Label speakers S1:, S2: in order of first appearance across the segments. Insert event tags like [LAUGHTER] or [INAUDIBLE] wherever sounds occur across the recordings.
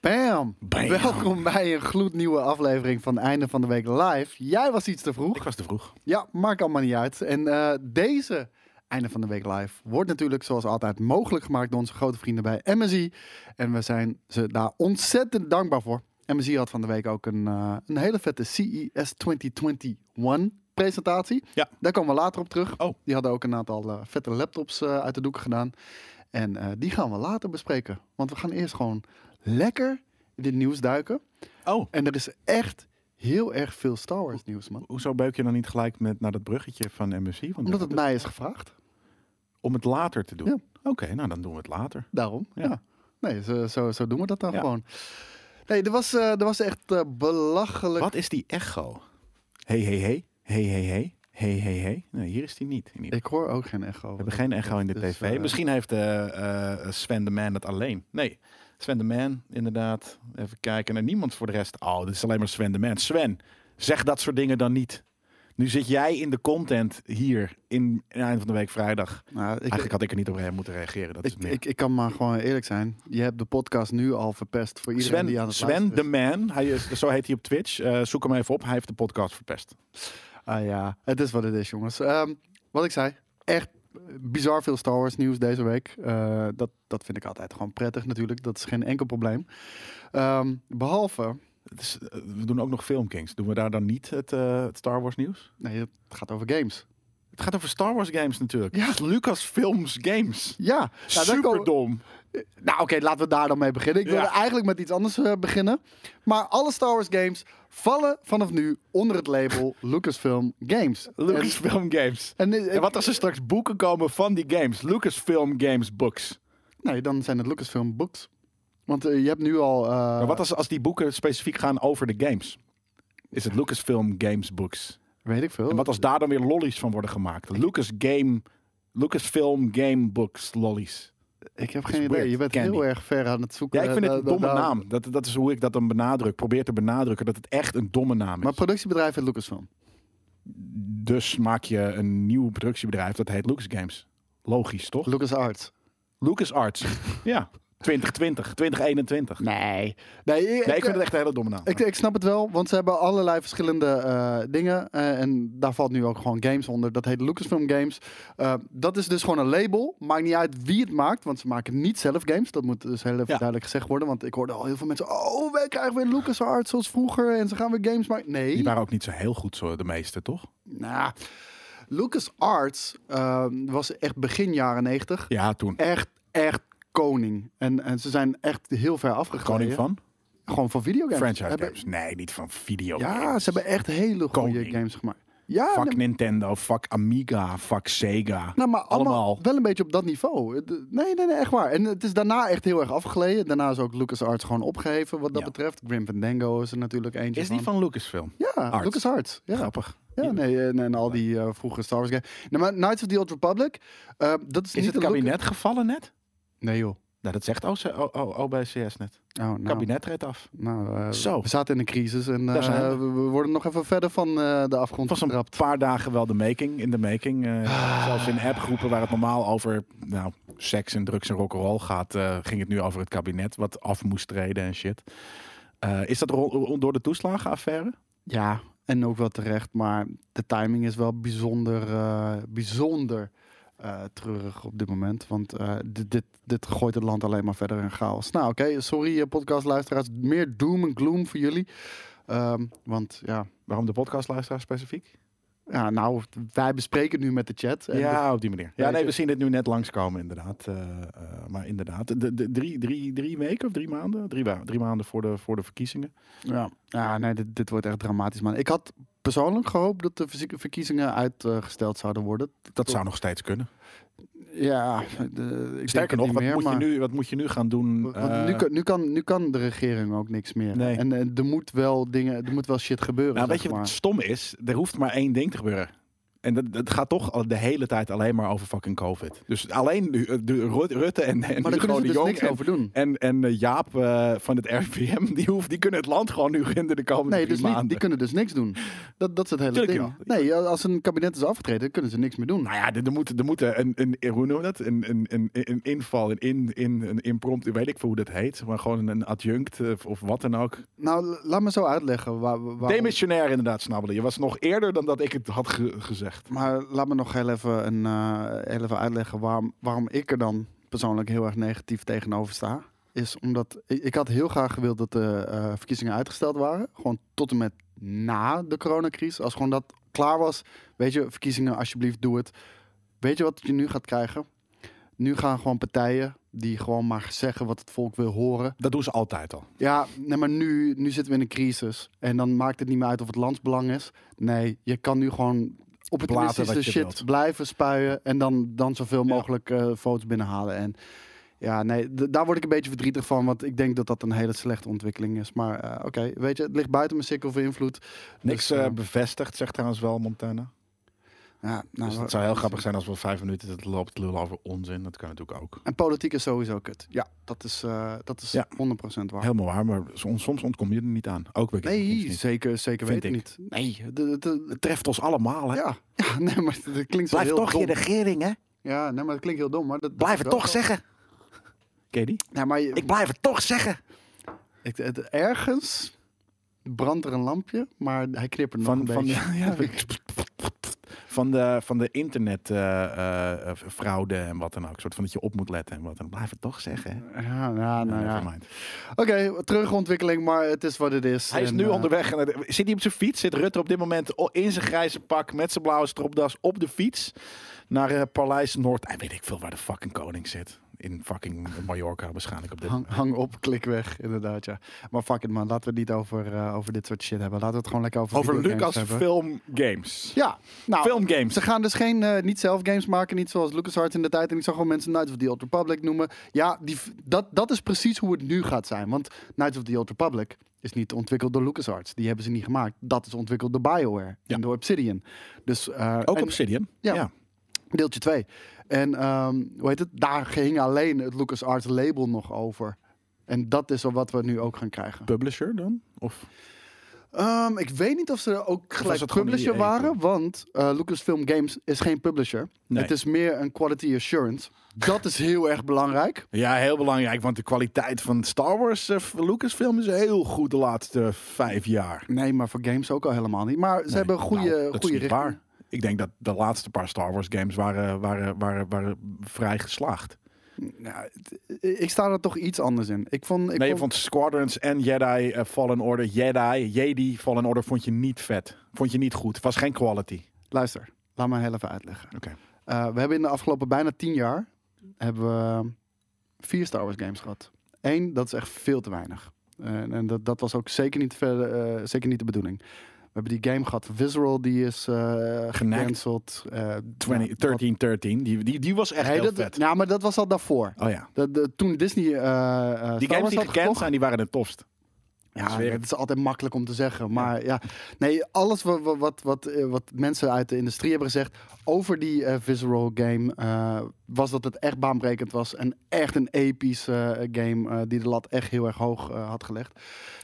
S1: Bam.
S2: Bam.
S1: Welkom bij een gloednieuwe aflevering van Einde van de Week Live. Jij was iets te vroeg.
S2: Ik was te vroeg.
S1: Ja, maakt allemaal niet uit. En eh, deze Einde van de Week Live wordt natuurlijk zoals altijd mogelijk gemaakt door onze grote vrienden bij MSI. En we zijn ze daar ontzettend dankbaar voor. MSI had van de week ook een, eh, een hele vette E CES 2021 presentatie.
S2: Ja.
S1: Daar komen we later op terug.
S2: Oh.
S1: Die hadden ook een aantal eh, vette laptops eh, uit de doeken gedaan. En eh, die gaan we later bespreken. Want we gaan eerst gewoon lekker in dit nieuws duiken.
S2: Oh,
S1: En er is echt heel erg veel Star Wars nieuws, man.
S2: hoezo beuk je dan niet gelijk met naar dat bruggetje van MSC? Want
S1: Omdat het
S2: dat-
S1: mij is gevraagd.
S2: Om het later te doen.
S1: Ja.
S2: Oké, nou dan doen we het later.
S1: Daarom, ja.
S2: Ja.
S1: Nee, zo, zo, zo doen we dat dan
S2: Ja.
S1: gewoon. Nee, er was, eh, er was echt eh, belachelijk...
S2: Wat is die echo? Hey, hey, hey. Hey, hey, hey. Hey, hey, hey. Nee, hier is die niet. in ieder geval.
S1: Ik hoor ook geen echo.
S2: We hebben geen echo in de
S1: Dus,
S2: tv.
S1: eh,
S2: Misschien heeft eh, eh, Sven de Man het alleen. Nee, Sven de Man inderdaad. Even kijken. En niemand voor de rest. Oh, dit is alleen maar Sven de Man. Sven, zeg dat soort dingen dan niet. Nu zit jij in de content hier in, in eind van de week vrijdag.
S1: Nou, ik,
S2: Eigenlijk had ik er niet op re- moeten reageren. Dat is
S1: ik,
S2: het meer.
S1: ik, ik kan maar gewoon eerlijk zijn. Je hebt de podcast nu al verpest voor iedereen die aan
S2: Sven,
S1: het
S2: Sven
S1: luisteren
S2: de
S1: is.
S2: Man, hij is, zo heet hij op Twitch. Eh, zoek hem even op. Hij heeft de podcast verpest.
S1: Ah ja, het is wat het is, jongens. Ehm, wat ik zei, echt bizar veel Star Wars nieuws deze week. Eh, dat, dat vind ik altijd gewoon prettig natuurlijk. Dat is geen enkel probleem. Ehm, behalve,
S2: Het is, eh, we doen ook nog Filmkings. Doen we daar dan niet het, eh, het Star Wars nieuws?
S1: nee, het gaat over games.
S2: Het gaat over Star Wars games natuurlijk.
S1: Ja.
S2: Lucas Films games.
S1: Ja, nou, daar
S2: Super
S1: komen-
S2: dom.
S1: Nou, oké, laten we daar dan mee beginnen. Ik wilde
S2: Ja.
S1: eigenlijk met iets anders eh, beginnen. Maar alle Star Wars games vallen vanaf nu onder het
S2: [LAUGHS]
S1: label Lucasfilm Games.
S2: Lucas Film games.
S1: En, eh, en,
S2: En wat als er straks boeken komen van die games? Lucas Film games books.
S1: Nee, dan zijn het Lucasfilm Books. Want eh, je hebt nu al... eh,
S2: Maar wat als, als die boeken specifiek gaan over de games? Is het Lucas Film games books?
S1: Weet ik veel.
S2: En wat als daar dan weer lollies van worden gemaakt? Lucas Game... Lucas Film Game Books lollies.
S1: ik heb
S2: is
S1: geen idee.
S2: weird.
S1: Je bent
S2: Candy.
S1: heel erg ver aan het zoeken.
S2: Ja, ik vind
S1: Eh,
S2: het een
S1: da- da-
S2: domme
S1: da-
S2: naam. Dat, dat is hoe ik dat dan benadruk. Probeer te benadrukken dat het echt een domme naam is.
S1: Maar productiebedrijf heet Lucasfilm.
S2: Dus maak je een nieuw productiebedrijf dat heet Lucas Games. Logisch, toch?
S1: LucasArts.
S2: Lucas
S1: [LAUGHS]
S2: Arts. ja. 2020, 2021. Nee,
S1: Nee. Nee, ik, eh,
S2: ik vind het echt een hele domme naam.
S1: Ik, ik snap het wel, want ze hebben allerlei verschillende eh, dingen. eh, en daar valt nu ook gewoon games onder. Dat heet Lucasfilm Games. Eh, dat is dus gewoon een label. Maakt niet uit wie het maakt, want ze maken niet zelf games. Dat moet dus heel even
S2: Ja.
S1: duidelijk gezegd worden. Want ik hoorde al heel veel mensen... Oh, wij krijgen weer LucasArts zoals vroeger. En ze gaan weer games maken. Nee.
S2: Die waren ook niet zo heel goed, zo, de meeste, toch?
S1: Nou, LucasArts eh, was echt begin jaren 90
S2: Ja, toen.
S1: Echt, echt koning. En, en ze zijn echt heel ver afgegaan.
S2: Koning van?
S1: Gewoon van videogames.
S2: Franchise
S1: Hebben-
S2: games. Nee, niet van video
S1: Ja,
S2: games.
S1: ze hebben echt hele goede
S2: Koning.
S1: games gemaakt. Ja,
S2: Fuck
S1: Oh, nee,
S2: Nintendo, fuck Amiga, fuck Sega.
S1: nou, maar allemaal,
S2: allemaal.
S1: wel een beetje op dat niveau. Het- Nee, nee, nee, echt waar. En het is daarna echt heel erg afgeleden. Daarna is ook LucasArts gewoon opgeheven wat dat
S2: Ja.
S1: betreft. Grim Fandango is er natuurlijk eentje
S2: Is die van Lucasfilm?
S1: Ja,
S2: Arts?
S1: LucasArts. Ja.
S2: Grappig.
S1: ja, nee, en, en al die eh, vroege Star Wars games. Nou, maar Knights of the Old Republic, eh, dat is,
S2: Is
S1: niet
S2: het
S1: een Luca-
S2: kabinet gevallen net?
S1: Nee joh.
S2: Nou, dat zegt OC O- O- OBCS net.
S1: Oh, nou.
S2: Kabinet redt af.
S1: Nou, eh,
S2: Zo.
S1: we zaten in een crisis en
S2: Daar
S1: eh,
S2: zijn
S1: we.
S2: we.
S1: we worden nog even verder van eh, de afgrond
S2: Het was een
S1: getrapt. Ah.
S2: paar dagen wel de making, in de making. eh, Zelfs in appgroepen waar het normaal over nou, seks en drugs en rock'n'roll gaat, eh, ging het nu over het kabinet wat af moest treden en shit. Eh, is dat ro- ro- door de toeslagenaffaire?
S1: Ja, en ook wel terecht, maar de timing is wel bijzonder, eh, bijzonder eh, treurig op dit moment. Want eh, dit, dit, dit gooit het land alleen maar verder in chaos. Nou, oké, sorry eh, podcastluisteraars. Meer doom en gloom voor jullie. Ehm, want ja,
S2: Waarom de podcastluisteraar specifiek?
S1: ja, nou, wij bespreken nu met de chat. En de-
S2: Ja, op die manier.
S1: Ja,
S2: Ja, nee,
S1: ik-
S2: we zien dit nu net langskomen inderdaad. Eh, eh, maar inderdaad, de, de, drie, drie, drie weken of drie maanden? Drie, wa- drie maanden voor de, voor de verkiezingen.
S1: ja. ja, nee, dit, dit wordt echt dramatisch, man. Ik had persoonlijk gehoopt dat de verzie- verkiezingen uitgesteld zouden worden.
S2: Dat zou nog steeds kunnen.
S1: Ja, de, ik
S2: Sterker nog,
S1: denk het niet
S2: wat,
S1: meer,
S2: moet
S1: maar-
S2: je nu, wat moet je nu gaan doen?
S1: Want nu,
S2: eh,
S1: kan, nu, kan, nu kan de regering ook niks meer.
S2: Nee.
S1: En, eh, er moet wel dingen, er moet wel shit gebeuren.
S2: Nou, weet
S1: zeg
S2: je wat
S1: maar.
S2: stom is? Er hoeft maar één ding te gebeuren. En dat, dat gaat toch al de hele tijd alleen maar over fucking COVID. Dus alleen de, de Ru- Rutte en, en
S1: Maar daar
S2: Hugo
S1: kunnen ze
S2: de
S1: dus
S2: Jong
S1: niks
S2: en,
S1: over doen.
S2: en, en eh, Jaap eh, van het RIVM, die, hoeft, die kunnen het land gewoon nu [LAUGHS] ginden de komende
S1: Nee,
S2: drie
S1: dus niet,
S2: maanden.
S1: die kunnen dus niks doen. Dat, dat is het hele
S2: Tuurlijk
S1: ding. Nee, als een kabinet is afgetreden, dan kunnen ze niks meer doen.
S2: Nou ja, er er moet, er moet een, een, een, hoe noem je dat? Een, een, een, een inval, een, in, in, een impromptu, weet ik veel hoe dat heet. Maar gewoon een adjunct eh, of wat dan ook.
S1: Nou, la- laat me zo uitleggen. Waar, waar, waarom-
S2: Demissionair inderdaad, snabbelen. Je was nog eerder dan dat ik het had ge- gezegd.
S1: Maar laat me nog heel even, een, eh, heel even uitleggen waarom, waarom ik er dan persoonlijk heel erg negatief tegenover sta. Is omdat ik, ik had heel graag gewild dat de eh, verkiezingen uitgesteld waren. Gewoon tot en met na de coronacrisis. Als gewoon dat klaar was. Weet je, verkiezingen, alsjeblieft, doe het. Weet je wat je nu gaat krijgen? Nu gaan gewoon partijen die gewoon maar zeggen wat het volk wil horen.
S2: Dat doen ze altijd al.
S1: Ja, nee, maar nu, nu zitten we in een crisis. En dan maakt het niet meer uit of het landsbelang is. Nee, je kan nu gewoon
S2: Blaten
S1: opportunistische
S2: wat je
S1: shit
S2: wilt.
S1: blijven spuien. En dan, dan zoveel
S2: Ja.
S1: mogelijk eh foto's binnenhalen. En ja, nee, d- daar word ik een beetje verdrietig van. Want ik denk dat dat een hele slechte ontwikkeling is. Maar eh, oké, weet je, het ligt buiten mijn cirkel van invloed.
S2: Niks
S1: Dus,
S2: eh, Nou,
S1: eh,
S2: bevestigd, zegt trouwens wel Montana.
S1: Ja, nou,
S2: dus
S1: we-
S2: het zou heel grappig zijn als we vijf minuten het loopt lullen over onzin. Dat kan natuurlijk ook.
S1: En politiek is sowieso kut. Ja, dat is, eh, dat is
S2: Ja.
S1: 100% waar.
S2: Helemaal waar, maar soms, soms ontkom je er niet aan. Ook bij Game of Thrones
S1: Nee,
S2: niet.
S1: zeker, zeker
S2: Vind
S1: weet ik niet. Nee, de, de, de-
S2: Het treft ons allemaal, hè?
S1: ja. [LAUGHS] ja, nee, maar dat klinkt zo
S2: Blijf
S1: heel
S2: toch
S1: dom.
S2: je regering, hè?
S1: Ja, nee, maar dat klinkt heel dom. Maar dat, dat
S2: Blijf
S1: is
S2: het
S1: wel
S2: toch
S1: zo.
S2: zeggen. Ken je die?
S1: Ja, maar je-
S2: Ik blijf het toch zeggen.
S1: ik- het, ergens brandt er een lampje, maar hij knippert nog een
S2: Van, van,
S1: beetje.
S2: de, [LAUGHS]
S1: [LAUGHS]
S2: ja, van de, van de eh, internetfraude en wat dan ook. Soort van dat je op moet letten en wat dan. Blijf het toch zeggen. hè?
S1: Ja, ja, nou ja.
S2: Never mind.
S1: Oké, terugontwikkeling, maar het is wat het is.
S2: Hij is
S1: En,
S2: nu
S1: eh,
S2: onderweg. naar de- Zit hij op zijn fiets? Zit Rutte op dit moment o- in zijn grijze pak met zijn blauwe stropdas op de fiets naar eh, Paleis Noord. En weet ik veel waar de fucking koning zit. In fucking Mallorca waarschijnlijk op dit
S1: Hang, hang op, klik weg, inderdaad, ja. Maar fuck it, man. Laten we het niet over, eh, over dit soort shit hebben. Laten we het gewoon lekker over
S2: Over
S1: videogames
S2: Lucas
S1: hebben.
S2: Film Games.
S1: Ja, nou,
S2: Filmgames.
S1: Ze gaan dus geen, eh, niet zelf games maken, niet zoals LucasArts in de tijd. En ik zag gewoon mensen Knights of the Old Republic noemen. Ja, die, f- dat, dat is precies hoe het nu gaat zijn. Want Knights of the Old Republic is niet ontwikkeld door LucasArts. Die hebben ze niet gemaakt. Dat is ontwikkeld door BioWare
S2: Ja.
S1: en door Obsidian. Dus, eh,
S2: Ook
S1: en
S2: Obsidian.
S1: Ja.
S2: Ja.
S1: Deeltje 2. En ehm, hoe heet het? Daar ging alleen het LucasArts label nog over. En dat is wel wat we nu ook gaan krijgen.
S2: Publisher dan? Of
S1: Ehm, ik weet niet of ze ook gelijk
S2: was het gewoon
S1: publisher
S2: EA
S1: waren,
S2: toen?
S1: want eh, Lucasfilm Games is geen publisher.
S2: Nee.
S1: Het is meer een quality assurance. Dat is heel erg belangrijk.
S2: Ja, heel belangrijk, want de kwaliteit van Star Wars eh, Lucasfilm is heel goed de laatste vijf jaar.
S1: Nee, maar voor games ook al helemaal niet. Maar ze
S2: Nee,
S1: hebben goede,
S2: nou, dat is
S1: goede
S2: niet
S1: richting.
S2: waar. Ik denk dat de laatste paar Star Wars games waren, waren, waren, waren vrij geslaagd.
S1: Nou, het- ik sta er toch iets anders in. Ik vond, ik
S2: nee, je
S1: vond,
S2: vond Squadrons en Jedi eh, Fallen Order, Jedi, Jedi Fallen Order vond je niet vet. Vond je niet goed. Was geen quality.
S1: Luister, laat me heel even uitleggen.
S2: Oké.
S1: Eh, we hebben in de afgelopen bijna tien jaar hebben we vier Star Wars games gehad. Eén, dat is echt veel te weinig. En, en dat, dat was ook zeker niet, verder, eh, zeker niet de bedoeling. We hebben die game gehad van Visceral, die is eh gecanceld. Eh,
S2: 20,
S1: nou,
S2: 13, 13, die, die, die was
S1: wat-
S2: echt
S1: Nee,
S2: heel
S1: dat,
S2: vet.
S1: Nou, maar dat was al daarvoor.
S2: Oh ja.
S1: Dat, dat- toen Disney eh, eh, Star
S2: Die
S1: Wars
S2: games die
S1: had
S2: gekend
S1: gekocht,
S2: zijn, die waren het tofst.
S1: ja,
S2: Sfeer.
S1: het is altijd makkelijk om te zeggen. Maar ja, nee, alles wa- wa- wat, wat, eh, wat mensen uit de industrie hebben gezegd over die eh Visceral game, eh, was dat het echt baanbrekend was. En echt een epische eh, game eh, die de lat echt heel erg hoog eh, had gelegd.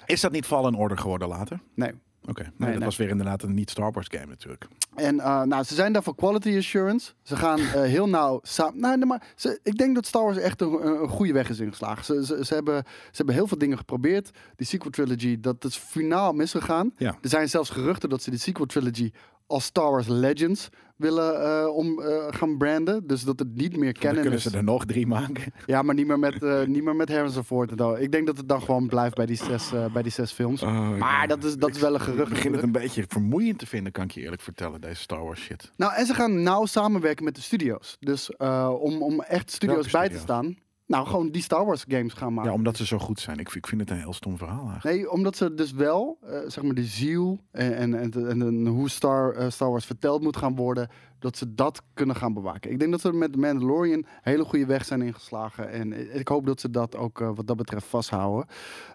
S2: Is dat niet Fallen Order geworden later?
S1: Nee.
S2: Oké, nee,
S1: Nee,
S2: dat
S1: nee.
S2: was weer inderdaad een niet-Star Wars game natuurlijk.
S1: En eh, nou, ze zijn daar voor quality assurance. Ze gaan
S2: [LAUGHS]
S1: eh, heel nauw samen. Nou, nee, maar ze, ik denk dat Star Wars echt een, een- een goede weg is ingeslagen. Ze, ze, ze, hebben, ze hebben heel veel dingen geprobeerd. Die sequel trilogy, dat is finaal misgegaan.
S2: Ja.
S1: Er zijn zelfs geruchten dat ze die sequel trilogy als Star Wars Legends willen eh, om, eh, gaan branden. Dus dat het niet meer
S2: Dan
S1: kennen
S2: kunnen
S1: is.
S2: ze er nog drie maken.
S1: Ja, maar niet meer met, eh niet meer met Harrison Ford. en zo. Ik denk dat het dan gewoon blijft bij die zes, eh, bij die zes films.
S2: Oh,
S1: maar dat is, dat is wel een
S2: Ik
S1: gerucht.
S2: begin het
S1: natuurlijk.
S2: een beetje vermoeiend te vinden, kan ik je eerlijk vertellen, deze Star Wars shit.
S1: Nou, en ze gaan nauw samenwerken met de studio's. Dus eh, om, om echt studios
S2: Welke
S1: bij te
S2: studio's?
S1: staan. Nou, gewoon die Star Wars games gaan maken.
S2: Ja, omdat ze zo goed zijn. Ik, vind- ik vind het een heel stom verhaal eigenlijk.
S1: Nee, omdat ze dus wel, eh, zeg maar, de ziel en, en, en, en- en hoe Star, eh, Star Wars verteld moet gaan worden, dat ze dat kunnen gaan bewaken. Ik denk dat ze met The Mandalorian een hele goede weg zijn ingeslagen. En i- ik hoop dat ze dat ook eh, wat dat betreft vasthouden.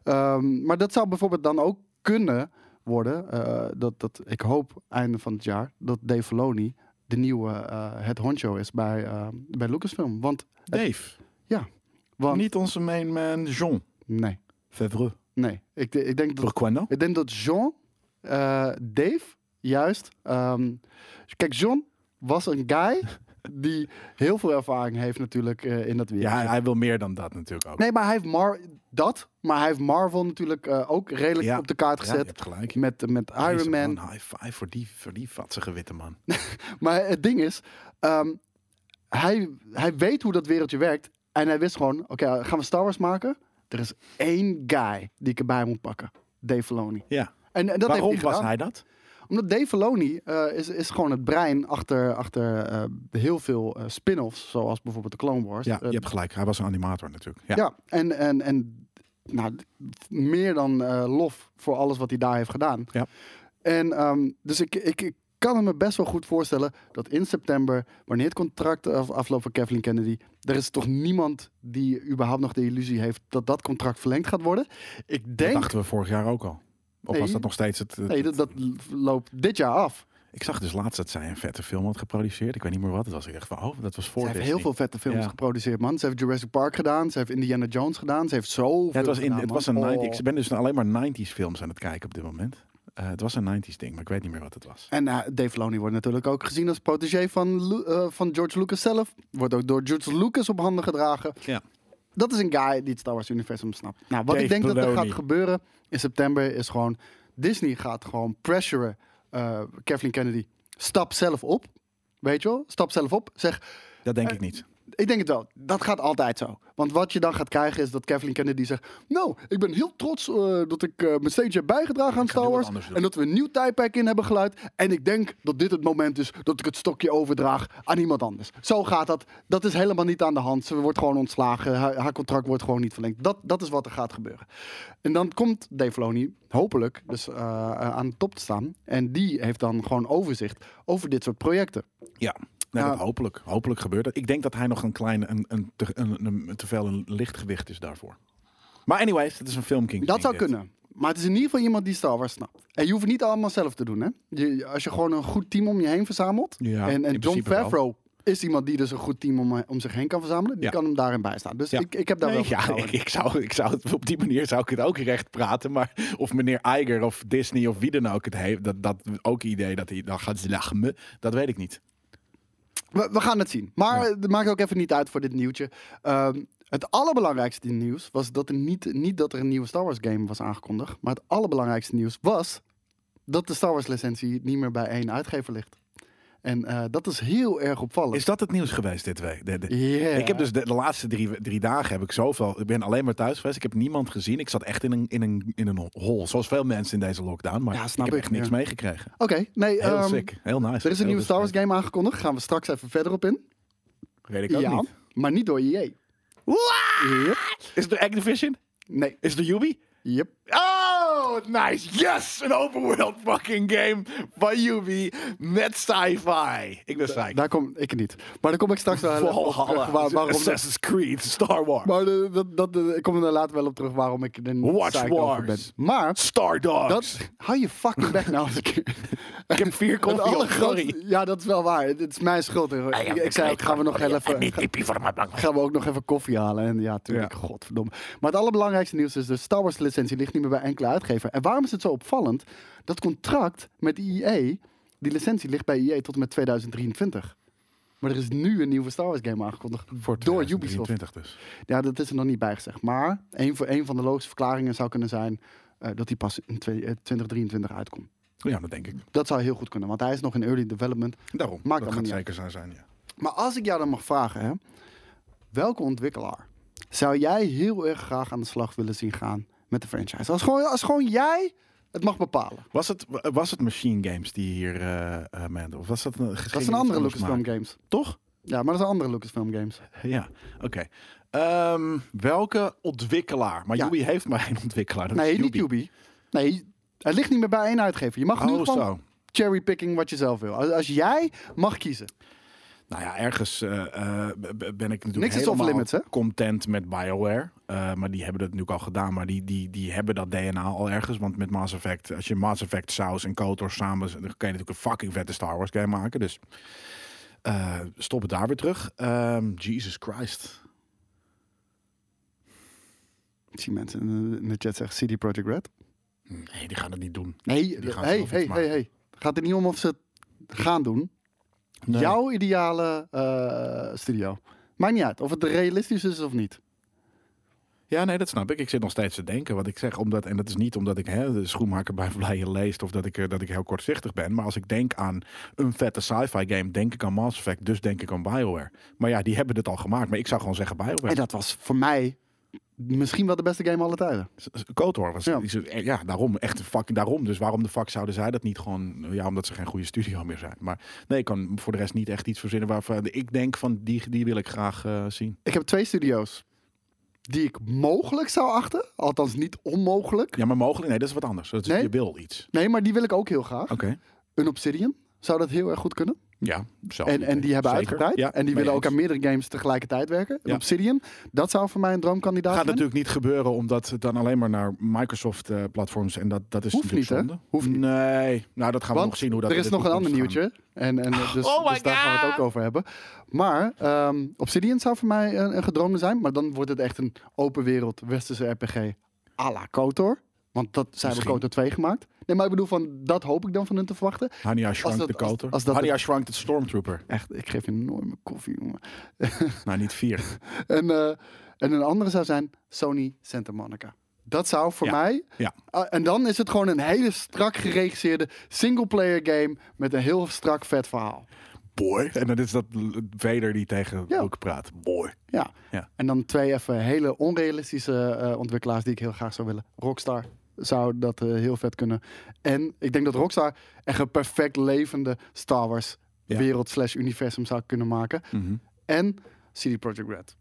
S1: Ehm, maar dat zou bijvoorbeeld dan ook kunnen worden, eh, dat, dat ik hoop einde van het jaar, dat Dave Filoni de nieuwe eh, het honcho is bij, eh, bij Lucasfilm. Want,
S2: Dave.
S1: want
S2: Niet onze main man Jean
S1: nee,
S2: Favre.
S1: nee. Ik, de- ik, denk, dat,
S2: Pourquoi non?
S1: ik denk dat Jean, eh, Dave, juist. ehm, kijk, John was een
S2: [LAUGHS]
S1: guy die heel veel ervaring heeft natuurlijk eh, in dat weer.
S2: Ja, hij, hij wil meer dan dat natuurlijk ook.
S1: Nee, maar hij heeft Mar dat, maar hij heeft Marvel natuurlijk eh, ook redelijk
S2: Ja.
S1: op de kaart
S2: Ja, je
S1: gezet.
S2: hebt gelijk.
S1: met, met
S2: Jezus,
S1: Iron Man.
S2: man, High five voor die, voor die vatsige witte man.
S1: Maar het ding is, ehm, hij, hij weet hoe dat wereldje werkt. En hij wist gewoon, oké, gaan we Star Wars maken? Er is één guy die ik erbij moet pakken. Dave Filoni.
S2: Ja.
S1: En, en dat
S2: Waarom
S1: heeft hij
S2: was
S1: gedaan.
S2: hij dat?
S1: Omdat Dave Filoni eh, is, is gewoon het brein achter, achter eh, heel veel eh, spin-offs. Zoals bijvoorbeeld de Clone Wars.
S2: Ja,
S1: Eh,
S2: je hebt gelijk. Hij was een animator natuurlijk. Ja.
S1: ja. en, en, en nou, meer dan eh, lof voor alles wat hij daar heeft gedaan.
S2: Ja.
S1: En ehm, dus ik, ik, ik kan me best wel goed voorstellen dat in september, wanneer het contract af, afloopt van Kathleen Kennedy, er is toch niemand die überhaupt nog de illusie heeft dat dat contract verlengd gaat worden. Ik
S2: Dat
S1: denk,
S2: dachten we vorig jaar ook al. Of
S1: Nee.
S2: was dat nog steeds het... het-
S1: nee, dat, dat loopt dit jaar af.
S2: Ik zag dus laatst dat zij een vette film had geproduceerd. Ik weet niet meer wat het was. Ik dacht van, oh, dat was voor
S1: Ze heeft
S2: Disney.
S1: heel veel vette films
S2: Ja.
S1: geproduceerd, man. Ze heeft Jurassic Park gedaan, ze heeft Indiana Jones gedaan, ze heeft zoveel
S2: Ja, het was, in,
S1: gedaan,
S2: het
S1: man.
S2: was een 90s.
S1: Oh.
S2: Ik ben dus alleen maar 90s films aan het kijken op dit moment. Eh, het was een 90s ding, maar ik weet niet meer wat het was.
S1: En eh, Dave Filoni wordt natuurlijk ook gezien als protégé van, Lu- eh, van George Lucas zelf. Wordt ook door George Lucas op handen gedragen.
S2: Ja.
S1: Dat is een guy die het Star Wars universum snapt. Nou, wat
S2: Dave
S1: ik denk dat er
S2: Filoni.
S1: gaat gebeuren in september is gewoon... Disney gaat gewoon pressuren eh Kathleen Kennedy. Stap zelf op. Weet je wel? Stap zelf op. Zeg,
S2: Dat
S1: Eh,
S2: denk ik niet.
S1: ik denk het wel. Dat gaat altijd zo. Want wat je dan gaat krijgen is dat Kathleen Kennedy zegt... Nou, ik ben heel trots eh, dat ik eh, mijn steentje heb bijgedragen aan
S2: ga
S1: Star
S2: nu wat
S1: Wars.
S2: anders doen.
S1: En dat we een nieuw tijdperk in hebben geluid. En ik denk dat dit het moment is dat ik het stokje overdraag aan iemand anders. Zo gaat dat. Dat is helemaal niet aan de hand. Ze wordt gewoon ontslagen. Haar, haar contract wordt gewoon niet verlengd. Dat, dat is wat er gaat gebeuren. En dan komt Dave Filoni hopelijk dus, eh, eh, aan de top te staan. En die heeft dan gewoon overzicht over dit soort projecten.
S2: Ja. Nou,
S1: Ja.
S2: dat hopelijk. Hopelijk gebeurt dat. Ik denk dat hij nog een klein, een, een, te, een, een- een te veel een lichtgewicht is daarvoor. Maar anyways, het is een filmking.
S1: Dat zou kunnen. Maar het is in ieder geval iemand die Star Wars snapt. En je hoeft het niet allemaal zelf te doen. Hè? Je, als je gewoon een goed team om je heen verzamelt.
S2: Ja,
S1: en en John
S2: in principe wel.
S1: Favreau is iemand die dus een goed team om, om zich heen kan verzamelen. Die
S2: Ja.
S1: kan hem daarin bijstaan. Dus
S2: Ja.
S1: ik, ik heb daar
S2: Nee,
S1: wel
S2: ja,
S1: vertrouwen
S2: [LAUGHS] ik,
S1: in.
S2: ik zou, ik zou het, op die manier zou ik het ook recht praten. Maar of meneer Iger of Disney of wie dan ook het heeft, dat, dat ook idee dat hij dan gaat lachen me, dat weet ik niet.
S1: We, we gaan het zien. Maar het maakt ook even niet uit voor dit nieuwtje. Ehm, het allerbelangrijkste nieuws was dat er niet, niet dat er een nieuwe Star Wars game was aangekondigd. Maar het allerbelangrijkste nieuws was dat de Star Wars licentie niet meer bij één uitgever ligt. En eh, dat is heel erg opvallend.
S2: Is dat het nieuws geweest dit week? De- de-
S1: Yeah.
S2: Ik heb dus de, de laatste drie, drie dagen heb ik zoveel. Ik ben alleen maar thuis geweest. Ik heb niemand gezien. Ik zat echt in een, in een, in een hol. Zoals veel mensen in deze lockdown. Maar
S1: Ja,
S2: ik
S1: snap
S2: heb
S1: ik,
S2: echt niks
S1: ja.
S2: meegekregen.
S1: Oké, nee.
S2: Heel
S1: ehm,
S2: sick. Heel nice.
S1: Er is een
S2: Heel dus
S1: nieuwe Star Wars
S2: respect.
S1: game aangekondigd. Gaan we straks even verder op in.
S2: Weet ik ook
S1: ja,
S2: niet.
S1: maar niet door E EA. Yep.
S2: Is er Activision?
S1: Nee,
S2: Is er Ubi?
S1: yep.
S2: Oh, nice. Yes, een open world fucking game van Ubi met sci-fi. Ik ben psyched.
S1: Daar kom ik niet. Maar daar kom ik straks wel even op terug.
S2: Valhalla,
S1: Waar, waarom dat,
S2: Assassin's Creed, Star Wars,
S1: maar eh, dat, dat, eh, ik kom er later wel op terug waarom ik er niet
S2: Watch
S1: psyched over ben.
S2: Wars.
S1: Maar,
S2: Star Dogs.
S1: dat, hou je fucking bek nou eens een keer.
S2: Ik
S1: [LAUGHS]
S2: heb vier
S1: Het
S2: koffie op, sorry. Ah
S1: allergrootste- Ja, dat is wel waar. Het is mijn schuld. hoor. Ik, ik zei ook, gaan we nog heel even...
S2: tippie voor mijn
S1: [LAUGHS]
S2: bank.
S1: gaan we ook nog even koffie halen. En ja, tuurlijk,
S2: Ja.
S1: godverdomme. Maar het allerbelangrijkste nieuws is, de Star Wars licentie ligt niet meer bij enkele uitgever. En waarom is het zo opvallend? Dat contract met EA, die licentie ligt bij EA tot en met 2023. Maar er is nu een nieuwe Star Wars game aangekondigd
S2: Voor
S1: door Ubisoft.
S2: 2023 dus.
S1: Ja, dat is er nog niet bij gezegd. Maar een, voor een van de logische verklaringen zou kunnen zijn eh, dat die pas in twee- eh, 2023 uitkomt.
S2: Ja, dat denk ik.
S1: Dat zou heel goed kunnen, want hij is nog in early development.
S2: Daarom.
S1: Maakt allemaal
S2: dat gaat
S1: niet
S2: zeker zo zijn, ja.
S1: Maar als ik jou dan mag vragen, hè, welke ontwikkelaar zou jij heel erg graag aan de slag willen zien gaan met de franchise? Als gewoon, als gewoon jij het mag bepalen.
S2: Was het, was het Machine Games die hier eh eh mende? Of was dat een...
S1: Dat zijn andere Lucasfilm games.
S2: Toch?
S1: Ja, maar dat zijn andere Lucasfilm games.
S2: Ja, oké. Ehm, welke ontwikkelaar? Maar
S1: Ja.
S2: Ubi heeft maar [LAUGHS] één ontwikkelaar. Dat
S1: Nee,
S2: is
S1: niet Ubi. Nee, het ligt niet meer bij één uitgever. Je mag nu
S2: Oh,
S1: gewoon
S2: zo.
S1: cherrypicking wat je zelf wil. Als, als jij mag kiezen.
S2: Nou ja, ergens eh, eh, b- b- ben ik natuurlijk
S1: Niks is
S2: helemaal
S1: off-limits, hè?
S2: content met BioWare. Eh, maar die hebben dat natuurlijk al gedaan. Maar die, die, die hebben dat DNA al ergens. Want met Mass Effect, als je Mass Effect saus en KOTOR samen... dan kan je natuurlijk een fucking vette Star Wars game maken. Dus eh, stop het daar weer terug. Ehm, Jesus Christ.
S1: Ik zie mensen in de- in de chat zeggen CD Projekt Red.
S2: Nee, die gaan het niet doen.
S1: Nee,
S2: Die gaan
S1: hey,
S2: zelf
S1: hey,
S2: iets
S1: hey,
S2: maken.
S1: hey. Gaat het niet om of ze het gaan doen. Jouw ideale eh, studio. Maakt niet uit of het realistisch is of niet.
S2: Ja, nee, dat snap ik. Ik zit nog steeds te denken wat ik zeg. Omdat, en dat is niet omdat ik hè, de schoenmaker bij Vlaaien leest of dat ik, eh, dat ik heel kortzichtig ben. Maar als ik denk aan een vette sci-fi game, denk ik aan Mass Effect, dus denk ik aan Bioware. Maar ja, die hebben dit al gemaakt. Maar ik zou gewoon zeggen
S1: En
S2: Bioware.
S1: dat was voor mij misschien wel de beste game aller tijden.
S2: S- s- KOTOR was...
S1: Ja.
S2: Ja. ja, daarom. Echt een fucking daarom. Dus waarom de fuck zouden zij dat niet gewoon... nou Ja, omdat ze geen goede studio meer zijn. Maar nee, ik kan voor de rest niet echt iets verzinnen waarvan ik denk van die, die wil ik graag eh, zien.
S1: Ik heb twee studio's die ik mogelijk zou achten. Althans, niet onmogelijk.
S2: Ja, maar mogelijk... Nee, dat is wat anders. Dat is,
S1: Nee?
S2: Je wil iets.
S1: Nee, maar die wil ik ook heel graag.
S2: Oké.
S1: Een Obsidian zou dat heel erg goed kunnen.
S2: Ja, zelf
S1: En, en die hebben
S2: Oh, Zeker.
S1: uitgebreid.
S2: Ja,
S1: en die
S2: mee
S1: willen ook
S2: eens.
S1: aan meerdere games tegelijkertijd werken. Een
S2: Ja.
S1: Obsidian, dat zou voor mij een droomkandidaat
S2: gaat
S1: zijn.
S2: natuurlijk niet gebeuren, omdat het dan alleen maar naar Microsoft-platforms en dat, dat is
S1: Hoeft
S2: natuurlijk
S1: niet, hè?
S2: zonde.
S1: Hoeft niet.
S2: Nee, nou dat gaan
S1: Want
S2: we nog zien hoe dat
S1: er
S2: in
S1: is
S2: de
S1: nog een ander
S2: toekomst
S1: nieuwtje. En, en, eh, dus
S2: Oh my
S1: dus daar gaan we het ook over hebben. Maar ehm, Obsidian zou voor mij een, een gedroomde zijn. Maar dan wordt het echt een open wereld westerse RPG à la KOTOR. Want dat zijn we
S2: Misschien.
S1: KOTOR 2 gemaakt. Nee, maar ik bedoel, van, dat hoop ik dan van hun te verwachten.
S2: gaan. Hania Shrunk
S1: dat-
S2: de
S1: als-
S2: Koter.
S1: als dat-
S2: Hania Shrunk de Stormtrooper.
S1: Echt, ik geef je een enorme koffie, jongen. [LAUGHS]
S2: nou, niet vier.
S1: En, eh, en een andere zou zijn Sony Santa Monica. Dat zou voor
S2: Ja,
S1: mij.
S2: ja.
S1: Ah, en dan is het gewoon een hele strak geregisseerde singleplayer game met een heel strak vet verhaal.
S2: Boy. En dan is dat L- Vader die tegen
S1: Ja.
S2: Luke praat. Boy.
S1: Ja.
S2: Ja.
S1: En dan twee even hele onrealistische eh, ontwikkelaars die ik heel graag zou willen. Rockstar zou dat eh, heel vet kunnen. En ik denk dat Rockstar echt een perfect levende Star Wars
S2: Ja.
S1: wereld slash universum zou kunnen maken.
S2: Mhm.
S1: En CD Projekt Red.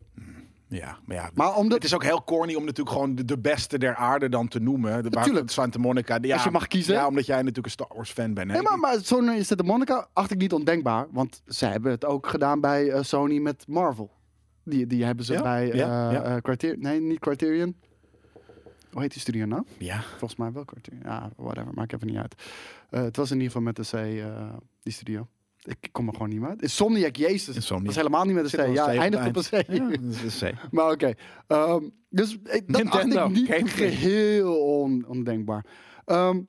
S2: Ja, maar ja.
S1: Maar omdat
S2: het is ook heel corny om natuurlijk gewoon de, de beste der aarde dan te noemen. De, waar-
S1: Natuurlijk.
S2: Santa Monica. Ja,
S1: Als je mag kiezen.
S2: Ja, omdat jij natuurlijk een Star Wars fan bent. hè?
S1: Nee, maar, maar zo'n is de Monica acht ik niet ondenkbaar. Want zij hebben het ook gedaan bij eh, Sony met Marvel. Die, die hebben ze
S2: Ja,
S1: bij eh
S2: ja, ja.
S1: eh, Criter- Nee, niet Criterion. Hoe heet die studio nou?
S2: Ja.
S1: Volgens mij wel Criterion. Ja, whatever. Maakt even niet uit. Eh, het was in ieder geval met de C, eh, die studio. Ik kom er gewoon niet meer uit. Insomniac, jezus.
S2: Insomniac.
S1: Dat is helemaal niet met de
S2: Zit
S1: C.
S2: wel een C
S1: Ja,
S2: op het
S1: eindigt op een C.
S2: Ja, dat is een C.
S1: [LAUGHS] Maar oké. Ehm, dus ik, dat
S2: Nintendo,
S1: acht ik niet
S2: geen idee.
S1: geheel on- ondenkbaar. Ehm,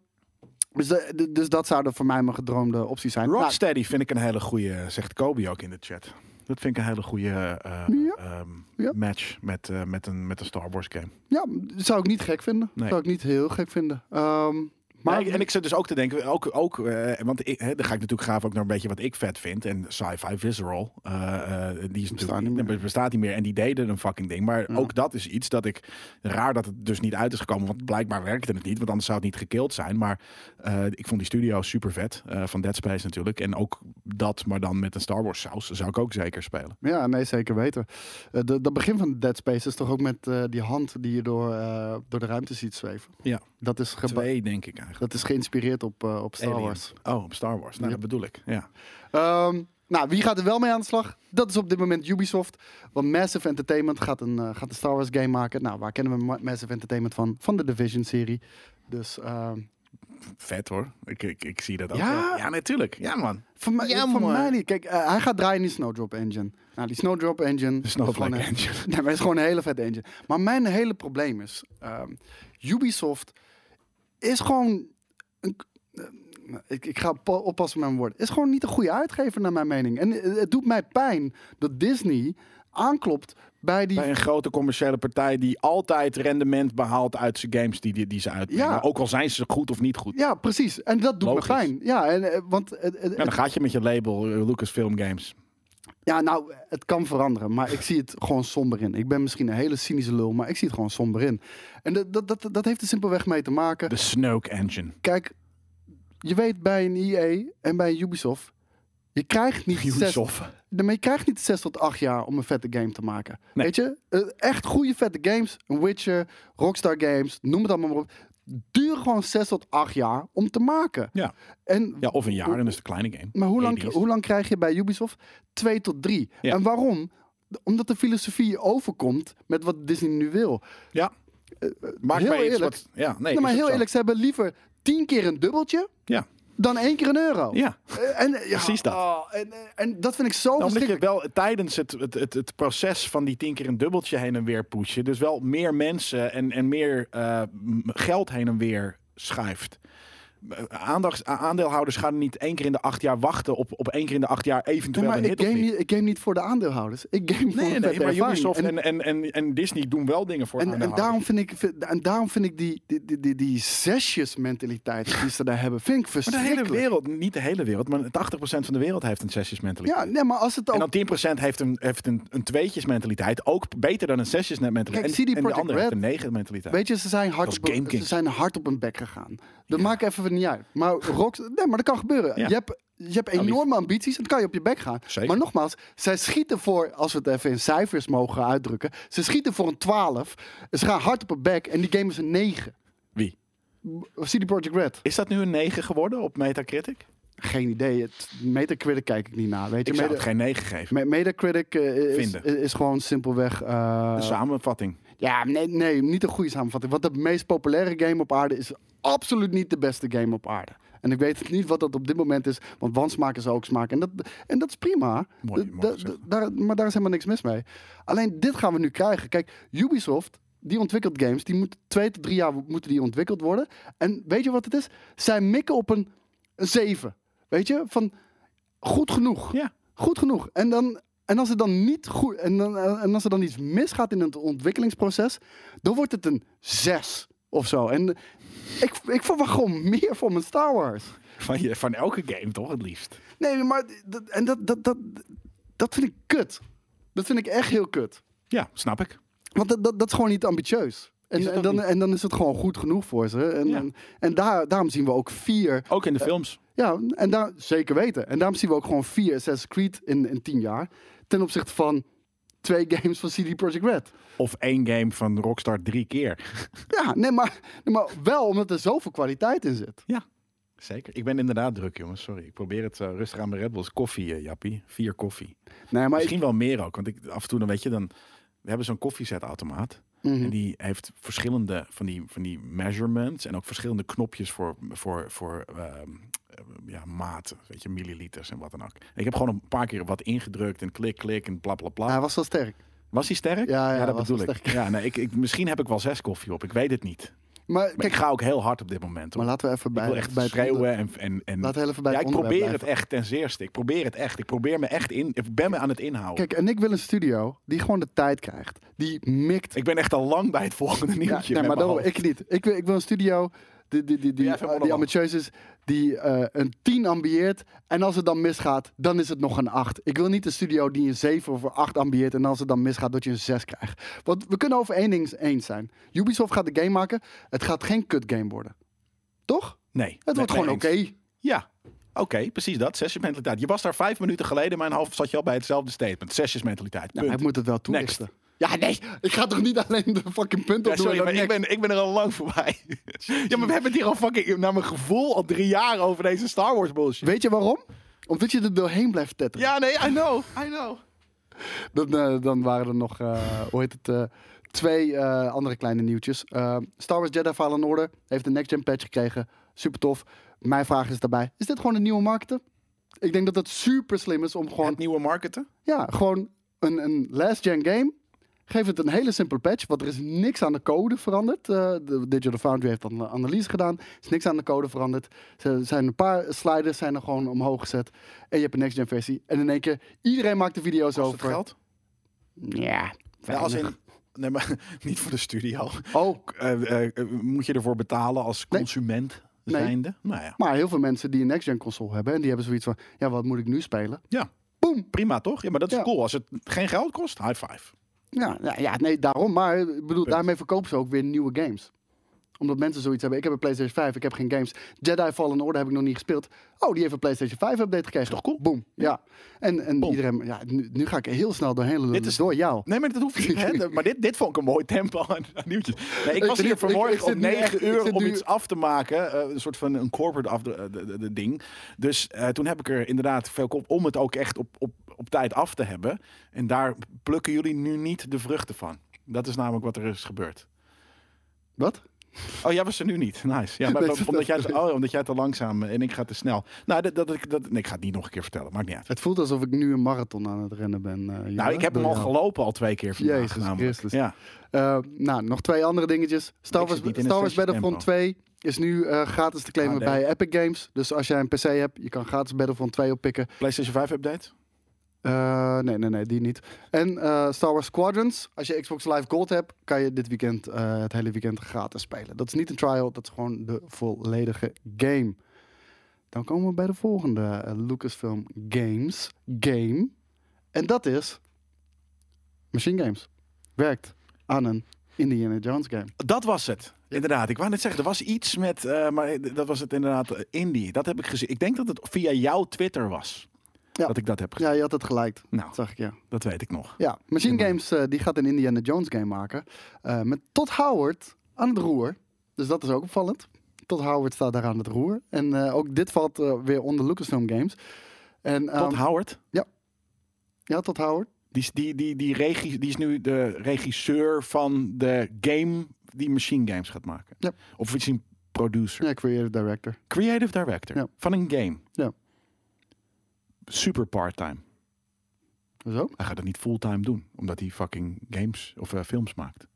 S1: dus, de- de- dus dat zouden voor mij mijn gedroomde opties zijn. Nou,
S2: Rocksteady vind ik een hele goede, zegt Kobe ook in de chat. Dat vind ik een hele goede eh,
S1: Ja.
S2: ehm,
S1: Ja.
S2: match met, eh, met, een, met een Star Wars game.
S1: Nou, ja, zou ik niet gek vinden.
S2: Nee.
S1: Zou ik niet heel gek vinden. Ehm, maar
S2: Maar, en ik zit dus ook te denken, ook, ook, eh, want ik, hè, dan ga ik natuurlijk graag ook naar een beetje wat ik vet vind. En sci-fi visceral, eh, eh, die is natuurlijk,
S1: niet meer.
S2: be- bestaat niet meer. En die deden een fucking ding. Maar
S1: Ja.
S2: ook dat is iets dat ik, raar dat het dus niet uit is gekomen. Want blijkbaar werkte het niet, want anders zou het niet gekild zijn. Maar eh, ik vond die studio super vet, eh, van Dead Space natuurlijk. En ook dat, maar dan met een Star Wars saus, zou ik ook zeker spelen.
S1: ja, nee, zeker weten. Eh, de- dat begin van Dead Space is toch ook met eh, die hand die je door, eh, door de ruimte ziet zweven.
S2: Ja.
S1: Dat is, geba-
S2: Twee, denk ik eigenlijk.
S1: dat is geïnspireerd op, eh, op Star
S2: Alien.
S1: Wars.
S2: Oh, op Star Wars.
S1: Ja.
S2: Nou, dat bedoel ik. Ja.
S1: Ehm, nou, wie gaat er wel mee aan de slag? Dat is op dit moment Ubisoft. Want Massive Entertainment gaat een, eh, gaat een Star Wars game maken. Nou, waar kennen we Ma- Massive Entertainment van? Van de Division-serie. Dus ehm,
S2: Vet hoor. Ik, ik, ik zie dat ook.
S1: Ja?
S2: wel. ja natuurlijk. Ja, man.
S1: voor, mij-
S2: Ja,
S1: voor
S2: man.
S1: mij niet. Kijk, eh, hij gaat draaien in die Snowdrop Engine. Nou, die Snowdrop Engine...
S2: De
S1: is gewoon
S2: Snowflake
S1: een- [LAUGHS]
S2: Engine.
S1: Nee, maar het is gewoon een hele vette engine. Maar mijn hele probleem is... ehm, Ubisoft is gewoon... Een, k- eh, ik, ik ga op- oppassen met mijn woorden. Is gewoon niet een goede uitgever naar mijn mening. En eh, het doet mij pijn dat Disney aanklopt bij die...
S2: Bij een grote commerciële partij die altijd rendement behaalt uit zijn games die, die, die ze uitbrengen.
S1: Ja.
S2: Ook al zijn ze goed of niet goed.
S1: Ja, precies. En dat doet
S2: Logisch.
S1: me pijn. Ja, en, eh, want... het- het-
S2: Ja, dan gaat je met je label eh, Lucasfilm Games.
S1: Ja, nou, het kan veranderen, maar ik zie het gewoon somber in. Ik ben misschien een hele cynische lul, maar ik zie het gewoon somber in. En dat, dat, dat, dat heeft er simpelweg mee te maken.
S2: De Snoke Engine.
S1: Kijk, je weet bij een EA en bij een Ubisoft, je krijgt niet zes,
S2: Ubisoft.
S1: Nee, maar je krijgt niet zes tot acht jaar om een vette game te maken.
S2: Nee.
S1: Weet je, Eh, echt goede vette games, een Witcher, Rockstar Games, noem het allemaal maar op. duren gewoon zes tot acht jaar om te maken.
S2: Ja.
S1: En
S2: Ja, of een jaar, dan is het een kleine game.
S1: Maar hoe lang,
S2: Hades.
S1: hoe lang krijg je bij Ubisoft? Twee tot drie.
S2: Ja.
S1: En waarom? Omdat de filosofie overkomt met wat Disney nu wil.
S2: Maak
S1: Eh, heel
S2: maar iets
S1: eerlijk.
S2: wat... Ja,
S1: nou, maar
S2: nee, is ook
S1: heel
S2: zo.
S1: eerlijk, ze hebben liever tien keer een dubbeltje
S2: Ja.
S1: dan één keer een euro.
S2: Ja,
S1: Eh, En, ja,
S2: Precies dat.
S1: oh, en, en- en dat vind ik zo
S2: Nou, omdat je
S1: verschrikkelijk.
S2: wel tijdens het, het, het, het proces van die tien keer een dubbeltje heen en weer pushen. Dus wel meer mensen en, en meer eh, m- geld heen en weer schuift. Eh, Aandachts, a- aandeelhouders gaan niet één keer in de acht jaar wachten op, op één keer in de acht jaar
S1: Nee,
S2: eventueel
S1: maar
S2: een hit
S1: ik
S2: of
S1: game,
S2: niet.
S1: niet, ik game niet voor de aandeelhouders. Ik game voor
S2: Nee,
S1: een
S2: nee,
S1: vette
S2: maar
S1: ervaring.
S2: Ubisoft
S1: En-
S2: en, en, en, en Disney doen wel dingen voor
S1: En, en
S2: aandeelhouders.
S1: daarom vind ik, vind- en daarom vind ik die, die, die, die, die zesjes-mentaliteit die ze daar hebben, vind ik
S2: Maar de
S1: verschrikkelijk.
S2: hele wereld, niet de hele wereld, maar 80% van de wereld heeft een sessiesmentaliteit.
S1: Ja, nee, maar als het ook...
S2: En dan 10% heeft een, heeft een, een tweetjesmentaliteit. Ook beter dan een
S1: Kijk,
S2: sessiesmentaliteit. En,
S1: CD
S2: en de
S1: Projekt
S2: andere heeft
S1: Red-
S2: een negen mentaliteit.
S1: Weet je, ze zijn hard,
S2: Als
S1: op,
S2: Game King.
S1: ze zijn hard op hun bek gegaan. Dat maakt even niet uit. Maar Rock, nee, maar dat kan gebeuren.
S2: Ja. Nou,
S1: Je hebt, je hebt
S2: lief.
S1: enorme ambities, dan kan je op je bek gaan.
S2: Zeker.
S1: Maar nogmaals, zij schieten voor, als we het even in cijfers mogen uitdrukken, ze schieten voor een 12. Ze gaan hard op hun bek en die game is een 9.
S2: Wie?
S1: CD Projekt Red.
S2: Is dat nu een 9 geworden op Metacritic?
S1: Geen idee. Het, Metacritic kijk ik niet naar. Weet je,
S2: Ik zou het
S1: Meta-
S2: geen 9 geven.
S1: Me- Metacritic eh, is,
S2: Vinden.
S1: is gewoon simpelweg. eh,
S2: Een samenvatting.
S1: Ja, nee, nee, niet een goede samenvatting. Want de meest populaire game op aarde is absoluut niet de beste game op aarde. En ik weet niet wat dat op dit moment is, want wansmaak is ook smaak. En dat, en dat is prima.
S2: Mooi,
S1: D-
S2: mooi
S1: d-
S2: gezegd.
S1: d- daar, maar daar is helemaal niks mis mee. Alleen dit gaan we nu krijgen. Kijk, Ubisoft, die ontwikkelt games, die moeten twee tot drie jaar moeten die ontwikkeld worden. En weet je wat het is? Zij mikken op een, een zeven. Weet je, van goed genoeg.
S2: Ja.
S1: Goed genoeg. En dan. En als er dan niet goed en, dan, en als er dan iets misgaat in het ontwikkelingsproces, dan wordt het een 6 of zo. En ik, ik verwacht gewoon meer van mijn Star Wars.
S2: Van, je, van elke game toch het liefst.
S1: Nee, maar dat, en dat, dat, dat, dat vind ik kut. Dat vind ik echt heel kut.
S2: Ja, snap ik.
S1: Want dat, dat, dat is gewoon niet ambitieus.
S2: Is
S1: En,
S2: het
S1: en,
S2: ook
S1: dan,
S2: niet.
S1: en dan is het gewoon goed genoeg voor ze. En,
S2: Ja.
S1: en, en daar, daarom zien we ook vier.
S2: Ook in de films.
S1: Ja, en daar zeker weten. En daarom zien we ook gewoon vier Assassin's Creed in, in tien jaar. Ten opzichte van twee games van CD Projekt Red.
S2: Of één game van Rockstar drie keer.
S1: Ja, nee, maar, nee, maar wel omdat er zoveel kwaliteit in zit.
S2: [LAUGHS] Ja, zeker. Ik ben inderdaad druk, jongens. Sorry. Ik probeer het eh, rustig aan mijn Red Bulls. Koffie, eh, Jappie. Vier koffie.
S1: Nee, maar
S2: Misschien wel meer ook. Want ik, af en toe dan weet je, dan... We hebben zo'n koffiezetautomaat.
S1: Mhm.
S2: En die heeft verschillende van die, van die measurements. En ook verschillende knopjes voor, voor, voor ehm, eh, ja, maten. Weet je, milliliters en wat dan ook. ik heb gewoon een paar keer wat ingedrukt. En klik, klik en bla, bla, bla.
S1: hij was wel sterk.
S2: Was hij sterk?
S1: Ja, ja,
S2: dat
S1: was
S2: bedoel
S1: wel
S2: ik. Ja, nee, ik, ik. Misschien heb ik wel zes koffie op. Ik weet het niet.
S1: Maar
S2: Maar ik
S1: kijk,
S2: ga ook heel hard op dit moment.
S1: maar
S2: hoor.
S1: laten we even
S2: ik
S1: bij,
S2: wil echt
S1: bij het onder-
S2: schreeuwen en... en, en
S1: Laten we even bij
S2: ja,
S1: het
S2: ik
S1: onderwerp
S2: probeer het
S1: blijven.
S2: echt ten zeerste. Ik probeer het echt. Ik probeer me echt in... Ik ben me aan het inhouden.
S1: Kijk, en ik wil een studio die gewoon de tijd krijgt. Die mikt.
S2: ik ben echt al lang bij het volgende
S1: Ja,
S2: nieuwtje.
S1: nee,
S2: met
S1: maar
S2: mijn
S1: daarom,
S2: hoofd.
S1: ik niet. Ik wil, ik wil een studio die, die, die, die,
S2: even
S1: eh, die
S2: monoloog.
S1: ambitieus is, die eh, een 10 ambieert. En als het dan misgaat, dan is het nog een 8. Ik wil niet een studio die een 7 of een 8 ambieert. En als het dan misgaat, dat je een 6 krijgt. Want we kunnen over één ding eens zijn. Ubisoft gaat de game maken. Het gaat geen kut game worden. Toch?
S2: Nee.
S1: Het wordt gewoon oké.
S2: Ja, oké, precies dat. Sessiesmentaliteit. Je was daar vijf minuten geleden in mijn hoofd, zat je al bij hetzelfde statement. Sessiesmentaliteit, punt.
S1: Nou, hij moet het wel toelichten. Ja, nee. Ik ga toch niet alleen de fucking punt op
S2: Ja, sorry,
S1: doen.
S2: maar
S1: en
S2: ik
S1: dan
S2: ben, ik ben er al lang voorbij. ja, maar we hebben het hier al fucking, naar mijn gevoel, al drie jaar over deze Star Wars bullshit.
S1: niks. Weet je waarom? Omdat je er doorheen blijft tetteren.
S2: Ja, nee, I know, I know.
S1: Dan, eh, dan waren er nog, eh, hoe heet het, eh, twee eh, andere kleine nieuwtjes. Eh, Star Wars Jedi Fallen Order heeft een next-gen patch gekregen. Super tof. Mijn vraag is daarbij, is dit gewoon een nieuwe marketer? Ik denk dat dat super slim is om gewoon,
S2: Het nieuwe marketen?
S1: ja, gewoon een, een last-gen game. Geef het een hele simpele patch, want er is niks aan de code veranderd. Eh, de Digital Foundry heeft dan een analyse gedaan. Er is niks aan de code veranderd. Er zijn een paar sliders zijn er gewoon omhoog gezet. En je hebt een next-gen versie. En in één keer, iedereen maakt de video's
S2: Kost het
S1: over.
S2: geld?
S1: Ja,
S2: Ja, als in, nee, maar
S1: [LAUGHS]
S2: niet voor de studio.
S1: Oh,
S2: Eh, eh, moet je ervoor betalen als
S1: Nee.
S2: consument
S1: Nee.
S2: zijnde? Nou ja.
S1: maar heel veel mensen die een next-gen console hebben... en die hebben zoiets van, ja, wat moet ik nu spelen?
S2: ja.
S1: Boom!
S2: Prima toch? Ja, maar dat is
S1: Ja.
S2: cool. Als het geen geld kost, high five.
S1: Ja, ja, ja, nee, daarom. Maar ik bedoel, daarmee verkopen ze ook weer nieuwe games. Omdat mensen zoiets hebben. Ik heb een PlayStation 5, ik heb geen games. Jedi Fallen Order heb ik nog niet gespeeld. Oh, die heeft een PlayStation 5 update gekregen.
S2: Is toch cool?
S1: Boom. Ja. En, en
S2: Boom.
S1: iedereen... Ja, nu, nu ga ik heel snel doorheen lullen.
S2: Dit is-
S1: door jou.
S2: Nee, maar dat
S1: [LAUGHS]
S2: hoeft niet. Hè? Maar dit, dit vond ik een mooi tempo aan, aan nieuwtjes. Nee, ik
S1: Ik
S2: was hier
S1: zit- ik- ik
S2: vanmorgen
S1: zit
S2: om
S1: nu echt-
S2: 9
S1: ik
S2: uur
S1: zit
S2: om
S1: nu-
S2: iets af te maken. eh, een soort van een corporate af, de, de- de- ding. Dus eh, toen heb ik er inderdaad veel op om het ook echt op, op, op tijd af te hebben. En daar plukken jullie nu niet de vruchten van. Dat is namelijk wat er is gebeurd.
S1: Wat?
S2: Oh, jij was er nu
S1: [LAUGHS]
S2: niet. Nice. Ja, maar,
S1: Nee,
S2: maar
S1: dat-
S2: omdat, jij, te- oh, omdat jij te langzaam en ik ga te snel. Nou, dat, dat, ik- dat, nee, ik ga het niet nog een keer vertellen. Maakt niet uit.
S1: Het voelt alsof ik nu een marathon aan het rennen ben. eh,
S2: Nou,
S1: Jure,
S2: ik heb
S1: door
S2: hem al
S1: jou.
S2: gelopen al twee keer vandaag.
S1: Jezus
S2: namelijk.
S1: Christus.
S2: Ja.
S1: Eh, nou, nog twee andere dingetjes. Star
S2: Ik
S1: Wars,
S2: zit niet in
S1: Star
S2: een
S1: Wars
S2: sessie
S1: Battlefront
S2: tempo.
S1: 2 is nu eh, gratis te claimen
S2: Ah, nee.
S1: bij Epic Games. Dus als jij een PC hebt, je kan gratis Battlefront 2 oppikken.
S2: PlayStation 5 update?
S1: Eh, nee, nee, nee, die niet. En eh, Star Wars Squadrons. Als je Xbox Live Gold hebt, kan je dit weekend, eh, het hele weekend gratis spelen. Dat is niet een trial, dat is gewoon de volledige game. Dan komen we bij de volgende eh, Lucasfilm Games game. En dat is Machine Games. Werkt aan een Indiana Jones game.
S2: Dat was het. Inderdaad, ik wou net zeggen, er was iets met, eh, maar dat was het inderdaad, eh, Indie. Dat heb ik gezien. Ik denk dat het via jouw Twitter was
S1: Ja.
S2: dat ik dat heb gezien.
S1: Ja, je had het gelijk.
S2: Nou,
S1: Dat zag ik, ja.
S2: dat weet ik nog.
S1: Ja, Machine
S2: Ja, maar-
S1: Games eh, die gaat een Indiana Jones game maken. eh, met Todd Howard aan het roer. Dus dat is ook opvallend. Todd Howard staat daar aan het roer. En eh, ook dit valt eh, weer onder Lucasfilm Games. En, ehm,
S2: Todd Howard,
S1: ja, Todd Howard.
S2: die, is- die, die, die, regi- die is nu de regisseur van de game die Machine Games gaat maken.
S1: Ja.
S2: Of misschien producer.
S1: Ja, creative director.
S2: Creative director
S1: Ja.
S2: van een game.
S1: Ja.
S2: Super part-time.
S1: Zo.
S2: Hij gaat het niet fulltime doen, omdat hij fucking games of eh, films maakt.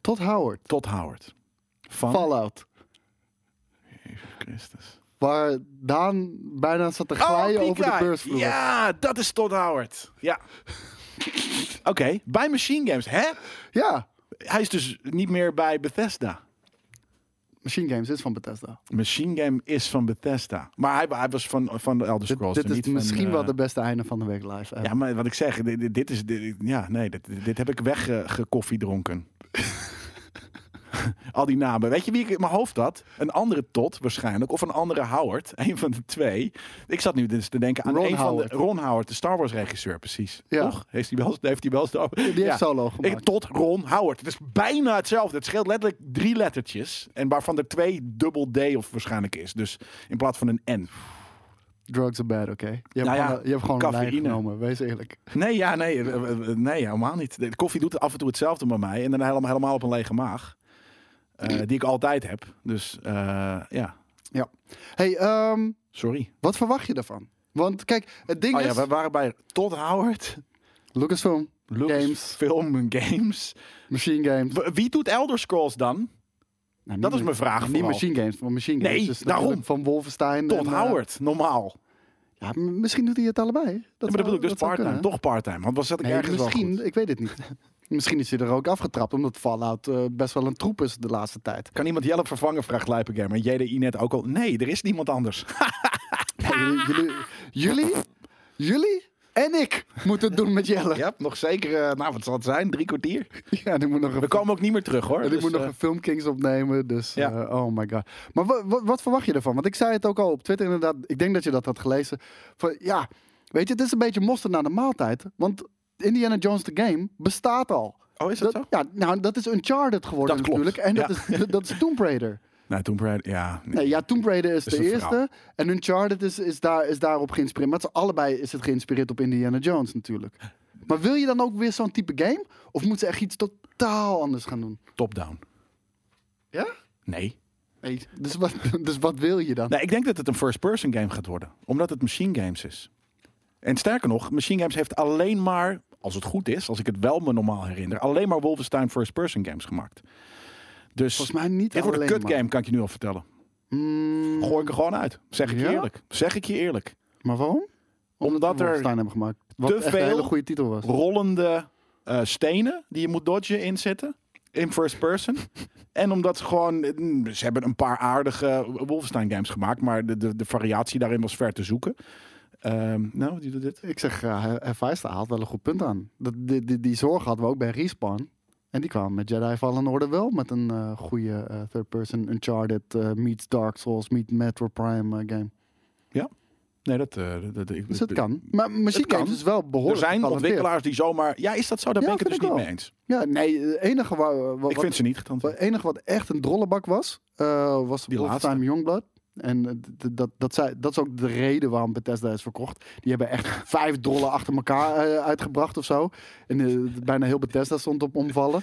S1: Todd Howard.
S2: Todd Howard. Van
S1: Fallout.
S2: Jezus Christus.
S1: Waar Daan bijna zat te
S2: Oh,
S1: glijden over de
S2: Pika.
S1: beursvloer.
S2: Ja, dat is Todd Howard. Ja. [LAUGHS] Oké, bij Machine Games, hè?
S1: Ja,
S2: Hij is dus niet meer bij Bethesda.
S1: Machine Games is van Bethesda.
S2: Machine Game is van Bethesda. Maar hij, hij was van, van de Elder Scrolls.
S1: Dit
S2: en
S1: is
S2: niet van,
S1: misschien
S2: eh,
S1: wel de beste einde van de week live. Eh,
S2: Ja, maar wat ik zeg, dit, dit- dit is... Dit, ja, nee, dit, dit heb ik weggekoffiedronken. [LAUGHS] Al die namen. Weet je wie ik in mijn hoofd had? Een andere Todd waarschijnlijk. Of een andere Howard. [LAUGHS] Een van de twee. Ik zat nu dus te denken aan
S1: Ron
S2: een
S1: Howard.
S2: van de... Ron Howard, de Star Wars regisseur, precies.
S1: Ja.
S2: Toch? Heeft hij wel, heeft hij wel Star Wars?
S1: Die heeft solo gemaakt.
S2: Ik, tot Ron Howard. Het is bijna hetzelfde. Het scheelt letterlijk drie lettertjes. En waarvan er twee dubbel D of waarschijnlijk is. Dus in plaats van een N.
S1: Drugs are bad, oké? Je, hebt
S2: Nou ja,
S1: gewoon- je hebt gewoon een lijn
S2: cafeïne.
S1: genomen, wees eerlijk.
S2: Nee, ja, nee, eh, eh, eh, nee, helemaal niet. De koffie doet af en toe hetzelfde bij mij. En dan helemaal, helemaal op een lege maag. Eh, die ik altijd heb. Dus eh, ja,
S1: Hey, ehm,
S2: sorry.
S1: wat verwacht je daarvan? Want kijk, het ding
S2: Oh ja,
S1: is...
S2: we waren bij Todd Howard.
S1: Lucasfilm,
S2: Lucas,
S1: Games.
S2: Film en Games.
S1: Machine Games.
S2: W- Wie doet Elder Scrolls dan?
S1: Nou,
S2: Dat
S1: niet
S2: is mijn vraag
S1: Niet
S2: vooral.
S1: Machine Games, maar Machine
S2: Nee,
S1: Games. is natuurlijk
S2: daarom.
S1: Van Wolfenstein.
S2: Todd
S1: en, eh,
S2: Howard, normaal.
S1: ja, m- misschien doet hij het allebei. Dat
S2: Ja, maar dat bedoel ik dus
S1: zou
S2: part-time.
S1: kunnen.
S2: Toch part-time. Want was dat ik
S1: Nee,
S2: ergens wel
S1: misschien,
S2: goed.
S1: ik weet het niet. [LAUGHS] misschien is hij er ook afgetrapt, omdat Fallout eh, best wel een troep is de laatste
S2: [LAUGHS]
S1: tijd.
S2: Kan iemand Jelle vervangen, vraagt Lijpengamer. En JDI net ook al. Nee, er is niemand anders.
S1: Hey, jullie, jullie, jullie, jullie en ik moeten het doen met Jelle. [LAUGHS] Ja,
S2: ja, nog zeker, eh, nou wat zal het zijn, drie kwartier.
S1: die moet nog een
S2: We komen ook niet meer terug hoor.
S1: En
S2: Dus,
S1: ik moet nog
S2: eh,
S1: een Filmkings opnemen, dus
S2: Ja.
S1: eh, oh my god. Maar wa- wa- wat verwacht je ervan? Want ik zei het ook al op Twitter inderdaad, ik denk dat je dat had gelezen. Van, ja, weet je, het is een beetje mosterd na de maaltijd, want Indiana Jones the Game bestaat al.
S2: Oh, is dat, zo?
S1: Ja, nou, dat is Uncharted geworden
S2: Dat klopt,
S1: natuurlijk. En dat,
S2: ja.
S1: is, dat is Tomb
S2: [LAUGHS]
S1: Raider.
S2: Nou, Tomb Raider, ja. nee.
S1: Nee, ja, Tomb Raider is,
S2: Dat is
S1: de
S2: een
S1: eerste.
S2: verhaal.
S1: En Uncharted is, is, daar, is daarop geïnspireerd. Maar het is allebei is het geïnspireerd op Indiana Jones natuurlijk. Maar wil je dan ook weer zo'n type game? Of moet ze echt iets totaal anders gaan doen?
S2: Top-down.
S1: Ja?
S2: Nee.
S1: Nee, dus, wat, [LAUGHS] dus wat wil je dan?
S2: Nee, ik denk dat het een first-person game gaat worden. Omdat het Machine Games is. En sterker nog, Machine Games heeft alleen maar, als het goed is, als ik het wel me normaal herinner, alleen maar Wolfenstein first-person games gemaakt. Dus
S1: Volgens mij niet
S2: dit wordt een
S1: alleen
S2: kut
S1: maar.
S2: game, kan ik je nu al vertellen.
S1: Mm,
S2: Gooi ik er gewoon uit. Zeg ik je
S1: Ja?
S2: eerlijk. Zeg ik je eerlijk.
S1: maar waarom?
S2: Omdat
S1: we
S2: er
S1: Wolfenstein hebben gemaakt. Wat
S2: te
S1: echt een
S2: veel
S1: hele goede titel was.
S2: rollende eh, stenen die je moet dodgen inzetten. In first person.
S1: [LAUGHS]
S2: en omdat ze gewoon. mm, Ze hebben een paar aardige Wolfenstein games gemaakt. Maar de, de, de variatie daarin was ver te zoeken. Ehm, nou, die doet dit.
S1: eh, Ik zeg, uh, haalt wel een goed punt aan. Dat, die, die, die zorg hadden we ook bij Respawn. En die kwamen met Jedi Fallen Order wel met een eh, goede eh, third-person Uncharted eh, meets Dark Souls meets Metro Prime eh, game.
S2: Nee, dat, eh, dat, dat- ik-
S1: Dus dat kan. Maar muziekgames
S2: kan.
S1: is wel
S2: Er
S1: behoorlijk
S2: zijn
S1: getalenteerd.
S2: ontwikkelaars die zomaar... Ja, is dat zo? Daar
S1: Ja,
S2: ben ik het dus
S1: vind
S2: niet
S1: ik
S2: mee
S1: wel.
S2: eens.
S1: Ja, nee, het enige waar, eh, wat,
S2: Ik vind ze niet getalenteerd.
S1: wat, het enige wat echt een drollebak was, eh was
S2: Die
S1: Wolfenstein Youngblood. En eh, d- d- dat, dat, zei, dat is ook de reden waarom Bethesda is verkocht. Die hebben echt [LAUGHS] vijf dollar achter elkaar eh, uitgebracht of zo. En eh, bijna heel Bethesda stond op omvallen.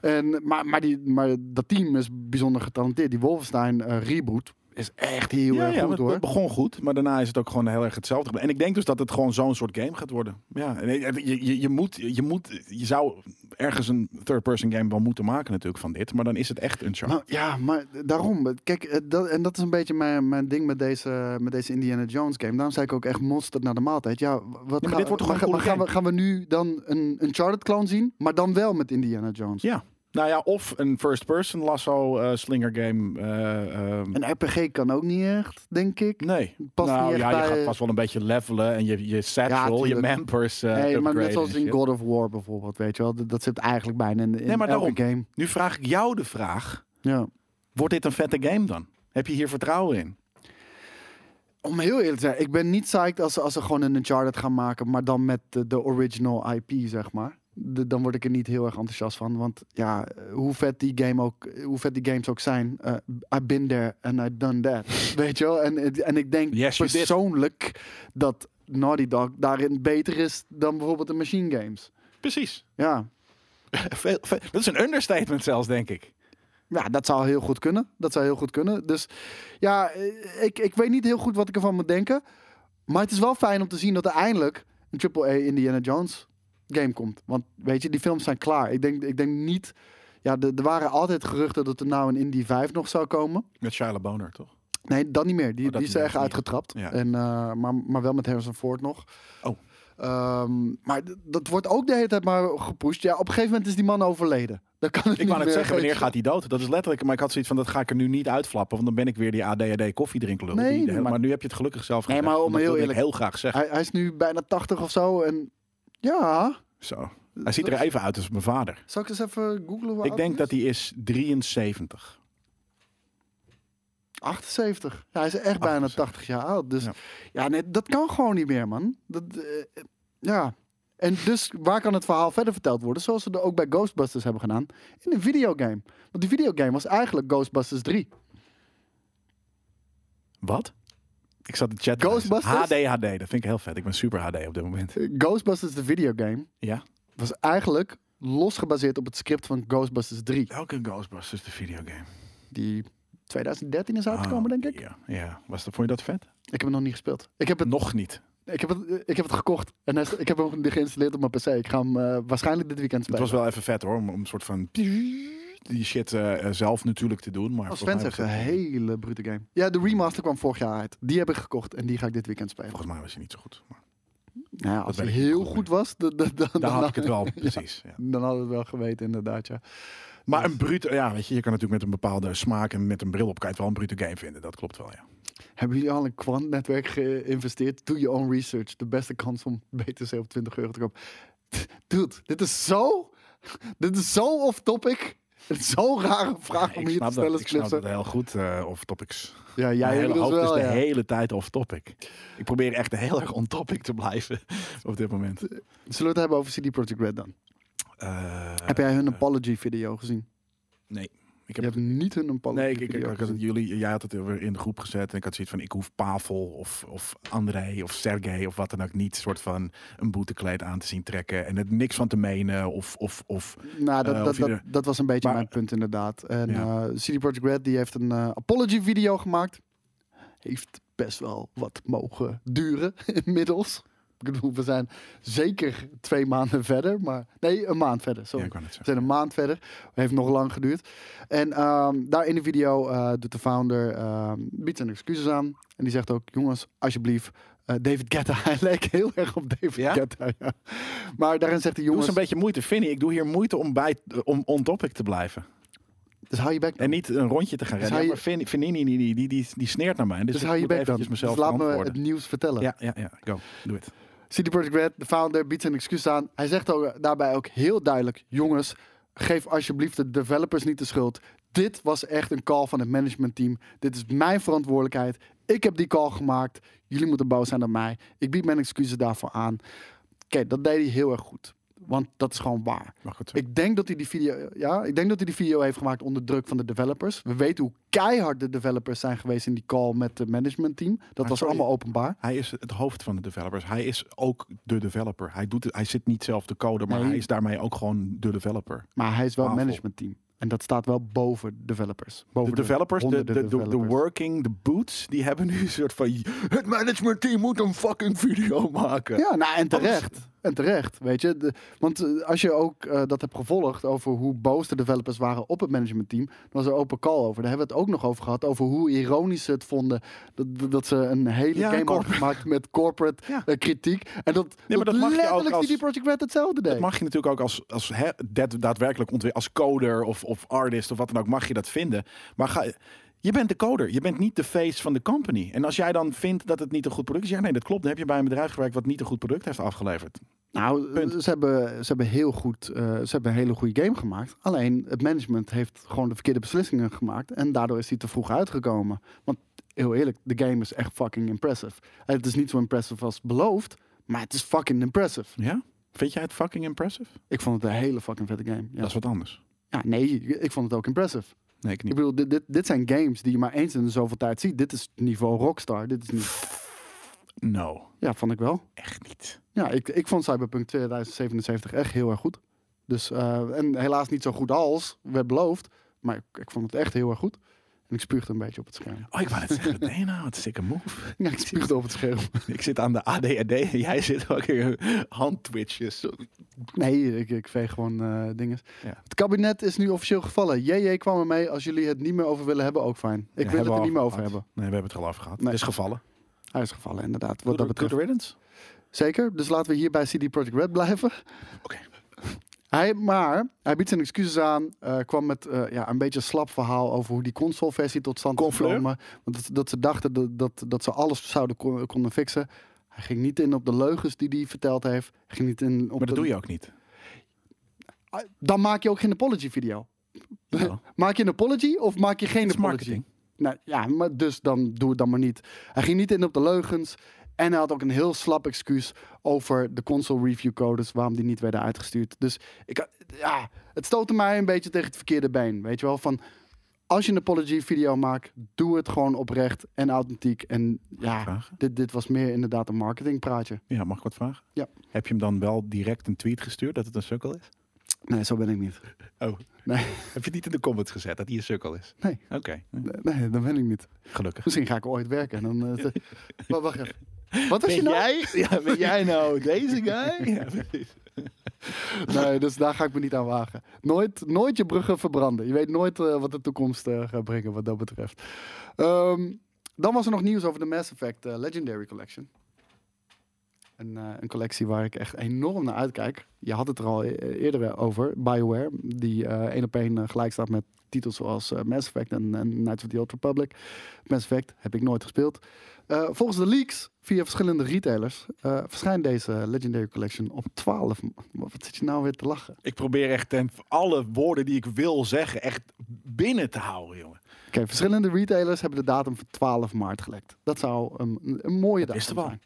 S1: En, maar, maar, die, maar dat team is bijzonder getalenteerd. Die Wolfenstein eh, reboot is echt heel
S2: ja,
S1: erg
S2: ja,
S1: goed
S2: maar
S1: hoor.
S2: het begon goed, maar daarna is het ook gewoon heel erg hetzelfde. En ik denk dus dat het gewoon zo'n soort game gaat worden. Ja, en je, je, je, moet, je, moet, je zou ergens een third-person game wel moeten maken natuurlijk van dit, maar dan is het echt een charm.
S1: Nou ja, maar daarom. Kijk, eh, dat, en dat is een beetje mijn, mijn ding met deze, met deze Indiana Jones game. Daarom zei ik ook echt monster naar de maaltijd. Ja, wat gaan,
S2: dit wordt toch
S1: maar
S2: een
S1: ga- maar
S2: coole
S1: gaan, we, gaan we nu dan een Uncharted clone zien? Maar dan wel met Indiana Jones.
S2: Ja. Nou ja, of een first-person lasso eh, slinger game. eh, ehm,
S1: Een RPG kan ook niet echt, denk ik.
S2: nee.
S1: past
S2: nou
S1: niet echt
S2: ja,
S1: bij-
S2: je gaat vast wel een beetje levelen en je, je satchel, je
S1: tuurlijk.
S2: mampers eh
S1: nee, maar net
S2: upgraden
S1: zoals
S2: en
S1: in
S2: shit.
S1: God of War bijvoorbeeld, weet je wel. Dat, dat zit eigenlijk bijna in, in
S2: Nee, maar
S1: elke game.
S2: Nu vraag ik jou de vraag,
S1: Ja.
S2: wordt dit een vette game dan? Heb je hier vertrouwen in?
S1: Om heel eerlijk te zijn, ik ben niet psyched als, ze- als ze gewoon een Uncharted gaan maken, maar dan met de, de original IP, zeg maar. De- dan word ik er niet heel erg enthousiast van. Want ja, eh, hoe vet die, game ook, hoe vet die games ook zijn, eh, I've been there and I've done that. [LAUGHS] Weet je wel? En, en- en ik denk
S2: Yes, you did.
S1: persoonlijk dat Naughty Dog daarin beter is dan bijvoorbeeld de Machine Games.
S2: Precies.
S1: Ja.
S2: [LAUGHS] Veel- veel- dat is een understatement zelfs, denk ik.
S1: ja, dat zou heel goed kunnen. Dat zou heel goed kunnen. Dus ja, eh, ik, ik weet niet heel goed wat ik ervan moet denken. Maar het is wel fijn om te zien dat er eindelijk een AAA Indiana Jones game komt. Want weet je, die films zijn klaar. Ik denk, ik denk niet... Ja, de- er waren altijd geruchten dat er nou een Indy 5 nog zou komen.
S2: Met Charlotte Boner, toch?
S1: Nee, dat niet meer. Die,
S2: Oh, dat
S1: die is
S2: niet
S1: er
S2: meer,
S1: echt
S2: niet.
S1: uitgetrapt.
S2: Ja.
S1: En, eh, maar, maar wel met Harrison Ford nog.
S2: Oh.
S1: Ehm, maar d- dat wordt ook de hele tijd maar gepusht. Ja, op een gegeven moment is die man overleden. Dan kan het
S2: Ik
S1: niet
S2: wou net
S1: meer,
S2: zeggen,
S1: weet
S2: wanneer
S1: je.
S2: gaat hij dood? Dat is letterlijk, maar ik had zoiets van, dat ga ik er nu niet uitflappen. Want dan ben ik weer die ADHD koffiedrinklul.
S1: Nee,
S2: die de
S1: nee,
S2: hele-
S1: maar-
S2: maar, nu heb je het gelukkig zelf
S1: Nee,
S2: gezegd.
S1: maar om
S2: want dat
S1: heel
S2: wilde ik
S1: eerlijk-
S2: heel graag zeggen.
S1: Hij, hij is nu bijna 80 of zo. En ja,
S2: Zo. Hij ziet er even uit als mijn vader.
S1: zal ik eens even googlen? hoe
S2: Ik
S1: oud
S2: denk dat
S1: is?
S2: hij is 73.
S1: 78. Ja, hij is echt bijna
S2: 78.
S1: 80 jaar oud. Dus ja,
S2: Ja.
S1: nee, dat kan gewoon niet meer, man. Dat, eh, ja. En dus waar kan het verhaal verder verteld worden? Zoals ze er ook bij Ghostbusters hebben gedaan. In een videogame. Want die videogame was eigenlijk Ghostbusters 3.
S2: Wat? Ik zat de chat.
S1: Ghostbusters?
S2: HDHD, dat vind ik heel vet. Ik ben super HD op dit moment.
S1: Eh, Ghostbusters, de videogame,
S2: Ja?
S1: was eigenlijk los gebaseerd op het script van Ghostbusters 3.
S2: Welke Ghostbusters, de videogame?
S1: Die 2013 is uitgekomen, denk ik.
S2: Oh, Ja, ja. Was dat, vond je dat vet?
S1: Ik heb hem nog niet gespeeld. Ik heb het
S2: Nog niet.
S1: Ik heb, het, eh, ik heb het gekocht en hij is- ik heb hem geïnstalleerd op mijn PC. Ik ga hem eh, waarschijnlijk dit weekend
S2: Het
S1: spelen.
S2: was wel even vet hoor, om, om een soort van die shit eh, eh, zelf natuurlijk te doen. Maar
S1: Als
S2: volgens
S1: Sven
S2: mij
S1: zegt,
S2: was
S1: een
S2: het-
S1: hele brute game. Ja, de remaster kwam vorig jaar uit. Die heb ik gekocht en die ga ik dit weekend spelen.
S2: Volgens mij was hij niet zo goed. Maar
S1: Nou, ja, als
S2: ben
S1: die
S2: ik niet
S1: heel
S2: goed
S1: goed was, dan, dan, dan,
S2: daar had ik het
S1: dan,
S2: wel, precies. [LAUGHS] Ja.
S1: hadden we het wel geweten inderdaad, ja.
S2: Maar een brute, ja, weet je, je kan natuurlijk met een bepaalde smaak en met een bril op, kan je het wel een brute game vinden. Dat klopt wel, ja.
S1: Hebben jullie al een kwantnetwerk geïnvesteerd? Do your own research. De beste kans om [LAUGHS] BTC op 20 euro te kopen. [LAUGHS] Dude, dit is zo... Dit is zo off-topic. Het is Zo'n rare vraag
S2: Nee,
S1: om hier te stellen.
S2: dat, ik snap
S1: Splitsen.
S2: dat heel goed, eh off topics.
S1: Ja, jij
S2: Mijn hele
S1: inmiddels
S2: hoofd
S1: wel,
S2: is de
S1: ja.
S2: hele tijd off topic. Ik probeer echt heel erg on topic te blijven [LAUGHS] op dit moment.
S1: Zullen we het hebben over CD Projekt Red dan?
S2: Eh,
S1: heb jij hun apology video gezien?
S2: nee. Ik
S1: Je
S2: heb,
S1: hebt niet hun apology
S2: nee, ik, ik, ik,
S1: video
S2: ik had het-
S1: gezien.
S2: jullie, jij had het weer in de groep gezet en ik had zoiets van, ik hoef Pavel of, of André of Sergej of wat dan ook niet, soort van een boetekleed aan te zien trekken en het niks van te menen of, of, of
S1: Nou, dat,
S2: eh,
S1: dat,
S2: of
S1: dat,
S2: ieder-
S1: dat was een beetje
S2: Maar-
S1: mijn punt inderdaad. En
S2: Ja.
S1: eh, CD Projekt Red die heeft een eh, apology video gemaakt. Heeft best wel wat mogen duren [LAUGHS] inmiddels. Ik bedoel, we zijn zeker twee maanden verder. Maar, nee, een maand verder,
S2: Ja,
S1: sorry.
S2: ik kan het
S1: We
S2: zeggen.
S1: zijn een maand verder. Heeft nog lang geduurd. En ehm, daar in de video eh, doet de founder ehm, biedt zijn excuses aan. En die zegt ook, jongens, alsjeblieft. eh, David Guetta, [LAUGHS] hij lijkt heel erg op David
S2: Ja?
S1: Guetta. Ja. Maar daarin zegt hij,
S2: Doe eens
S1: jongens,
S2: een beetje moeite, Vinnie. Ik doe hier moeite om, bij, eh, om on topic te blijven.
S1: dus hou je bek.
S2: En
S1: dan.
S2: niet een rondje te gaan
S1: Dus
S2: rennen.
S1: hij-
S2: Ja, maar Vin- Vanini, die, die, die, die, die sneert naar mij. Dus,
S1: Dus
S2: ik
S1: hou je
S2: moet
S1: bek dan.
S2: eventjes mezelf
S1: dus laat me
S2: verantwoorden.
S1: het nieuws vertellen.
S2: Ja, ja, ja. Go. Doe het.
S1: CD Projekt Red, de founder, biedt zijn excuus aan. Hij zegt ook daarbij ook heel duidelijk: jongens, geef alsjeblieft de developers niet de schuld. Dit was echt een call van het managementteam. Dit is mijn verantwoordelijkheid. Ik heb die call gemaakt. Jullie moeten boos zijn dan mij. Ik bied mijn excuses daarvoor aan. Oké, dat deed hij heel erg goed. Want dat is gewoon waar.
S2: Maar goed,
S1: Ik denk dat hij die video, ja, ik denk dat hij die video heeft gemaakt onder druk van de developers. We weten hoe keihard de developers zijn geweest in die call met het managementteam. Dat was
S2: sorry.
S1: allemaal openbaar.
S2: hij is het hoofd van de developers. Hij is ook de developer. Hij, doet het, hij zit niet zelf de code, maar
S1: Nee.
S2: hij is daarmee ook gewoon de developer.
S1: Maar hij is wel
S2: Wafel.
S1: managementteam. En dat staat wel boven developers. Boven
S2: De developers, de, de,
S1: honderden
S2: de, de
S1: developers.
S2: working, de boots, die hebben nu een soort van... Het managementteam moet een fucking video maken.
S1: Ja, nou en terecht. En terecht, weet je. De- want eh, als je ook eh, dat hebt gevolgd over hoe boos de developers waren op het managementteam, dan was er open call over. Daar hebben we het ook nog over gehad, over hoe ironisch ze het vonden dat, dat- dat ze een hele
S2: Ja,
S1: game hadden
S2: corporate.
S1: gemaakt met corporate
S2: Ja.
S1: eh, kritiek. En dat,
S2: maar
S1: dat
S2: dat mag je ook
S1: letterlijk
S2: als-
S1: CD Projekt Red hetzelfde deed.
S2: Dat mag je natuurlijk ook als, als hè, dat daadwerkelijk ontwik- als coder of, of artist of wat dan ook, mag je dat vinden. Maar ga, je bent de coder, je bent niet de face van de company. En als jij dan vindt dat het niet een goed product is, ja nee, dat klopt. Dan heb je bij een bedrijf gewerkt wat niet een goed product heeft afgeleverd.
S1: Nou,
S2: Punt.
S1: ze hebben, ze hebben heel goed, eh, ze hebben een hele goede game gemaakt. Alleen het management heeft gewoon de verkeerde beslissingen gemaakt. En daardoor is hij te vroeg uitgekomen. Want heel eerlijk, de game is echt fucking impressive. En het is niet zo impressive als beloofd, maar het is fucking impressive.
S2: Ja? Vind jij het fucking impressive?
S1: Ik vond het een hele fucking vette game. Ja,
S2: Dat is wat anders.
S1: ja nee, ik vond het ook impressive.
S2: Nee, ik
S1: Ik
S2: niet.
S1: bedoel, dit, dit, dit zijn games die je maar eens in de zoveel tijd ziet. Dit is niveau Rockstar. Dit is niet...
S2: No,
S1: Ja, vond ik wel.
S2: echt niet.
S1: Ja, ik, ik vond Cyberpunk 2077 echt heel erg goed. Dus, eh, en helaas niet zo goed als werd beloofd. Maar ik, ik vond het echt heel erg goed. En ik spuugde een beetje op het
S2: [LAUGHS]
S1: scherm.
S2: Oh, ik wou net zeggen, nee nou, wat een sikke move. [LAUGHS]
S1: Ja, ik spuugde op het scherm.
S2: Ik zit aan de ADHD en jij zit ook in handtwitches.
S1: Nee, ik, ik veeg gewoon eh dingen.
S2: Ja.
S1: Het kabinet is nu officieel gevallen. JJ kwam er mee. Als jullie het niet meer over willen hebben, ook fijn. Ik wil het er niet meer over hebben.
S2: Nee, we hebben het er al over gehad.
S1: Nee.
S2: Het is gevallen.
S1: Hij is gevallen, inderdaad. Wat
S2: Good,
S1: dat
S2: good
S1: betreft.
S2: riddance?
S1: Zeker. Dus laten we hier bij CD Projekt Red blijven.
S2: Oké.
S1: Hij, maar hij biedt zijn excuses aan. eh, kwam met eh, ja, een beetje een slap verhaal over hoe die consoleversie tot stand is
S2: Confleur?
S1: gekomen. Want dat, dat ze dachten dat, dat, dat ze alles zouden kon- konden fixen. Hij ging niet in op de leugens die hij verteld heeft. Hij Ging niet in op
S2: Maar dat
S1: de-
S2: doe je ook niet.
S1: Ah, Dan maak je ook geen apology video.
S2: Nou.
S1: maak je een apology of maak je geen
S2: Het is
S1: apology?
S2: marketing.
S1: Nou ja, maar dus dan doe het dan maar niet. Hij ging niet in op de leugens. En hij had ook een heel slap excuus over de console review codes, waarom die niet werden uitgestuurd. Dus ik, ja, het stootte mij een beetje tegen het verkeerde been. Weet je wel, van als je een apology video maakt, doe het gewoon oprecht en authentiek. En ja,
S2: Vragen?
S1: dit, dit was meer inderdaad een marketingpraatje.
S2: Ja, mag ik wat vragen?
S1: Ja.
S2: Heb je hem dan wel direct een tweet gestuurd dat het een sukkel is?
S1: Nee, zo ben ik niet.
S2: Oh.
S1: Nee. [LAUGHS]
S2: Heb je het niet in de comments gezet dat hij een sukkel is?
S1: Nee.
S2: Oké,
S1: Nee, dat ben ik niet.
S2: gelukkig.
S1: Misschien ga ik ooit werken. En
S2: [LAUGHS]
S1: dan, eh, te- Maar wacht even. Wat was
S2: Ben
S1: je nou?
S2: jij? Ja, ben jij nou deze
S1: [LAUGHS]
S2: guy? [LAUGHS] Ja, precies.
S1: Nee, dus daar ga ik me niet aan wagen. Nooit, nooit je bruggen verbranden. Je weet nooit eh, wat de toekomst eh, gaat brengen wat dat betreft. Ehm, dan was er nog nieuws over de Mass Effect eh, Legendary Collection. Een, eh, een collectie waar ik echt enorm naar uitkijk. Je had het er al e- eerder over, BioWare, die eh, één op één eh, gelijk staat met titels zoals eh, Mass Effect en, en Knights of the Old Republic. Mass Effect heb ik nooit gespeeld. Eh, volgens de leaks via verschillende retailers eh, verschijnt deze Legendary Collection op 12. ma- Wat zit je nou weer te lachen?
S2: Ik probeer echt ten, alle woorden die ik wil zeggen echt binnen te houden, jongen.
S1: Oké, verschillende retailers hebben de datum van 12 maart gelekt. Dat zou een, een mooie datum
S2: Dat wisten we al.
S1: zijn.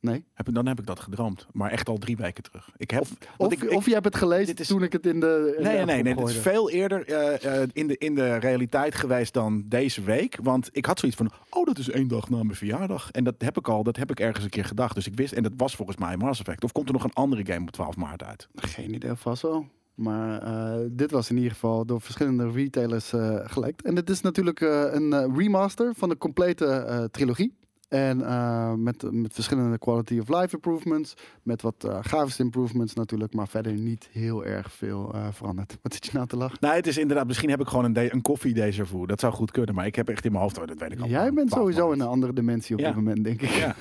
S1: Nee?
S2: Heb, dan heb ik dat gedroomd, maar echt al drie weken terug. Ik heb,
S1: Of,
S2: want ik,
S1: of je hebt het gelezen
S2: dit is-
S1: toen ik het in de. in de
S2: Nee, nee,
S1: appgroep
S2: nee. Het is
S1: gooide.
S2: veel eerder eh, eh, in, de, in de realiteit geweest dan deze week. Want ik had zoiets van, oh, dat is één dag na mijn verjaardag. En dat heb ik al, dat heb ik ergens een keer gedacht. Dus ik wist, en dat was volgens mij Mass Effect. Of komt er nog een andere game op 12 maart uit?
S1: Geen idee, vast wel. Maar eh, dit was in ieder geval door verschillende retailers eh gelekt. En dit is natuurlijk eh, een eh, remaster van de complete eh, trilogie. En eh, met, met verschillende quality of life improvements. Met wat eh grafische improvements natuurlijk. Maar verder niet heel erg veel eh, veranderd. Wat zit je nou te lachen?
S2: Nou, het is inderdaad, misschien heb ik gewoon een, de- een koffie déjà vu. Dat zou goed kunnen, maar ik heb echt in mijn hoofd, oh, dat weet ik al.
S1: Jij bent
S2: 12
S1: sowieso
S2: maart.
S1: in een andere dimensie op
S2: Ja.
S1: dit moment, denk
S2: [LAUGHS]
S1: ik. [LAUGHS]
S2: Ja.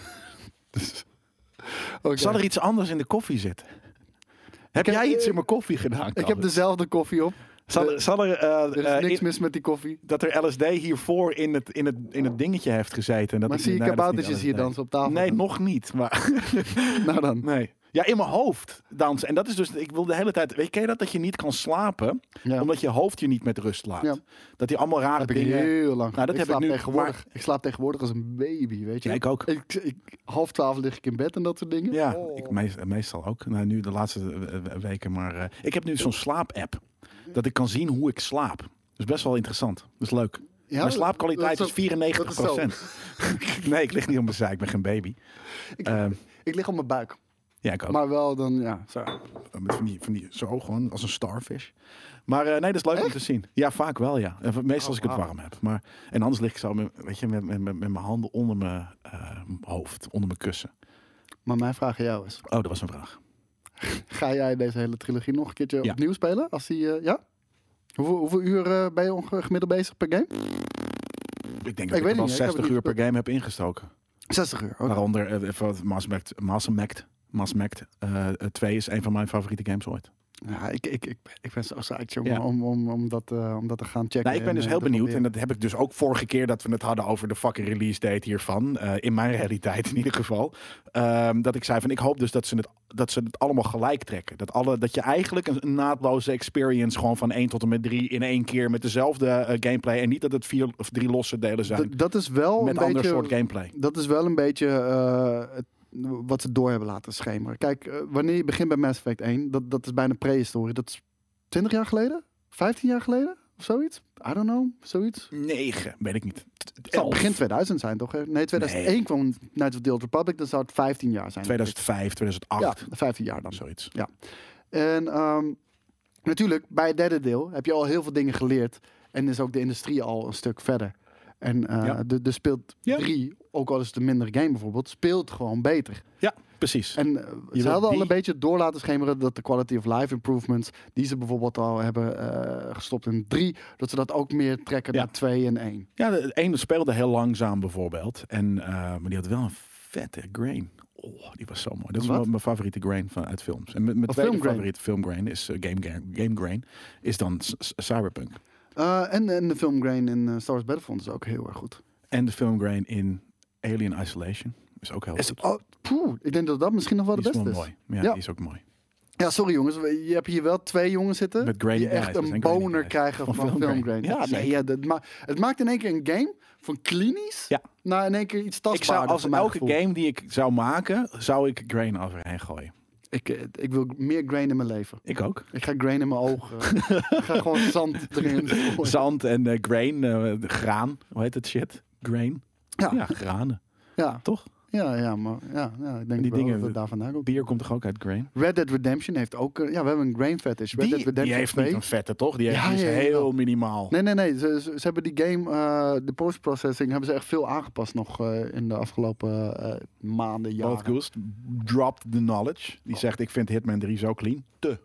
S1: Oké.
S2: Zal er iets anders in de koffie zitten? Heb
S1: heb- eh,
S2: jij iets in mijn koffie gedaan?
S1: Ik heb
S2: Calvin?
S1: dezelfde koffie op.
S2: zal, er- zal er, eh,
S1: Er is
S2: eh,
S1: niks
S2: in-
S1: mis met die koffie.
S2: dat er LSD hiervoor in het, in het, in het dingetje heeft gezeten. En dat
S1: Maar
S2: ik-
S1: zie ik
S2: nee, dat is niet
S1: kaboutertjes hier
S2: LSD. [LAUGHS]
S1: dansen op tafel?
S2: Nee, nog niet. Maar
S1: [LAUGHS] Nou dan.
S2: nee. Ja, in mijn hoofd dansen. En dat is dus, ik wil de hele tijd, weet je, ken je dat, dat je niet kan slapen,
S1: Ja.
S2: omdat je hoofd je niet met rust laat.
S1: Ja.
S2: Dat die allemaal rare
S1: heb ik
S2: dingen...
S1: heel lang.
S2: Nou, dat
S1: ik
S2: heb ik
S1: slaap
S2: nu,
S1: tegenwoordig. Ik slaap tegenwoordig als een baby, weet je.
S2: Ja, ik ook.
S1: Ik, ik- half twaalf lig ik in bed en dat soort dingen.
S2: Ja,
S1: Oh.
S2: ik meest- meestal ook. Nou, nu de laatste eh, we- weken. Maar eh, ik heb nu zo'n slaap-app. Dat ik kan zien hoe ik slaap. Dat is best wel interessant. Dat is leuk.
S1: Ja,
S2: mijn
S1: dat-
S2: slaapkwaliteit
S1: dat
S2: is
S1: is zo- [LAUGHS]
S2: 94 nee, ik lig niet op mijn zij. Ik ben geen baby.
S1: Ik-
S2: Ehm,
S1: Ik lig op mijn buik.
S2: ja, ik ook.
S1: Maar wel dan, ja. Zo.
S2: eh, Met van die, van die, zo gewoon, als een starfish. Maar eh, nee, dat is leuk om te zien. Ja, vaak wel, ja. En Meestal
S1: Oh,
S2: als ik het warm heb. Maar, en anders lig ik zo met, weet je, met, met, met met mijn handen onder mijn eh, hoofd. Onder mijn kussen.
S1: Maar mijn vraag aan jou is.
S2: Oh, dat was een vraag.
S1: Ga jij deze hele trilogie nog een keertje
S2: Ja.
S1: opnieuw spelen? Als die, eh, ja? Hoeveel, hoeveel uur eh, ben je onge- gemiddeld bezig per game?
S2: Ik denk dat ik,
S1: weet niet,
S2: er wel
S1: ik heb het
S2: 60
S1: niet
S2: uur per game heb ingestoken.
S1: 60 uur. oké.
S2: Waaronder eh, even wat Mass Effect, Mass Effect, Mass Effect eh, eh, 2 is een van mijn favoriete games ooit.
S1: Ja, ik, ik, ik, ik ben zo psyched, jongen,
S2: Ja.
S1: om, om, om, dat, eh, om dat te gaan checken.
S2: Nou, ik ben
S1: en,
S2: dus
S1: eh,
S2: heel
S1: te
S2: benieuwd en
S1: proberen.
S2: dat heb ik dus ook vorige keer dat we het hadden over de fucking release date hiervan, eh, in mijn [LAUGHS] realiteit in ieder geval, ehm, dat ik zei van ik hoop dus dat ze het, dat ze het allemaal gelijk trekken. Dat, alle, dat je eigenlijk een, een naadloze experience gewoon van 1 tot en met 3 in één keer met dezelfde eh, gameplay en niet dat het vier of drie losse delen zijn
S1: Dat, dat is wel
S2: met
S1: een
S2: ander
S1: beetje...
S2: soort gameplay.
S1: dat is wel een beetje eh, het- wat ze door hebben laten schemeren. Kijk, eh, wanneer je begint bij Mass Effect 1, dat, dat is bijna prehistorie. Dat is 20 jaar geleden? 15 jaar geleden? Of zoiets? I don't know. Zoiets.
S2: 9, weet ik niet.
S1: Eh, begin 2000 zijn toch? hè? Nee, 2001 kwam Knights of the Old Republic. Dan zou het 15 jaar zijn.
S2: 2005, 2008,
S1: Ja, 15 jaar dan.
S2: zoiets.
S1: En ehm, natuurlijk, bij het derde deel heb je al heel veel dingen geleerd. En is ook de industrie al een stuk verder. En eh,
S2: Ja.
S1: de, de speelt
S2: Ja.
S1: drie, ook al is het een minder game bijvoorbeeld, speelt gewoon beter.
S2: Ja, precies.
S1: En eh,
S2: Je
S1: ze
S2: wilt
S1: hadden al
S2: die-
S1: een beetje door laten schemeren dat de quality of life improvements, die ze bijvoorbeeld al hebben eh, gestopt in 3, dat ze dat ook meer trekken
S2: Ja.
S1: naar 2 en 1.
S2: Ja, de de ene speelde heel langzaam bijvoorbeeld. En, eh, maar die had wel een vette grain. Oh, die was zo mooi. Dat is
S1: Wat?
S2: wel mijn favoriete grain van, uit films. En mijn, mijn
S1: Oh,
S2: tweede
S1: filmgrain.
S2: favoriete filmgrain is eh, game, Gra- game grain. Is dan c- c- Cyberpunk.
S1: Eh, en, en de film Grain in eh, Star Wars Battlefront is ook heel erg goed.
S2: En de filmgrain in Alien Isolation is ook heel
S1: Is,
S2: goed.
S1: oh, poeh, ik denk dat dat misschien nog wel de
S2: die is
S1: beste
S2: wel
S1: is.
S2: mooi. Ja,
S1: Ja.
S2: die is ook mooi.
S1: Ja, sorry jongens, we- je hebt hier wel twee jongens zitten
S2: Met grainy
S1: die
S2: guys,
S1: echt
S2: dat
S1: een
S2: zijn grainy
S1: boner
S2: guys.
S1: krijgen van,
S2: Van
S1: film
S2: Film
S1: Grain.
S2: Grain. Ja,
S1: Ja, nee,
S2: zeker.
S1: ja, dat ma- het maakt in één keer een game van klinisch
S2: Ja.
S1: naar in één keer iets
S2: Ik
S1: tastbaarder.
S2: zou, als
S1: voor mijn
S2: elke
S1: gevoel.
S2: game die ik zou maken, zou ik grain overheen gooien.
S1: Ik, eh, ik wil meer Grain in mijn leven.
S2: Ik ook.
S1: Ik ga grain in mijn ogen. ik ga
S2: [LAUGHS]
S1: gewoon zand erin. gooien.
S2: Zand en eh, grain, eh, de graan. Hoe heet dat shit? Grain.
S1: Ja.
S2: ja, granen.
S1: Ja,
S2: Toch?
S1: ja, ja, maar ja, ja, ik denk
S2: Die
S1: wel
S2: dingen-
S1: dat het daar vandaan komt.
S2: Bier komt toch ook uit grain?
S1: Red Dead Redemption heeft ook... eh, ja, we hebben een grain fetish. Red Dead
S2: Die, die
S1: Redemption
S2: heeft
S1: 2.
S2: niet een vette, toch? Die, heeft,
S1: Ja,
S2: die is
S1: ja, ja,
S2: heel
S1: ja.
S2: minimaal.
S1: Nee, nee, nee. Ze, ze, ze hebben die game, eh, de postprocessing, hebben ze echt veel aangepast nog eh, in de afgelopen eh, maanden, jaren.
S2: Both Goose dropped the knowledge. Die zegt, ik vind Hitman 3 zo clean. Te.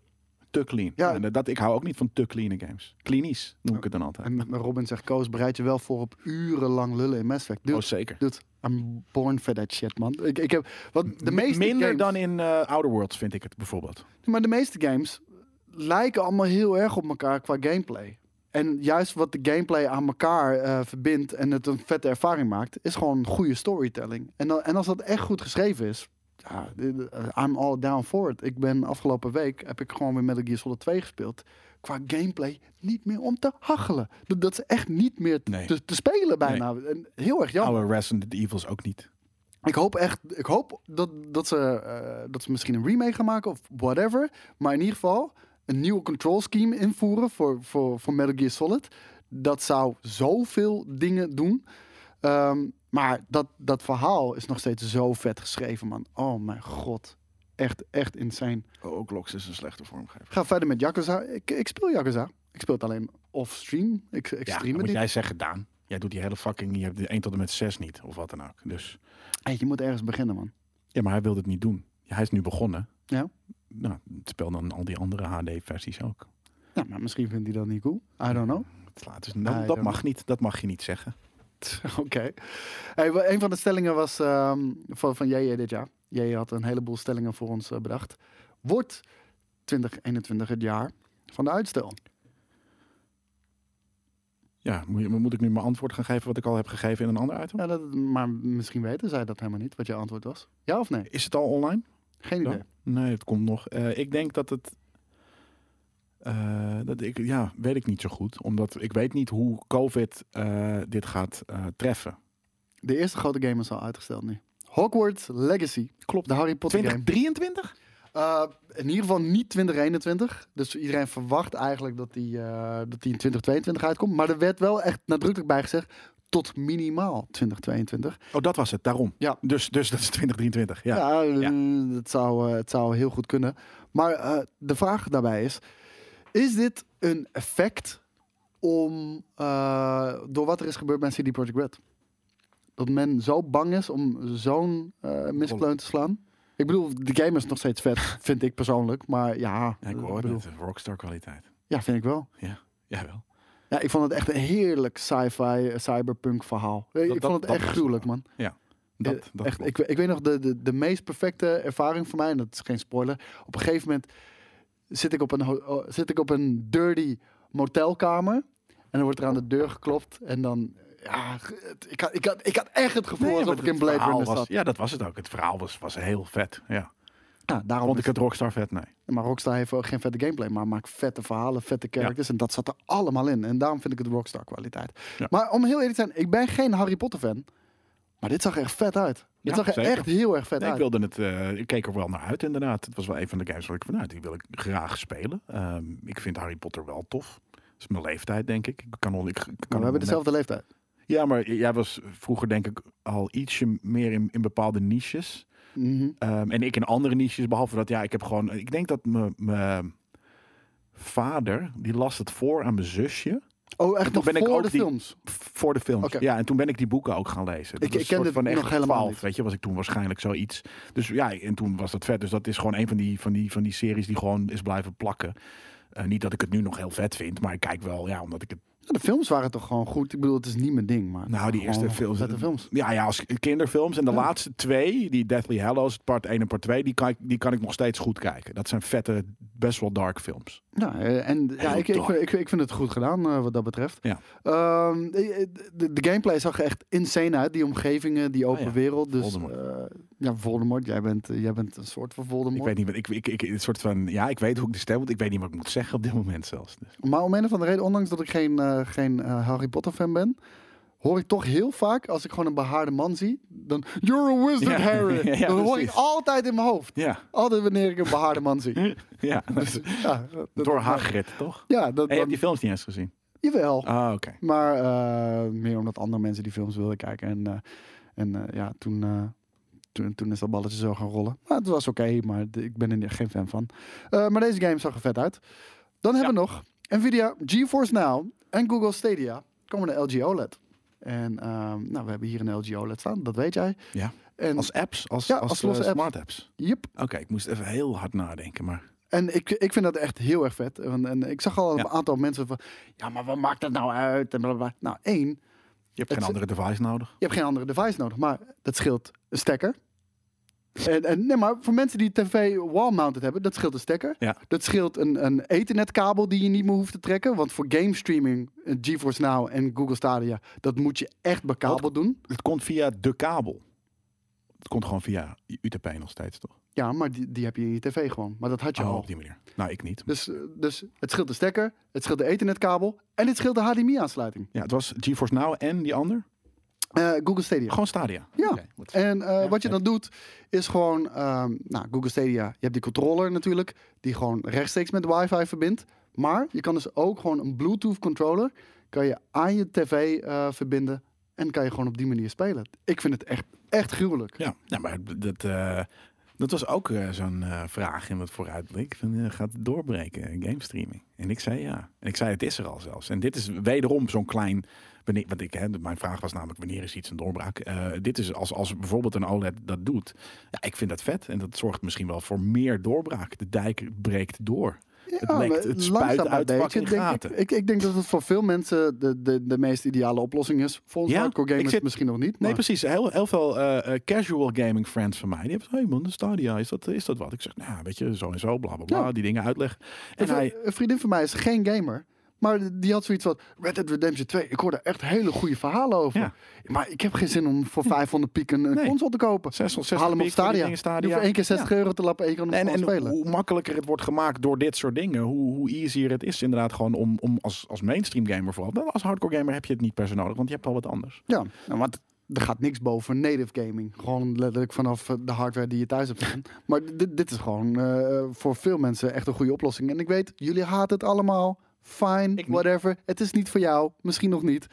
S2: Te clean.
S1: Oh. Ja. Oh.
S2: En eh, dat, ik hou ook niet van te clean games. Klinisch noem ik het dan altijd.
S1: En met- met Robin zegt, Koos, bereid je wel voor op urenlang lullen in Mass Effect. Dude,
S2: oh, zeker.
S1: dude, I'm born for that shit, man. Ik, ik heb, want de meeste
S2: Minder
S1: games-
S2: dan in eh, Outer Worlds vind ik het bijvoorbeeld.
S1: Maar de meeste games lijken allemaal heel erg op elkaar qua gameplay. En juist wat de gameplay aan elkaar eh, verbindt en het een vette ervaring maakt, is gewoon goede storytelling. En, dan, en als dat echt goed geschreven is, ja, dit- eh, I'm all down for it. Ik ben afgelopen week, heb ik gewoon weer Metal Gear Solid 2 gespeeld. Qua gameplay niet meer om te hachelen. Dat, dat is echt niet meer te,
S2: Nee.
S1: te, te spelen bijna. En heel erg jammer.
S2: Oude Resident Evils ook niet.
S1: Ik hoop echt, ik hoop dat, dat, ze, eh, dat ze misschien een remake gaan maken of whatever. Maar in ieder geval een nieuwe control scheme invoeren voor, voor, voor Metal Gear Solid. Dat zou zoveel dingen doen. Ehm, maar dat, dat verhaal is nog steeds zo vet geschreven, man. Oh mijn god. Echt, echt insane.
S2: Oh, ook Lox is een slechte vormgever.
S1: Ga verder met Yakuza. Ik, ik speel Yakuza. Ik speel het alleen off-stream. Ik, ik
S2: Ja,
S1: stream
S2: dan
S1: het
S2: moet
S1: niet.
S2: jij zeggen, Daan. Jij doet die hele fucking, je hebt de 1 tot en met 6 niet. Of wat dan ook. Dus.
S1: Hey, je moet ergens beginnen, man.
S2: Ja, maar hij wilde het niet doen. Hij is nu begonnen.
S1: Ja.
S2: Nou, speel dan al die andere HD-versies ook.
S1: Ja, maar misschien vindt hij dat niet cool. I don't know.
S2: Het laat dus- dat,
S1: I
S2: dat
S1: don't
S2: mag niet. Dat mag je niet zeggen.
S1: [LAUGHS] Oké. Hey, wa- een van de stellingen was ehm, van, van JJ dit jaar. JJ had een heleboel stellingen voor ons eh, bedacht. Wordt 2021 het jaar van de uitstel?
S2: Ja, moet, je- moet ik nu mijn antwoord gaan geven wat ik al heb gegeven in een ander item?
S1: Ja, dat, maar misschien weten zij dat helemaal niet, wat jouw antwoord was. Ja of nee?
S2: Is het al online?
S1: Geen
S2: Ja.
S1: idee.
S2: Nee, het komt nog. Eh, ik denk dat het. eh, dat ik, ja, weet ik niet zo goed. Omdat ik weet niet hoe COVID eh, dit gaat eh, treffen.
S1: De eerste grote game is al uitgesteld nu. Hogwarts Legacy. Klopt. De Harry Potter game.
S2: 2023?
S1: Eh, in ieder geval niet 2021. Dus iedereen verwacht eigenlijk dat die, eh, dat die in 2022 uitkomt. Maar er werd wel echt nadrukkelijk bij gezegd tot minimaal 2022.
S2: Oh, dat was het, daarom.
S1: Ja.
S2: Dus, dus dat is 2023. Ja.
S1: Ja, eh, Het, zou, eh, het zou heel goed kunnen. Maar eh, de vraag daarbij is: is dit een effect om, eh, door wat er is gebeurd bij CD Projekt Red? Dat men zo bang is om zo'n eh mispleun te slaan? Ik bedoel, de game is nog steeds
S2: [LAUGHS]
S1: vet, vind ik persoonlijk. Maar ja,
S2: Ja, ik Eh, hoor
S1: bedoel,
S2: het. Rockstar kwaliteit.
S1: ja vind ik wel.
S2: Jawel.
S1: Ja, ik vond het echt een heerlijk sci-fi, eh, cyberpunk verhaal. Eh,
S2: Dat-
S1: ik
S2: dat-
S1: vond het
S2: dat
S1: echt
S2: was-
S1: gruwelijk, man. Eh,
S2: Dat, dat
S1: echt,
S2: klopt.
S1: ik, ik weet nog, de, de, de meest perfecte ervaring voor mij, en dat is geen spoiler. Op een gegeven moment zit ik op een, ho- oh, zit ik op een dirty motelkamer. En dan wordt er aan de deur geklopt. En dan, ja, het- ik had, ik had, ik had echt het gevoel
S2: Nee,
S1: alsof
S2: maar
S1: ik in
S2: het
S1: Blade
S2: verhaal
S1: Runner
S2: was-
S1: zat.
S2: Ja, dat was het ook. Het verhaal was, was heel vet. Ja.
S1: Ja, daarom
S2: Vond ik
S1: is-
S2: het Rockstar vet? Nee.
S1: Maar Rockstar heeft ook geen vette gameplay, maar maakt vette verhalen, vette characters. En dat zat er allemaal in. En daarom vind ik het Rockstar kwaliteit.
S2: Ja.
S1: Maar om heel eerlijk te zijn, ik ben geen Harry Potter fan. Maar dit zag er echt vet uit. Dit
S2: Ja,
S1: zag er
S2: zeker.
S1: echt heel erg vet
S2: Nee, ik
S1: uit.
S2: wilde het, eh, ik keek er wel naar uit inderdaad. Het was wel een van de games waar ik van nou, die wil ik graag spelen. Ehm, ik vind Harry Potter wel tof. Dat is mijn leeftijd, denk ik. Ik kan al, ik, ik kan
S1: Maar we
S2: al
S1: hebben
S2: net-
S1: dezelfde leeftijd.
S2: Ja, maar j- jij was vroeger denk ik al ietsje meer in, in bepaalde niches.
S1: Mhm.
S2: Ehm, en ik in andere niches, behalve dat, ja, ik heb gewoon... Ik denk dat mijn- mijn vader, die las het voor aan mijn zusje.
S1: Oh, echt nog
S2: ben ik
S1: voor
S2: ook
S1: de
S2: die-
S1: films.
S2: f- Voor de films.
S1: Oké.
S2: Ja, en toen ben ik die boeken ook gaan lezen. Dat
S1: Ik-
S2: was
S1: ik ken
S2: een soort
S1: dit
S2: van echt
S1: nog helemaal
S2: 12,
S1: niet.
S2: Weet je, was ik toen waarschijnlijk zoiets. Dus ja, en toen was dat vet. Dus dat is gewoon een van die, van die, van die series die gewoon is blijven plakken. Eh, niet dat ik het nu nog heel vet vind, maar ik kijk wel, ja, omdat ik het...
S1: Ja, de films waren toch gewoon goed. Ik bedoel, het is niet mijn ding, maar.
S2: Nou, die
S1: gewoon
S2: eerste films...
S1: vette films.
S2: Ja, ja, als kinderfilms. En de laatste twee, die Deathly Hallows, part 1 en part 2, die kan, ik, die kan ik nog steeds goed kijken. Dat zijn vette, best wel dark films.
S1: Ja, eh, en ja,
S2: Heel
S1: ik, ik,
S2: dark.
S1: ik, ik vind het goed gedaan eh, wat dat betreft.
S2: Ja.
S1: Ehm, eh, eh, de, de gameplay zag er echt insane uit. Die omgevingen, die open
S2: Ah ja,
S1: wereld. Dus,
S2: Voldemort.
S1: eh, ja, Voldemort. Jij bent, eh, jij bent een soort van Voldemort.
S2: Ik weet niet wat... Ik, ik, ik, het soort van, ja, ik weet hoe ik de stem moet. Ik weet niet wat ik moet zeggen op dit moment zelfs. Dus,
S1: Maar om een of andere reden, ondanks dat ik geen, eh, geen eh, Harry Potter fan ben, hoor ik toch heel vaak, als ik gewoon een behaarde man zie, dan You're a wizard,
S2: Ja,
S1: Harry.
S2: [LAUGHS] ja,
S1: dan hoor ik
S2: precies.
S1: altijd in mijn hoofd.
S2: ja,
S1: Altijd wanneer ik een behaarde man zie.
S2: ja.
S1: Dus,
S2: [LAUGHS]
S1: Ja, [LAUGHS] dat- dat-
S2: Door Hagrid, toch?
S1: Ja, dat,
S2: En je hebt
S1: dat,
S2: die films niet eens gezien?
S1: jawel.
S2: Ah, oké.
S1: Maar eh, meer omdat andere mensen die films wilden kijken. En, eh, en eh, ja, toen, eh, toen, toen is dat balletje zo gaan rollen. Maar het was oké, maar de- ik ben er geen fan van. Eh, maar deze game zag er vet uit. Dan hebben we nog Nvidia, GeForce Now en Google Stadia komen de LG OLED. E En ehm, nou, we hebben hier een LG OLED staan, dat weet jij.
S2: Ja.
S1: En,
S2: Als apps? Als,
S1: Ja,
S2: als,
S1: als losse
S2: eh,
S1: apps.
S2: smart apps?
S1: yep.
S2: Oké, ik moest even heel hard nadenken, maar...
S1: en ik, ik vind dat echt heel erg vet. En, en ik zag al een
S2: Ja.
S1: aantal mensen van... Ja, maar wat maakt dat nou uit? En blablabla. Nou, één,
S2: Je hebt
S1: Het
S2: geen
S1: is-
S2: andere device nodig.
S1: Je hebt geen andere device nodig, maar dat scheelt een stekker. En, en nee, maar voor mensen die tv wall-mounted hebben, dat scheelt een stekker.
S2: Ja.
S1: Dat scheelt een, een ethernetkabel die je niet meer hoeft te trekken. Want voor game streaming, eh, GeForce Now en Google Stadia, dat moet je echt bekabeld doen.
S2: Het komt via de kabel. Het komt gewoon via UTP nog steeds, toch?
S1: Ja, maar die, die heb je in je tv gewoon. Maar dat had je
S2: Oh,
S1: al.
S2: op die manier. Nou, ik niet.
S1: Dus, eh, dus het scheelt de stekker, het scheelt de ethernetkabel en het scheelt de HDMI-aansluiting.
S2: Ja, het was GeForce Now en die ander?
S1: Eh, Google Stadia.
S2: Gewoon Stadia.
S1: Ja.
S2: Oké, wat-
S1: En eh,
S2: Ja,
S1: wat je
S2: vet.
S1: dan doet, is gewoon, ehm, nou, Google Stadia, je hebt die controller natuurlijk, die gewoon rechtstreeks met wifi verbindt. Maar je kan dus ook gewoon een Bluetooth controller, kan je aan je tv eh, verbinden en kan je gewoon op die manier spelen. Ik vind het echt, echt gruwelijk.
S2: Ja, ja nou, maar dat, eh, dat was ook eh, zo'n eh, vraag in het vooruitblik. Van, eh, gaat het doorbreken, eh, game streaming? En ik zei ja. En ik zei het is er al zelfs. En dit is wederom zo'n klein... Wanneer, want ik, hè, mijn vraag was namelijk wanneer is iets een doorbraak? Eh, dit is als, als bijvoorbeeld een OLED dat doet. Ja, ik vind dat vet. En dat zorgt misschien wel voor meer doorbraak. De dijk breekt door. het,
S1: maar
S2: lekt, het
S1: langzaam
S2: spuit
S1: maar
S2: uit
S1: beetje,
S2: fucking
S1: denk
S2: gaten.
S1: Ik, ik, ik denk dat het voor veel mensen de, de, de meest ideale oplossing is. Voor ons
S2: Ja,
S1: hardcore
S2: ik
S1: gamers
S2: zit-
S1: misschien nog niet.
S2: Nee,
S1: maar-
S2: precies. Heel, heel veel eh, eh, casual gaming friends van mij. Die hebben hey man, de Stadia, is dat, is dat wat? Ik zeg, nou, weet je, zo en zo, bla bla bla.
S1: Ja.
S2: Die dingen uitleggen. En
S1: Een vri-
S2: hij,
S1: Een vriendin van mij is geen gamer. Maar die had zoiets van Red Dead Redemption 2. Ik hoorde echt hele goede verhalen over.
S2: Ja. Hm.
S1: Maar ik heb geen zin om voor 500 piek een, een
S2: Nee.
S1: console te kopen.
S2: 660
S1: Haal hem op
S2: piek voor die
S1: Stadia.
S2: dingen, Stadia.
S1: Je hoeft één keer
S2: Ja.
S1: 60 euro te lappen en je kan hem
S2: En,
S1: gewoon
S2: en
S1: spelen.
S2: hoe makkelijker het wordt gemaakt door dit soort dingen, hoe, hoe easier het is inderdaad gewoon om, om als, als mainstream gamer vooral. Dan als hardcore gamer heb je het niet per se nodig, want je hebt al wat anders.
S1: Ja, nou, want er gaat niks boven native gaming. Gewoon letterlijk vanaf eh, de hardware die je thuis hebt staan. Maar dit, dit is gewoon eh, voor veel mensen echt een goede oplossing. En ik weet, jullie haten het allemaal. Fine,
S2: niet.
S1: whatever. Het is niet voor jou. Misschien nog niet.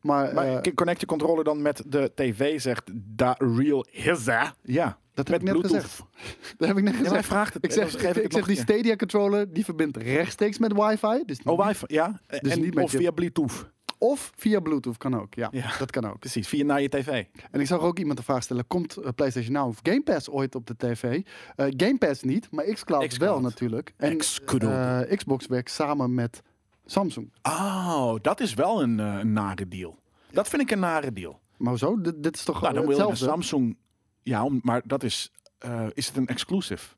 S1: Maar,
S2: Maar
S1: eh,
S2: k- connect je controller dan met de tv, zegt da real is hè? Ja,
S1: dat heb
S2: met
S1: ik net
S2: Bluetooth.
S1: gezegd. [LAUGHS] Dat heb ik net
S2: Ja, maar hij
S1: gezegd.
S2: vraagt het.
S1: ik
S2: Dan
S1: zeg,
S2: geef
S1: ik, ik
S2: het
S1: zeg
S2: nog
S1: die
S2: een keer.
S1: Stadia controller, die verbindt rechtstreeks met wifi. Dus
S2: Oh, wifi, ja.
S1: Dus
S2: en
S1: niet met
S2: of
S1: je-
S2: via Bluetooth.
S1: Of via Bluetooth kan ook. Ja,
S2: Ja. Dus-
S1: dat kan ook.
S2: Precies, via naar je tv.
S1: En ik zag ook iemand de vraag stellen: komt eh, PlayStation nou of Game Pass ooit op de tv? Eh, Game Pass niet, maar Xcloud,
S2: Xcloud.
S1: wel natuurlijk. En
S2: Xcloud.
S1: eh, Xbox werkt samen met Samsung.
S2: Oh, dat is wel een, eh, een nare deal. Dat vind ik een nare deal.
S1: Maar zo, dit, dit is toch
S2: Nou, dan
S1: eh,
S2: wil je een
S1: hetzelfde?
S2: Samsung. Ja, om- maar dat is. eh, is het een exclusive?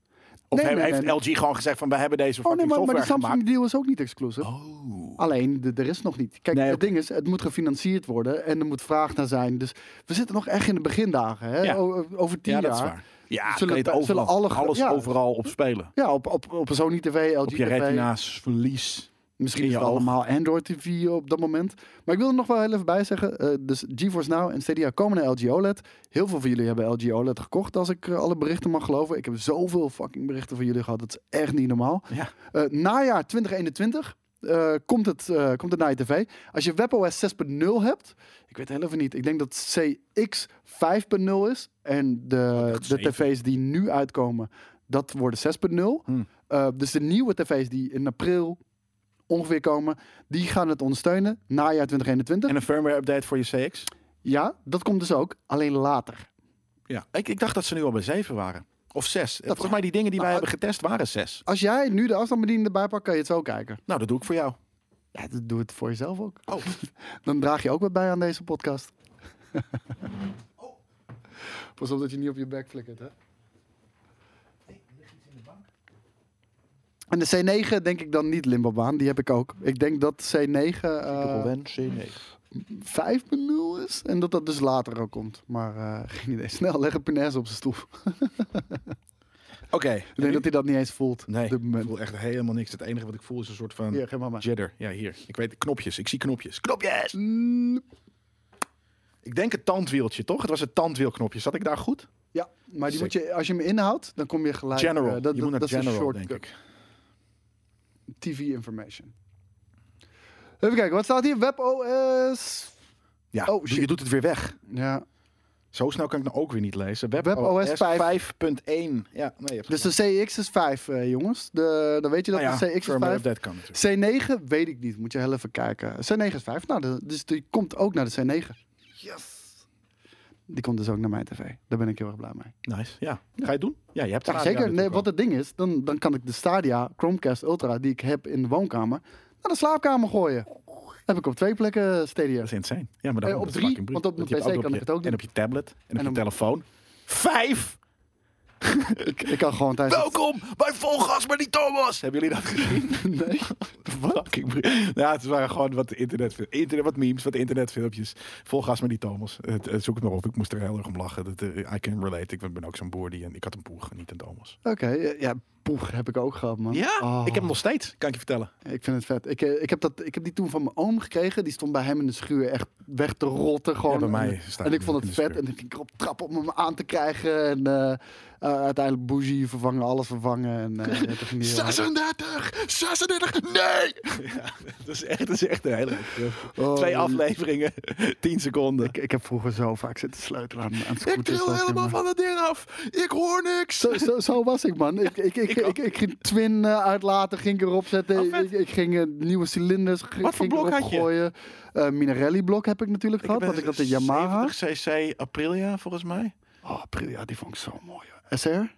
S2: Of
S1: Nee,
S2: he-
S1: nee,
S2: heeft
S1: nee,
S2: LG gewoon gezegd van we hebben deze
S1: Oh nee,
S2: fucking
S1: maar, maar die
S2: software
S1: Samsung deal is ook niet exclusive.
S2: gemaakt? Oh.
S1: Alleen, de- er is nog niet. Kijk,
S2: Nee,
S1: het
S2: oké.
S1: ding is, het moet gefinancierd worden en er moet vraag naar zijn. Dus we zitten nog echt in de begindagen. Hè?
S2: Ja.
S1: O- over tien
S2: Ja, dat is
S1: jaar.
S2: waar. Ja,
S1: Zullen
S2: kan je het
S1: bij-
S2: overal,
S1: zullen alle ge-
S2: alles
S1: ja.
S2: overal op spelen.
S1: Ja, op, op, op een Sony TV, LG
S2: Op je
S1: TV.
S2: retina's verlies.
S1: Misschien
S2: In
S1: is
S2: je
S1: het
S2: oog.
S1: allemaal Android TV op dat moment. Maar ik wil er nog wel heel even bij zeggen. eh, dus GeForce Now en Stadia komen naar LG OLED. E Heel veel van jullie hebben LG OLED gekocht, als ik eh, alle berichten mag geloven. Ik heb zoveel fucking berichten van jullie gehad. Dat is echt niet normaal.
S2: Ja.
S1: Eh, najaar 2021 eh, komt, het, eh, komt het naar je tv. Als je WebOS 6.0 hebt, ik weet heel even niet. Ik denk dat CX 5.0 is. En de,
S2: echt
S1: de
S2: zeven.
S1: tv's die nu uitkomen, dat worden 6.0.
S2: Hmm.
S1: Eh, dus de nieuwe tv's die in april ongeveer komen, die gaan het ondersteunen. Najaar 2021.
S2: En een firmware update voor je CX.
S1: Ja, dat komt dus ook. Alleen later.
S2: Ja. Ik, ik dacht dat ze nu al bij 7 waren. Of 6. Volgens
S1: kan.
S2: mij die dingen die wij
S1: Nou,
S2: hebben getest waren 6.
S1: Als jij nu de afstandsbediening erbij pakt, kan je het zo kijken.
S2: Nou, dat doe ik voor jou.
S1: Ja, dat doe het voor jezelf ook.
S2: Oh. [LAUGHS]
S1: Dan draag je ook wat bij aan deze podcast. Pas op dat je niet op je bek flikkert, hè? En de C9 denk ik dan niet Limbobaan, die heb ik ook. Ik denk dat C9 eh, 5.0 is en dat dat dus later ook komt. Maar eh, geen idee. [LAUGHS] Snel, leg een punaise op zijn stoel.
S2: Oké.
S1: Ik denk dat hij dat niet eens voelt
S2: Nee,
S1: op dit
S2: ik
S1: moment.
S2: voel echt helemaal niks. Het enige wat ik voel is een soort van
S1: Hier, geef maar maar.
S2: jidder. Ja, hier. Ik weet knopjes. Ik zie knopjes. Knopjes! Ik denk het tandwieltje, toch? Het was het tandwielknopje. Zat ik daar goed?
S1: Ja, maar die
S2: Sick.
S1: moet je, als je hem inhoudt, dan kom je gelijk...
S2: General.
S1: eh, dat,
S2: je
S1: dat-
S2: moet naar
S1: dat is een
S2: general,
S1: shortcut.
S2: denk ik.
S1: TV information. Even kijken, wat staat hier? WebOS.
S2: Ja,
S1: Oh,
S2: doe- je
S1: shit.
S2: doet het weer weg.
S1: Ja,
S2: Zo snel kan ik nou ook weer niet lezen. Web
S1: WebOS 5.
S2: 5.1. Ja, nee, je hebt
S1: dus
S2: gelijk.
S1: de CX is 5, eh, jongens. De, dan weet je dat
S2: Nou ja,
S1: de CX is
S2: firmware
S1: 5.
S2: update kan natuurlijk.
S1: C9 weet ik niet, moet je heel even kijken. C9 is 5, nou, de- dus die komt ook naar de C9. Yes! Die komt dus ook naar mijn tv. Daar ben ik heel erg blij mee.
S2: Nice, ja. Ga je het doen? Ja, je hebt
S1: Ja,
S2: Stadia
S1: zeker. Nee,
S2: natuurlijk
S1: wat
S2: al.
S1: het ding is, dan, dan kan ik de Stadia Chromecast Ultra die ik heb in de woonkamer naar de slaapkamer gooien. heb ik op twee plekken Stadia.
S2: Dat is insane. Ja, maar dan
S1: Eh, op drie, want op mijn PC kan ik het ook
S2: En
S1: doen.
S2: op je tablet. En,
S1: En
S2: op je
S1: op-
S2: telefoon. Vijf!
S1: Ik, ik kan gewoon tijdens...
S2: Welkom bij Volgas met die Thomas! Hebben [LAUGHS] jullie dat gezien?
S1: Nee.
S2: Fucking br- Ja, het waren gewoon wat internet, internet, wat memes, wat internetfilmpjes. Volgas met die Thomas. Eh, eh, zoek het maar op. Ik moest er heel erg om lachen. Dat, eh, I can relate. Ik ben ook zo'n boer die... en Ik had een boer, niet een Thomas.
S1: Oké, eh, ja, poeg heb ik ook gehad, man.
S2: Ja,
S1: Oh,
S2: ik heb hem nog steeds. Kan ik je vertellen.
S1: ik vind het vet. Ik, eh, ik, heb dat, ik heb die toen van mijn oom gekregen. Die stond bij hem in de schuur echt weg te rotten. Gewoon.
S2: Ja, bij mij
S1: En-
S2: staat hij
S1: en ik
S2: ook
S1: vond
S2: in
S1: het
S2: de
S1: vet.
S2: schuur.
S1: En ik ging erop trappen om hem aan te krijgen. En eh, eh, uiteindelijk bougie vervangen, alles vervangen. En, eh, ja, dat ging niet heel hard.
S2: 36! 36! Nee! [LAUGHS] Ja, dat is echt, dat is echt een hele...
S1: Oh,
S2: Twee afleveringen, 10 seconden.
S1: Ik, ik heb vroeger zo vaak zitten sleutelen aan, aan scooters. dat is niet meer.
S2: van dat ding af. Ik hoor niks.
S1: Zo, zo, zo was ik, man. Ik, ik, ik,
S2: ik
S1: ik,
S2: ook.
S1: ik, ging twin eh, uitlaten, ging ik erop zetten.
S2: Oh,
S1: ik,
S2: vet.
S1: ik- ik ging eh, nieuwe cilinders g-
S2: Wat voor
S1: ging
S2: blok
S1: erop
S2: had je?
S1: gooien. Eh, Minarelli-blok heb ik natuurlijk gehad, want ik had de Yamaha.
S2: 70 cc Aprilia, volgens mij.
S1: Oh, Aprilia, die vond ik zo mooi. hoor. SR?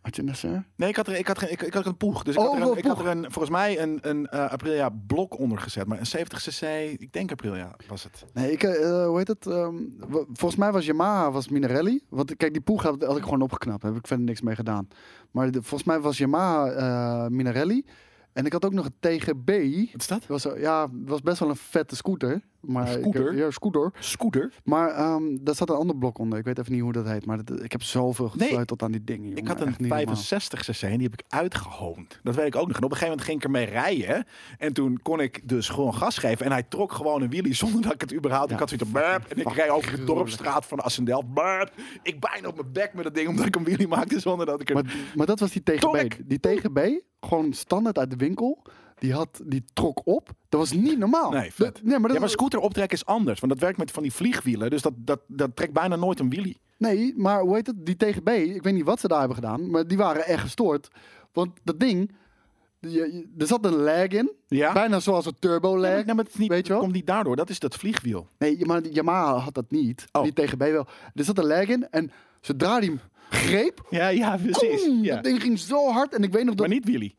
S1: Had je een SR?
S2: Nee, ik had, er, ik had, geen- ik, ik had een poeg. Dus ik,
S1: Oh,
S2: had er een,
S1: wel
S2: ik had
S1: poeg.
S2: er een, volgens mij een, een eh, Aprilia blok onder gezet. Maar een 70 cc, ik denk Aprilia was het.
S1: Nee, ik, eh, hoe heet het? Ehm, wa- volgens mij was Yamaha was Minarelli. Want kijk, die poeg had, had ik gewoon opgeknapt. Daar heb ik verder niks mee gedaan. Maar de- volgens mij was Yamaha eh, Minarelli. En ik had ook nog een TGB.
S2: Wat is dat?
S1: Dat was, eh, ja, was best wel een vette scooter. Maar
S2: Een
S1: ik-
S2: scooter?
S1: ja, scooter.
S2: Scooter.
S1: Maar ehm, daar zat een ander blok onder. Ik weet even niet hoe dat heet. Maar dat- ik heb zoveel
S2: Nee,
S1: gesleuteld aan die dingen. Jongen.
S2: Ik had een
S1: Echt niet normaal.
S2: 65 cc en die heb ik uitgehoond. Dat weet ik ook nog. En op een gegeven moment ging ik ermee rijden. En toen kon ik dus gewoon gas geven. En hij trok gewoon een wielie zonder dat ik het überhaupt...
S1: Ja,
S2: ik had zoiets van... "Burp." En ik
S1: fucking
S2: reed over de
S1: gruwelijk.
S2: dorpstraat van Assendel. Burp. Ik bijna op mijn bek met dat ding omdat ik een wheelie maakte zonder dat ik het...
S1: Maar, maar dat was die TGB.
S2: Tonic.
S1: Die TGB, gewoon standaard uit de winkel. Die, had, die trok op. Dat was niet normaal.
S2: Nee, vet.
S1: Dat- nee, maar dat
S2: Ja, maar scooter optrekken is anders. Want dat werkt met van die vliegwielen. Dus dat, dat, dat trekt bijna nooit een wheelie.
S1: Nee, maar hoe heet het? Die TGB, ik weet niet wat ze daar hebben gedaan, maar die waren echt gestoord. Want dat ding, je- je- er zat een lag in,
S2: Ja?
S1: bijna zoals een turbo lag.
S2: Nee, maar nou- het is niet,
S1: Weet je wel?
S2: het komt niet daardoor. Dat is dat vliegwiel.
S1: Nee, maar die Yamaha had dat niet.
S2: Oh.
S1: Die TGB wel. Er zat een lag in en zodra die hem greep,
S2: Ja, ja, precies.
S1: koem,
S2: Ja.
S1: dat ding ging zo hard en ik weet nog dat...
S2: Maar niet wheelie.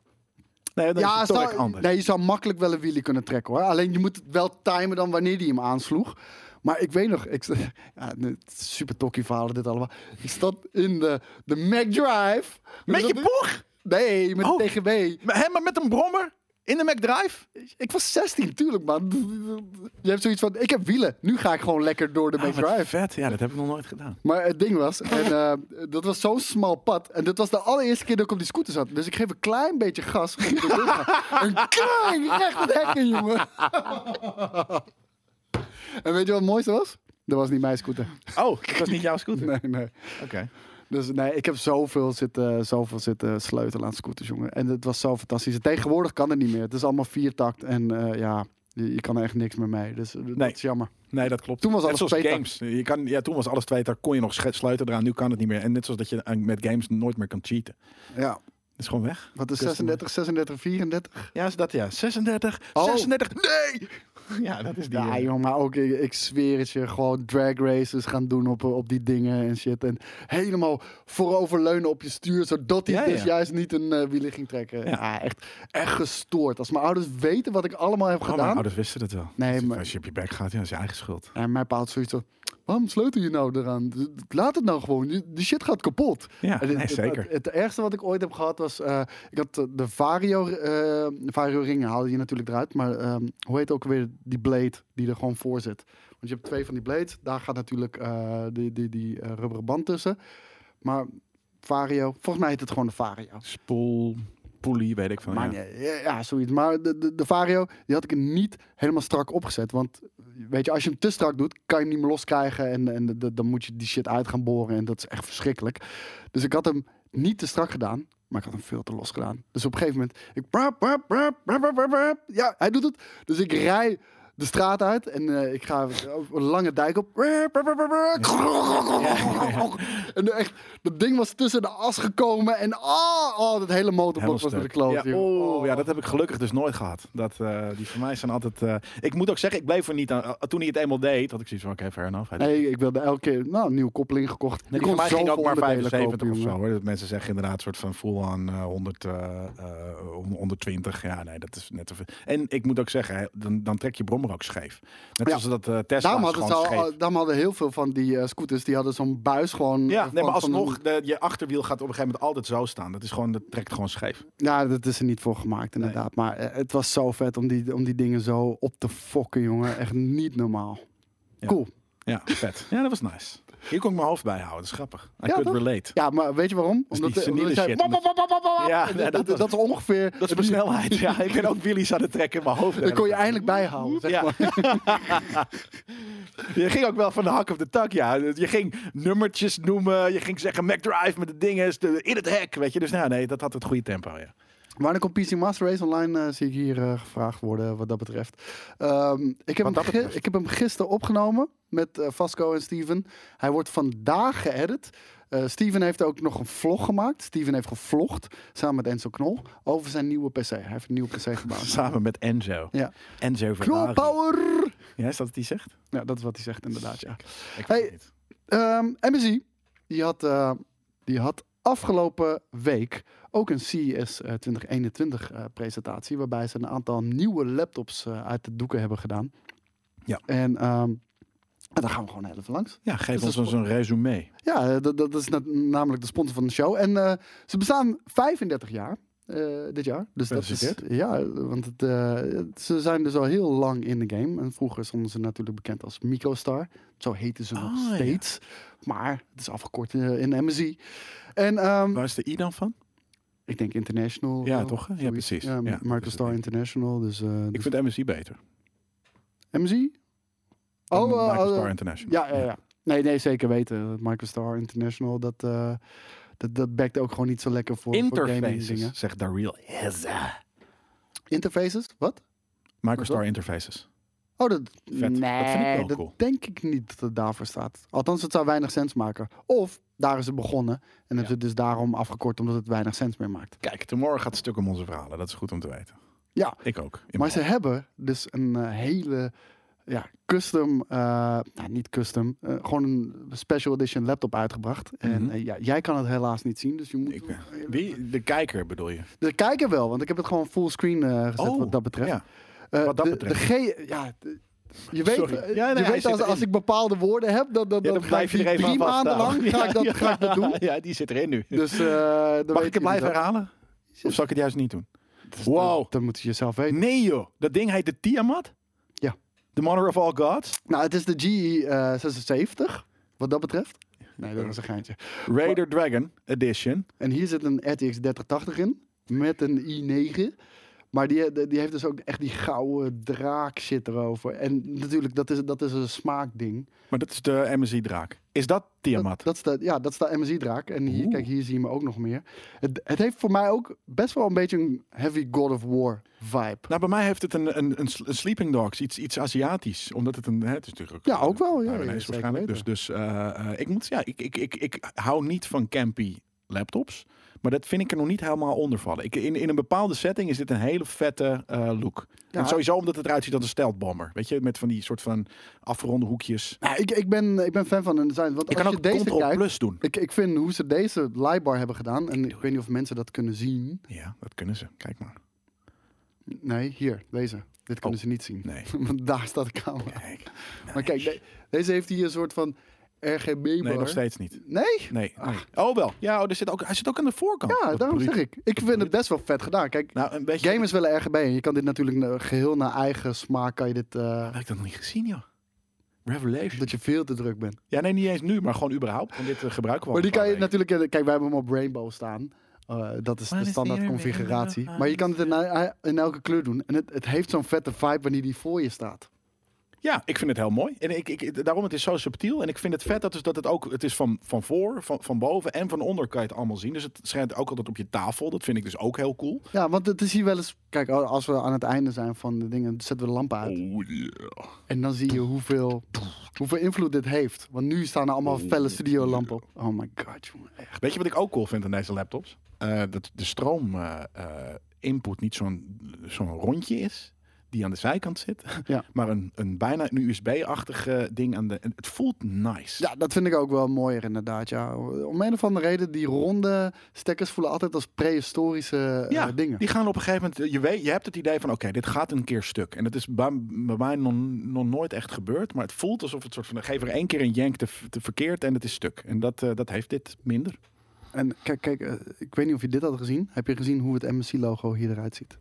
S2: Nee, dat
S1: ja,
S2: is de torque
S1: zou-
S2: anders.
S1: nee, je zou makkelijk wel een wheelie kunnen trekken hoor. Alleen je moet het wel timen dan wanneer die hem aansloeg. Maar ik weet nog, ik, sta- [LAUGHS] ja, het is super tokkie verhalen dit allemaal. Ik stond in de, de Mac Drive.
S2: Met je boeg!
S1: Nee, met
S2: Oh.
S1: de TGB.
S2: Maar, hè, maar met een brommer? In de McDrive?
S1: Ik was 16, tuurlijk, man. [LAUGHS] Je hebt zoiets van, ik heb wielen. Nu ga ik gewoon lekker door de
S2: Ah,
S1: Mac
S2: wat
S1: Drive.
S2: Vet, ja, dat heb ik nog nooit gedaan.
S1: Maar het ding was, en, eh, dat was zo'n smal pad. En dit was de allereerste keer dat ik op die scooter zat. Dus ik geef een klein beetje gas. om er doorheen te gaan. een klein recht het hek in, jongen. [LAUGHS] en weet je wat het mooiste was? Dat was niet mijn scooter. [LAUGHS]
S2: Oh, [LAUGHS] dat was niet jouw scooter?
S1: Nee, nee.
S2: Oké.
S1: Dus nee, ik heb zoveel zitten, zoveel zitten sleutelen aan scooters, jongen. En het was zo fantastisch. En tegenwoordig kan het niet meer. Het is allemaal viertakt en eh, ja, je, je kan er echt niks meer mee. Dus eh, dat
S2: Nee.
S1: is jammer.
S2: Nee, dat klopt.
S1: Toen was alles
S2: net zoals
S1: tweetakt.
S2: games. Je kan, ja, toen was alles twee, daar kon je nog sche- sluiten eraan. Nu kan het niet meer. En net zoals dat je aan- met games nooit meer kan cheaten.
S1: Ja,
S2: Dat is gewoon weg.
S1: wat is
S2: Custom.
S1: 36, 36, 34?
S2: Ja, is dat ja. 36,
S1: Oh.
S2: 36, [LAUGHS] nee! Ja, dat is die.
S1: Ja,
S2: eh,
S1: jongen, maar ook, ik, ik zweer het je, gewoon drag races gaan doen op, op die dingen en shit. En helemaal vooroverleunen op je stuur, zodat hij
S2: Ja,
S1: dus
S2: ja.
S1: juist niet een eh wielen ging trekken. Ja,
S2: Ja.
S1: echt, echt gestoord. Als mijn ouders weten wat ik allemaal heb
S2: oh, mijn
S1: gedaan.
S2: ouders wisten dat wel.
S1: Nee,
S2: Dus
S1: maar-
S2: Als je op je bek gaat, ja, dat is je eigen schuld.
S1: En mijn pa had zoiets van, waarom sleutel je nou eraan? Laat het nou gewoon, die die shit gaat kapot.
S2: Ja,
S1: En het-
S2: nee,
S1: het-
S2: zeker.
S1: Het, het ergste wat ik ooit heb gehad was, eh, ik had eh, de Vario, eh, Vario ringen haalde je natuurlijk eruit, maar ehm, hoe heet ook weer die blade die er gewoon voor zit? Want je hebt twee van die blades, daar gaat natuurlijk eh, die, die, die eh, rubberen band tussen. Maar Vario, volgens mij heet het gewoon de Vario.
S2: Spoel, poelie, weet ik van.
S1: Maar
S2: ja.
S1: nee, ja. ja, zoiets. Maar de, de, de Vario, die had ik er niet helemaal strak opgezet. Want weet je, als je hem te strak doet, kan je hem niet meer loskrijgen. En, en de- de- dan moet je die shit uit gaan boren. En dat is echt verschrikkelijk. Dus ik had hem niet te strak gedaan. Maar ik had hem veel te los gedaan. Dus op een gegeven moment, ik... brap, brap, brap, brap, brap, brap, brap. Ja, hij doet het. Dus ik rij de straat uit en eh, ik ga een lange dijk op. Brap, brap, brap, brap. En echt, dat ding was tussen de as gekomen. En oh, oh dat hele motorblok was
S2: Helemaal
S1: met de kloot.
S2: Ja,
S1: jongen.
S2: oh, ja, dat heb ik gelukkig dus nooit gehad. Dat, eh, die van mij zijn altijd... eh, ik moet ook zeggen, ik bleef er niet aan... eh, toen hij het eenmaal deed, had ik zoiets van, oké, fair enough. Hij-
S1: Nee, ik wilde elke keer nou, een nieuwe koppeling gekocht.
S2: Nee,
S1: Ik
S2: die van mij ging
S1: zoveel
S2: ook maar
S1: onderdelen
S2: 75
S1: kopen,
S2: of zo.
S1: jongen.
S2: Hoor. Dat mensen zeggen inderdaad een soort van full-on eh, 100, eh, eh, 120. Ja, nee, dat is net te veel. En ik moet ook zeggen, hè, dan, dan trek je brommer ook scheef. Net
S1: Ja.
S2: zoals dat eh, Tesla
S1: Daarom
S2: is
S1: hadden,
S2: gewoon
S1: ze al,
S2: scheef.
S1: daarom hadden heel veel van die eh, scooters, die hadden zo'n buis gewoon... eh,
S2: ja, nee,
S1: van-
S2: maar
S1: van een-
S2: alsnog, de, je achterwiel gaat op een gegeven moment altijd zo staan. Dat is gewoon, dat trekt gewoon scheef.
S1: ja, dat is er niet voor gemaakt inderdaad. Maar eh, het was zo vet om die, om die dingen zo op te fokken, jongen. Echt niet normaal.
S2: Ja.
S1: Cool.
S2: Ja, vet. ja, dat was nice. Hier kon ik mijn hoofd bij houden, dat is grappig. I
S1: Ja,
S2: could
S1: toch?
S2: relate.
S1: Ja, maar weet je waarom?
S2: Dus
S1: Omdat,
S2: die
S1: eh, omdat
S2: seniele
S1: zij-
S2: shit.
S1: wap, wap, wap, wap, wap, wap.
S2: Ja,
S1: Dat- [LAUGHS]
S2: nee, dat
S1: dat,
S2: was-
S1: dat is ongeveer...
S2: Dat is mijn snelheid. Ja, ik ben ook wheelies aan het trekken in mijn hoofd.
S1: dat kon je eindelijk bijhouden, zeg
S2: Ja.
S1: maar.
S2: [LAUGHS] Je ging ook wel van de hak op de tak, ja. Je ging nummertjes noemen. Je ging zeggen McDrive met de dinges de- in het hek, weet je. Dus nou, nee, dat had het goede tempo, ja.
S1: Wanneer komt PC Master Race online? eh, zie ik hier eh, gevraagd worden wat dat betreft. Ehm, ik, heb
S2: Wat
S1: hem
S2: dat
S1: gi-
S2: betreft.
S1: ik heb hem gisteren opgenomen met eh, Vasco en Steven. Hij wordt vandaag geëdit. Eh, Steven heeft ook nog een vlog gemaakt. Steven heeft gevlogd samen met Enzo Knol over zijn nieuwe PC. Hij heeft een nieuwe PC gebouwd.
S2: [LAUGHS] Samen met Enzo.
S1: ja.
S2: Enzo
S1: Knol
S2: Ferrari.
S1: Power!
S2: Ja, is dat wat hij zegt?
S1: Ja, dat is wat hij zegt inderdaad. Ja.
S2: Ik
S1: Hey.
S2: weet het niet.
S1: Ehm MSI, die had, eh, die had afgelopen week ook een CES eh, 2021 eh, presentatie, waarbij ze een aantal nieuwe laptops eh, uit de doeken hebben gedaan.
S2: Ja.
S1: En ehm, daar gaan we gewoon heel even langs.
S2: Ja, geef
S1: Dus
S2: ons
S1: dat-
S2: eens een resume.
S1: Ja, eh, dat, dat is na- namelijk de sponsor van de show. En eh, ze bestaan 35 jaar. eh, dit jaar. Dus dat is,
S2: Gefeliciteerd.
S1: ja, want het, eh, het- ze zijn dus al heel lang in de game. En vroeger stonden ze natuurlijk bekend als MicoStar. Zo heten ze nog
S2: Ah, ja.
S1: steeds. Maar het is afgekort eh, in MSI. En ehm,
S2: Waar is de I dan van?
S1: ik denk International.
S2: Ja,
S1: wel,
S2: toch? hè? Ja,
S1: zoiets.
S2: precies.
S1: Ja,
S2: Ja, dat is het
S1: MicroStar
S2: ding.
S1: International. Dus, eh,
S2: Ik
S1: dus
S2: vind MSI beter.
S1: MSI?
S2: dan
S1: Oh, eh,
S2: MicroStar
S1: eh,
S2: International.
S1: ja, ja, ja. Nee, nee, zeker weten. MicroStar International, dat, eh dat, dat backt ook gewoon niet zo lekker voor, voor gaming dingen.
S2: Interfaces, zegt Daryl. Hezza.
S1: Interfaces? Wat?
S2: MicroStar Interfaces.
S1: Oh, dat,
S2: Vet. Dat vind ik
S1: nee,
S2: wel
S1: dat
S2: cool.
S1: denk ik niet dat het daarvoor staat. Althans, het zou weinig sens maken. Of, daar is het begonnen en hebben ze het dus daarom afgekort omdat het weinig sens meer maakt.
S2: Kijk, Tomorrow gaat stuk om onze verhalen. Dat is goed om te weten.
S1: Ja.
S2: Ik ook. in
S1: Maar
S2: mijn
S1: ze hebben dus een eh, hele ja, custom, eh, nou niet custom, eh, gewoon een special edition laptop uitgebracht. En
S2: Mhm.
S1: eh, ja, jij kan het helaas niet zien, dus je moet...
S2: Ik, eh, Wie? De kijker bedoel je?
S1: De kijker wel, want ik heb het gewoon fullscreen eh, gezet
S2: Oh,
S1: wat dat betreft.
S2: ja.
S1: Eh,
S2: wat dat
S1: de,
S2: betreft.
S1: De G, ja, de- je weet,
S2: Sorry.
S1: eh,
S2: Ja, nee,
S1: je
S2: hij
S1: weet
S2: zit
S1: als, als
S2: erin.
S1: ik bepaalde woorden heb, dan, dan,
S2: Ja, dan
S1: ga
S2: blijf je
S1: ik
S2: er even
S1: drie
S2: aan
S1: maanden
S2: vasthouden.
S1: [LAUGHS] lang ga ik, dat,
S2: Ja,
S1: ga ik dat doen.
S2: [LAUGHS] Ja, die zit erin nu.
S1: Dus, eh, dan
S2: Mag
S1: weet
S2: ik het
S1: je
S2: blijven
S1: dat.
S2: herhalen? Of zal ik het juist niet doen?
S1: Dus dat-
S2: Wow.
S1: Dat moet je zelf weten.
S2: Nee joh, dat ding heet de Tiamat?
S1: Ja.
S2: The Mother of All Gods?
S1: Nou, het is de GE76, wat dat betreft. Nee, dat was een geintje.
S2: Raider Dragon Edition.
S1: En hier zit een RTX 3080 in, met een i9. Maar die, die- die heeft dus ook echt die gouden draak shit erover. En natuurlijk, dat is, dat is een smaakding.
S2: Maar dat is de MSI draak. Is dat
S1: Dat,
S2: Tiamat?
S1: dat is de, ja, dat is de MSI-draak. En hier,
S2: Oeh.
S1: kijk, hier zie je me ook nog meer. Het, het heeft voor mij ook best wel een beetje een heavy God of War vibe.
S2: Nou, bij mij heeft het een, een, een, s- een Sleeping Dogs, iets, iets Aziatisch. Omdat het een. Hè, het is natuurlijk
S1: Ja, ook wel, ja,
S2: Taiwanese
S1: ja, zeker
S2: waarschijnlijk. Dus,
S1: weten.
S2: dus eh, eh, ik moet. Ja, ik, ik, ik, ik hou niet van campy laptops. Maar dat vind ik er nog niet helemaal onder vallen. Ik, in, in een bepaalde setting is dit een hele vette eh, look.
S1: Ja.
S2: en sowieso omdat het eruit ziet als een steltbomber. Weet je, met van die soort van afgeronde hoekjes.
S1: Nou, ik, ik, ben, ik ben fan van een design. Want
S2: Je
S1: als
S2: kan
S1: je
S2: ook
S1: deze
S2: Ctrl
S1: kijkt,
S2: Plus doen.
S1: ik, ik vind hoe ze deze lightbar hebben gedaan. En ik weet niet of mensen dat kunnen zien.
S2: Ja, dat kunnen ze. Kijk maar.
S1: Nee, hier, deze. Dit kunnen
S2: Oh.
S1: ze niet zien.
S2: Nee.
S1: [LAUGHS] Want daar staat de camera.
S2: Kijk.
S1: Maar kijk, de- deze heeft hier een soort van RGB-bar.
S2: Nee, nog steeds niet.
S1: Nee?
S2: Nee. nee. Oh, wel. Ja, oh, er zit ook, hij zit ook aan de voorkant.
S1: Ja,
S2: Wat
S1: daarom
S2: bruut.
S1: zeg ik. Ik vind het best wel vet gedaan. Kijk,
S2: Nou, een beetje.
S1: gamers willen RGB en je kan dit natuurlijk na- geheel naar eigen smaak kan je dit... eh,
S2: Heb ik dat nog niet gezien, joh? Revelation.
S1: dat je veel te druk bent.
S2: Ja, nee, niet eens nu, maar gewoon überhaupt. Want dit eh, gebruiken we al
S1: Maar die
S2: een paar
S1: kan je
S2: weken.
S1: natuurlijk... eh, Kijk, wij hebben hem op Rainbow staan. Eh, dat is
S2: Maar
S1: de
S2: is
S1: standaard
S2: die er
S1: configuratie.
S2: weer?
S1: Maar je kan het in, in elke kleur doen. En het, het heeft zo'n vette vibe wanneer die voor je staat.
S2: Ja, ik vind het heel mooi. En ik, ik, daarom, het is zo subtiel. En ik vind het vet dat, dus dat het ook... Het is van, van voor, van, van boven en van onder kan je het allemaal zien. Dus het schijnt ook altijd op je tafel. Dat vind ik dus ook heel cool.
S1: Ja, want het is hier wel eens... Kijk, al- als we aan het einde zijn van de dingen, zetten we de lampen uit.
S2: Oh, yeah.
S1: En dan zie je hoeveel, hoeveel invloed dit heeft. Want nu staan er allemaal felle studiolampen op. Oh my god, jongen. Echt.
S2: Weet je wat ik ook cool vind aan deze laptops? Eh, dat de stroominput eh input niet zo'n zo'n rondje is, die aan de zijkant zit.
S1: Ja.
S2: [LAUGHS] Maar een, een bijna een USB-achtig eh, ding aan de... en Het voelt nice.
S1: Ja, dat vind ik ook wel mooier inderdaad. Ja. Om een of andere reden, die ronde stekkers voelen altijd als prehistorische eh,
S2: Ja,
S1: dingen.
S2: die gaan op een gegeven moment... eh, Je, weet, je hebt het idee van, oké, dit gaat een keer stuk. En dat is bij, bij mij nog, nog nooit echt gebeurd. Maar het voelt alsof het soort van... Geef er één keer een jank te, te verkeerd en het is stuk. En dat, eh, dat heeft dit minder.
S1: En kijk, kijk eh, ik weet niet of je dit had gezien. Heb je gezien hoe het MSC-logo hier eruit ziet?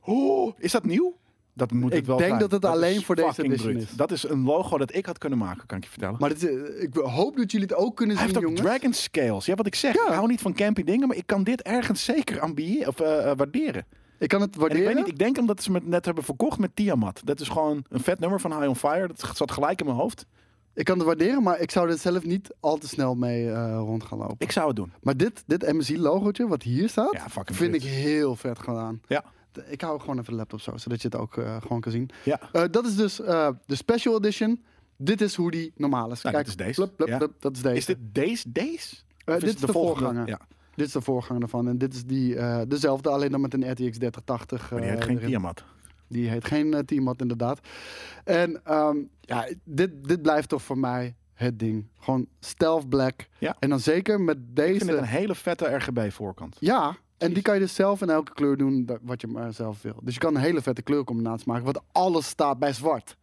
S2: Oh, is dat nieuw? Dat moet het
S1: Ik
S2: wel
S1: denk
S2: zijn.
S1: dat het alleen
S2: is
S1: voor deze
S2: fucking
S1: edition
S2: bruut.
S1: is.
S2: Dat is een logo dat ik had kunnen maken, kan ik je vertellen.
S1: Maar dit, is, eh, ik hoop dat jullie het ook kunnen
S2: Hij
S1: zien,
S2: heeft ook
S1: jongens.
S2: dragon scales. Ja, wat ik zeg.
S1: Ja.
S2: Ik hou niet van campy dingen, maar ik kan dit ergens zeker ambiëren of eh, eh, waarderen.
S1: Ik kan het
S2: En ik
S1: waarderen.
S2: weet niet, ik denk omdat ze het net hebben verkocht met Tiamat. Dat is gewoon een vet nummer van High on Fire. Dat zat gelijk in mijn hoofd.
S1: ik kan het waarderen, maar ik zou er zelf niet al te snel mee eh, rond gaan lopen.
S2: Ik zou het doen.
S1: Maar dit, dit MSI-logootje wat hier staat,
S2: Ja, fucking
S1: vind ik
S2: bruut.
S1: heel vet gedaan.
S2: Ja.
S1: De- Ik hou gewoon even de laptop zo, zodat je het ook eh, gewoon kan zien.
S2: Ja.
S1: Eh, dat is dus eh, de special edition. Dit is hoe die normaal is.
S2: Nou,
S1: Kijk,
S2: dat is deze.
S1: plup, plup,
S2: Ja.
S1: plup, dat is deze.
S2: Is dit deze? Deze?
S1: Eh,
S2: Of
S1: dit
S2: het
S1: is de voorganger.
S2: Ja.
S1: Dit is de voorganger ervan. En dit is die, eh, dezelfde, alleen dan met een RTX 3080.
S2: Maar die
S1: eh,
S2: heeft geen
S1: erin.
S2: Tiamat.
S1: Die heet geen eh, Tiamat, inderdaad. En ehm, ja, dit, dit blijft toch voor mij het ding. Gewoon stealth black.
S2: Ja.
S1: En dan zeker met
S2: Ik vind het
S1: deze
S2: een hele vette RGB voorkant.
S1: Ja, en die kan je dus zelf in elke kleur doen da- wat je maar zelf wil. Dus je kan een hele vette kleurcombinatie maken, want alles staat bij zwart.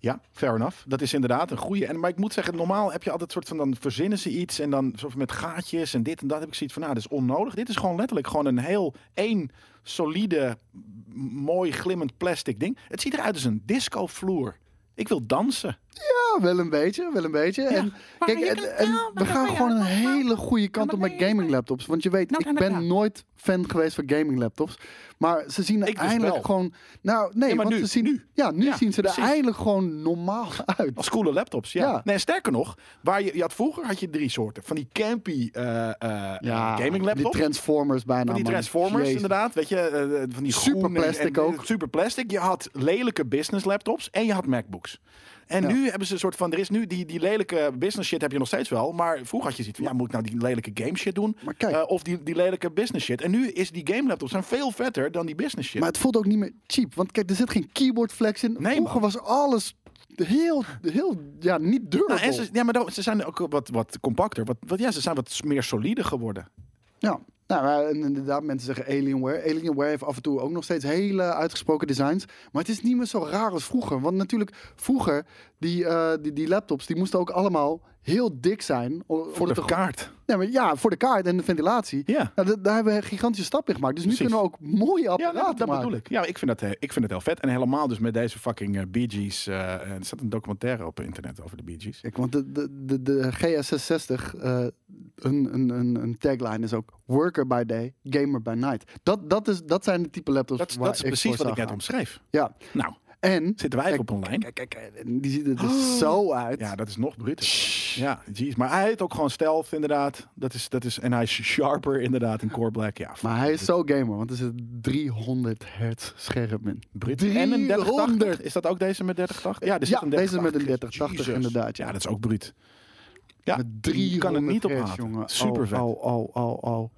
S2: Ja, fair enough. Dat is inderdaad een goede. En, maar ik moet zeggen, normaal heb je altijd soort van dan verzinnen ze iets en dan soort van met gaatjes en dit en dat heb ik zoiets van, nou, dat is onnodig. Dit is gewoon letterlijk gewoon een heel één solide, m- mooi glimmend plastic ding. Het ziet eruit als een discovloer. Ik wil dansen.
S1: Ja, wel een beetje, wel een beetje. en, kijk, en, en we gaan gewoon een hele goede kant op met gaming laptops. Want je weet, ik ben nooit fan geweest van gaming laptops. Maar ze zien er
S2: Ik dus
S1: eindelijk
S2: wel.
S1: gewoon... Nou, nee,
S2: Ja, maar
S1: want
S2: nu,
S1: ze zien...
S2: nu.
S1: Ja, nu
S2: Ja,
S1: zien ze er
S2: precies.
S1: eindelijk gewoon normaal uit.
S2: Als coole laptops, ja.
S1: Ja.
S2: Nee, sterker nog, waar je, je had vroeger had je drie soorten. Van die campy eh, eh, gaming
S1: Die
S2: laptops.
S1: Transformers bijna,
S2: Van die
S1: Nou, man.
S2: Transformers,
S1: Jezus.
S2: inderdaad. Weet je, eh, eh, van die
S1: Super plastic ook.
S2: Super plastic. Je had lelijke business laptops en je had MacBooks. En
S1: Ja.
S2: nu hebben ze een soort van, er is nu die, die lelijke business shit heb je nog steeds wel. Maar vroeger had je zoiets van, ja, moet ik nou die lelijke game shit doen?
S1: Maar kijk.
S2: Eh, of die, die lelijke business shit. En nu is die game laptops zijn veel vetter dan die business shit.
S1: Maar het voelt ook niet meer cheap. Want kijk, er zit geen keyboard flex in.
S2: Nee,
S1: Vroeger was alles heel, heel, ja, niet durable.
S2: Nou, en ze, ja, maar dan- ze zijn ook wat, wat compacter. Wat, wat, ja, ze zijn wat meer solide geworden.
S1: Ja, nou, maar en inderdaad, mensen zeggen Alienware. Alienware heeft af en toe ook nog steeds hele uitgesproken designs. Maar het is niet meer zo raar als vroeger. Want natuurlijk, vroeger, die, eh, die, die laptops, die moesten ook allemaal heel dik zijn.
S2: Voor de kaart.
S1: Ja, maar ja, voor de kaart en de ventilatie.
S2: Ja.
S1: Nou, da- daar hebben we een gigantische stap in gemaakt. Dus nu
S2: Precies.
S1: kunnen we ook mooie
S2: Ja,
S1: apparaten
S2: dat, dat
S1: maken.
S2: bedoel ik. Ja, ik vind dat, eh, ik vind dat heel vet. En helemaal dus met deze fucking eh, Bee Gees. eh, eh, er staat een documentaire op internet over de Bee Gees.
S1: Kijk, want de, de, de, de GS660, eh, een, een, een, een tagline is ook... Worker by day, gamer by night. Dat, dat, is, dat zijn de type laptops
S2: Dat, is-
S1: waar
S2: dat is precies
S1: voor
S2: wat ik
S1: zou
S2: net
S1: gaan.
S2: omschreef.
S1: Ja,
S2: Nou,
S1: en...
S2: zitten wij even op een lijn.
S1: Kijk, kijk, kijk, die ziet er dus zo uit.
S2: Ja, dat is nog bruter. Ja, jeez. Maar hij heeft ook gewoon stealth, inderdaad. Dat is, dat is, en hij is sharper, inderdaad, in Core Black. Ja,
S1: Maar hij is zo gamer, want er zit 300 hertz scherm in.
S2: Brit. En een 3080. Is dat ook deze met 3080? Ja, er zit
S1: Ja,
S2: een
S1: deze met een
S2: 3080.
S1: 3080
S2: Jezus.
S1: inderdaad, ja.
S2: Ja, dat is ook bruut. Ja,
S1: Met
S2: je
S1: 300
S2: kan er niet op
S1: hertz,
S2: haten.
S1: jongen.
S2: Super vet.
S1: Oh, oh, oh, oh.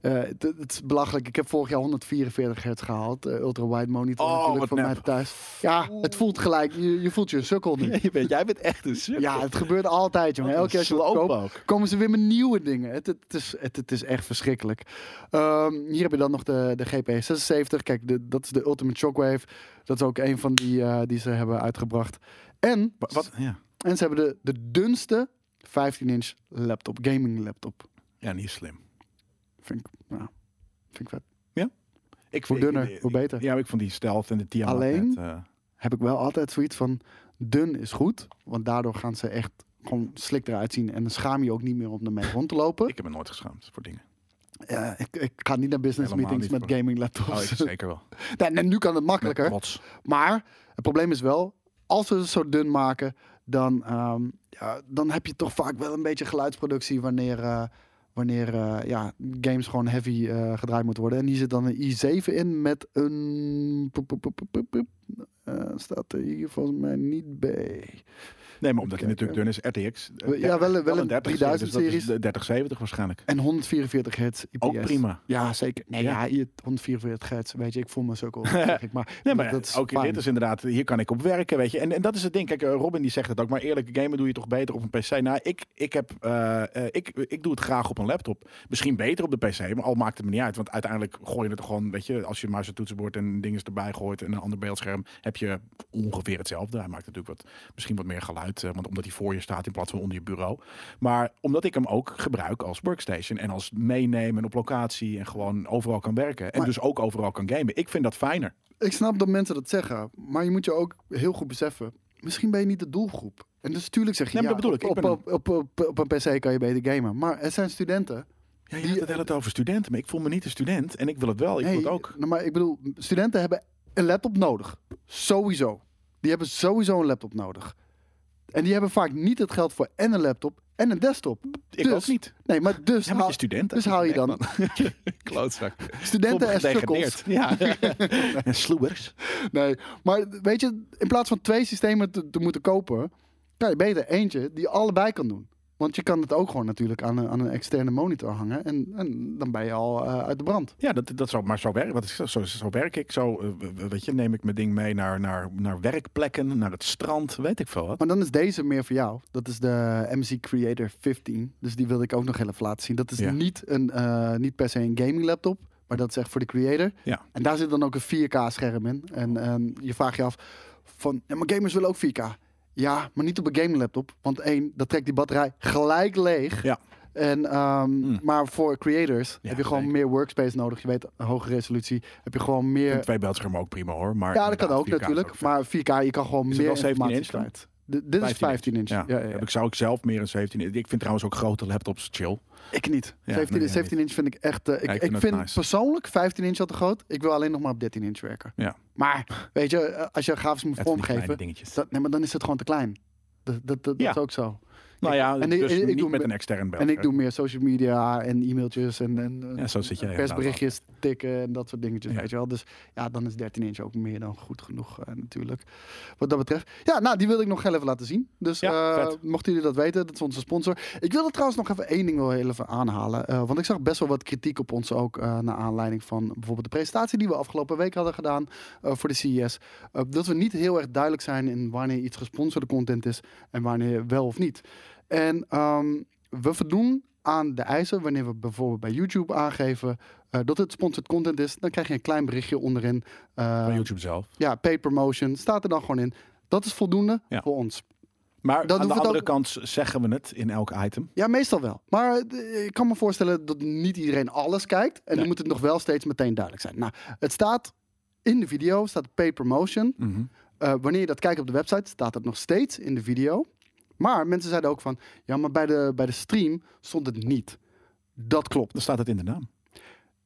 S1: Eh, d- het, is belachelijk. Ik heb vorig jaar 144 hertz gehaald. eh, ultra-wide monitor
S2: Oh,
S1: natuurlijk
S2: wat
S1: van
S2: nep.
S1: mij thuis. Ja, het voelt gelijk. Je, je voelt je een sukkel nu.
S2: [LAUGHS] Je bent, jij bent echt een sukkel.
S1: oh. Ja, het gebeurt altijd, jongen.
S2: Wat
S1: Elke keer als je wat
S2: sloop
S1: koopt,
S2: ook.
S1: komen ze weer met nieuwe dingen. Het, het, is, het, het is echt verschrikkelijk. Ehm, hier heb je dan nog de, de GP76. Kijk, de, dat is de Ultimate Shockwave. Dat is ook een van die eh, die ze hebben uitgebracht. En,
S2: Wa- Wat? Ja.
S1: en ze hebben de, de dunste 15-inch laptop, gaming laptop.
S2: ja, niet slim.
S1: Vind ik, nou, vind ik vet.
S2: Ik,
S1: Hoe
S2: ik-
S1: dunner,
S2: ik-
S1: hoe beter.
S2: Ja, maar ik vond die stealth en de Tiamat
S1: Alleen?
S2: net, eh,
S1: Heb ik wel altijd zoiets van, dun is goed. Want daardoor gaan ze echt gewoon slik eruit zien. En dan schaam je ook niet meer om ermee rond te lopen.
S2: ik heb me nooit geschaamd voor dingen.
S1: Ja, ik, ik ga niet naar business
S2: Helemaal
S1: meetings
S2: niet
S1: met
S2: voor-
S1: gaming
S2: Oh, [LAUGHS]
S1: laptops.
S2: ik zeker
S1: [LAUGHS]
S2: wel.
S1: Nee, nee, nu kan het
S2: Met
S1: makkelijker.
S2: trots.
S1: Maar het probleem is wel, als we het zo dun maken, dan, ehm, ja, dan heb je toch vaak wel een beetje geluidsproductie wanneer, eh, wanneer eh, ja, games gewoon heavy eh, gedraaid moeten worden. En hier zit dan een i7 in met een. poep, poep, poep, poep, poep, poep. Eh, staat er hier volgens mij niet bij.
S2: Nee, maar omdat hij
S1: Even
S2: natuurlijk dun is, RTX. eh,
S1: We- ja, wel- wel een
S2: 30,
S1: 3000
S2: dus dat is
S1: series.
S2: de 3070 waarschijnlijk.
S1: En 144 hertz IPS.
S2: Ook prima.
S1: Ja, zeker. Nee,
S2: Ja.
S1: ja, hier 144 hertz. Weet je, ik voel me
S2: [LAUGHS]
S1: sukkel. zeg ik, maar,
S2: Nee, maar eh,
S1: dat is
S2: ook
S1: fijn.
S2: dit is inderdaad, hier kan ik op werken, weet je. En, en dat is het ding. Kijk, eh, Robin die zegt het ook, maar eerlijk, gamen doe je toch beter op een PC? Nou, ik, ik, heb, eh, eh, ik, ik doe het graag op een laptop. Misschien beter op de PC, maar al maakt het me niet uit. Want uiteindelijk gooi je het gewoon, weet je, als je muis en toetsenbord en dingen erbij gooit en een ander beeldscherm, heb je ongeveer hetzelfde. Hij maakt natuurlijk wat, misschien wat meer geluid, eh, want omdat hij voor je staat in plaats van onder je bureau. Maar omdat ik hem ook gebruik als workstation en als meenemen en op locatie en gewoon overal kan werken. En
S1: Maar-
S2: dus ook overal kan gamen. Ik vind dat fijner.
S1: ik snap dat mensen dat zeggen, maar je moet je ook heel goed beseffen. Misschien ben je niet de doelgroep. En dus tuurlijk zeg je,
S2: Nee, maar
S1: ja,
S2: dat bedoel ik. Ik
S1: op,
S2: ben
S1: op, op, op, op een PC kan je beter gamen. Maar er zijn studenten.
S2: Ja,
S1: Die- eh,
S2: je hebt het de hele tijd over studenten, maar ik voel me niet een student en ik wil het wel. Ik
S1: Nee,
S2: wil het ook.
S1: nou, maar ik bedoel, studenten hebben een laptop nodig. Sowieso. Die hebben sowieso een laptop nodig. En die hebben vaak niet het geld voor en een laptop en een desktop.
S2: Ik
S1: dus-
S2: ook niet.
S1: Nee, maar dus,
S2: Ja, maar
S1: haal-
S2: je student.
S1: dus haal je dan
S2: Klootzak.
S1: studenten en sukkels. [LAUGHS]
S2: Ja. [LAUGHS] en sloebers.
S1: Nee, maar weet je, in plaats van twee systemen te, te moeten kopen, kan je beter eentje die allebei kan doen. Want je kan het ook gewoon natuurlijk aan een, aan een externe monitor hangen en, en dan ben je al eh, uit de brand.
S2: Ja, dat, dat zou maar zo werken. Wat ik, zeg, zo, zo werk ik. Zo, eh, w- w- weet je, neem ik mijn ding mee naar, naar, naar werkplekken, naar het strand, weet ik veel wat.
S1: Maar dan is deze meer voor jou. Dat is de MC Creator 15. Dus die wilde ik ook nog heel even laten zien. Dat is
S2: Ja.
S1: niet, een, eh, niet per se een gaming laptop, maar dat is echt voor de creator.
S2: Ja.
S1: En daar zit dan ook een 4K scherm in. En, ehm, je vraagt je af, van, ja, maar gamers willen ook 4K. Ja, maar niet op een game laptop. Want één, dat trekt die batterij gelijk leeg.
S2: Ja.
S1: En, ehm,
S2: Hmm.
S1: Maar voor creators
S2: Ja,
S1: heb je gewoon
S2: zeker.
S1: meer workspace nodig. Je weet, een hoge resolutie. Heb je gewoon
S2: Een
S1: meer...
S2: twee beeldschermen ook prima hoor. Maar
S1: eh, Ja, dat
S2: inderdaad,
S1: kan ook
S2: 4K is
S1: natuurlijk.
S2: vet.
S1: maar 4K, je kan gewoon
S2: Is het
S1: meer
S2: wel 17
S1: informatie
S2: inch dan?
S1: kwijt. D- dit is 15 inch.
S2: Ja.
S1: Ja, ja, ja.
S2: Heb ik, zou ik zelf meer een 17 inch. Ik vind trouwens ook grote laptops chill.
S1: Ik niet.
S2: Ja,
S1: 17,
S2: nee, ja,
S1: 17 inch vind ik echt. eh, ik,
S2: Ja, ik
S1: ik
S2: vind
S1: vind,
S2: het nice.
S1: persoonlijk 15 inch al te groot. Ik wil alleen nog maar op 13 inch werken.
S2: Ja.
S1: Maar weet je, eh, als je grafisch moet
S2: Ja, van die kleine
S1: vormgeven,
S2: dingetjes.
S1: dat, nee, maar dan is het gewoon te klein. Dat, dat, dat,
S2: Ja.
S1: dat is ook zo.
S2: nou ja,
S1: en ik-
S2: dus
S1: en ik
S2: niet
S1: doe-
S2: met een extern beeld.
S1: En ik doe meer social media en e-mailtjes en, en eh,
S2: Ja, zo zit jij inderdaad
S1: persberichtjes tikken en dat soort dingetjes,
S2: Ja.
S1: weet je wel. Dus ja, dan is 13 inch ook meer dan goed genoeg eh, natuurlijk. Wat dat betreft. Ja, nou, die wil ik nog heel even laten zien. Dus
S2: Ja,
S1: eh,
S2: vet.
S1: mochten jullie dat weten, dat is onze sponsor. Ik wilde trouwens nog even één ding wel heel even aanhalen. eh, want ik zag best wel wat kritiek op ons ook eh, naar aanleiding van bijvoorbeeld de presentatie die we afgelopen week hadden gedaan eh, voor de CES. Eh, dat we niet heel erg duidelijk zijn in wanneer iets gesponsorde content is en wanneer wel of niet. En ehm, we voldoen aan de eisen wanneer we bijvoorbeeld bij YouTube aangeven eh, dat het sponsored content is. Dan krijg je een klein berichtje onderin. eh,
S2: Van YouTube zelf.
S1: ja, paid promotion staat er dan gewoon in. Dat is voldoende
S2: Ja.
S1: voor ons.
S2: Maar
S1: dan
S2: aan
S1: hoeft
S2: de
S1: het
S2: andere
S1: ook-
S2: kant zeggen we het in elk item.
S1: Ja, meestal wel. Maar eh, ik kan me voorstellen dat niet iedereen alles kijkt. En dan
S2: Nee.
S1: moet het nog wel steeds meteen duidelijk zijn. Nou, het staat in de video, staat paid promotion. Eh, wanneer je dat kijkt op de website, staat het nog steeds in de video. Maar mensen zeiden ook van, ja, maar bij de, bij de stream stond het niet. Dat klopt.
S2: Dan staat het in de naam.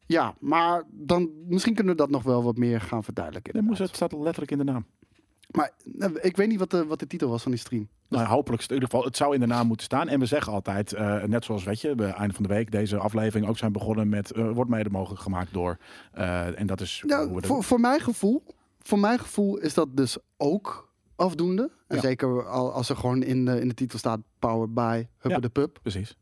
S1: Ja, maar dan, misschien kunnen we dat nog wel wat meer gaan verduidelijken.
S2: Dan moest
S1: inderdaad.
S2: het staat letterlijk in de naam.
S1: Maar eh, ik weet niet wat de, wat de titel was van die stream.
S2: Nou, hopelijk, in ieder geval, het zou in de naam moeten staan. En we zeggen altijd, eh, net zoals weet je, we eind van de week deze aflevering ook zijn begonnen met, eh, wordt mede mogelijk gemaakt door. eh, en dat is
S1: Ja,
S2: hoe we dat-
S1: Nou, voor, voor, mijn gevoel, voor mijn gevoel is dat dus ook afdoende. En
S2: Ja.
S1: zeker al- als er gewoon in de, in de titel staat Powered by Huppe
S2: Ja.
S1: de Pub.
S2: Precies.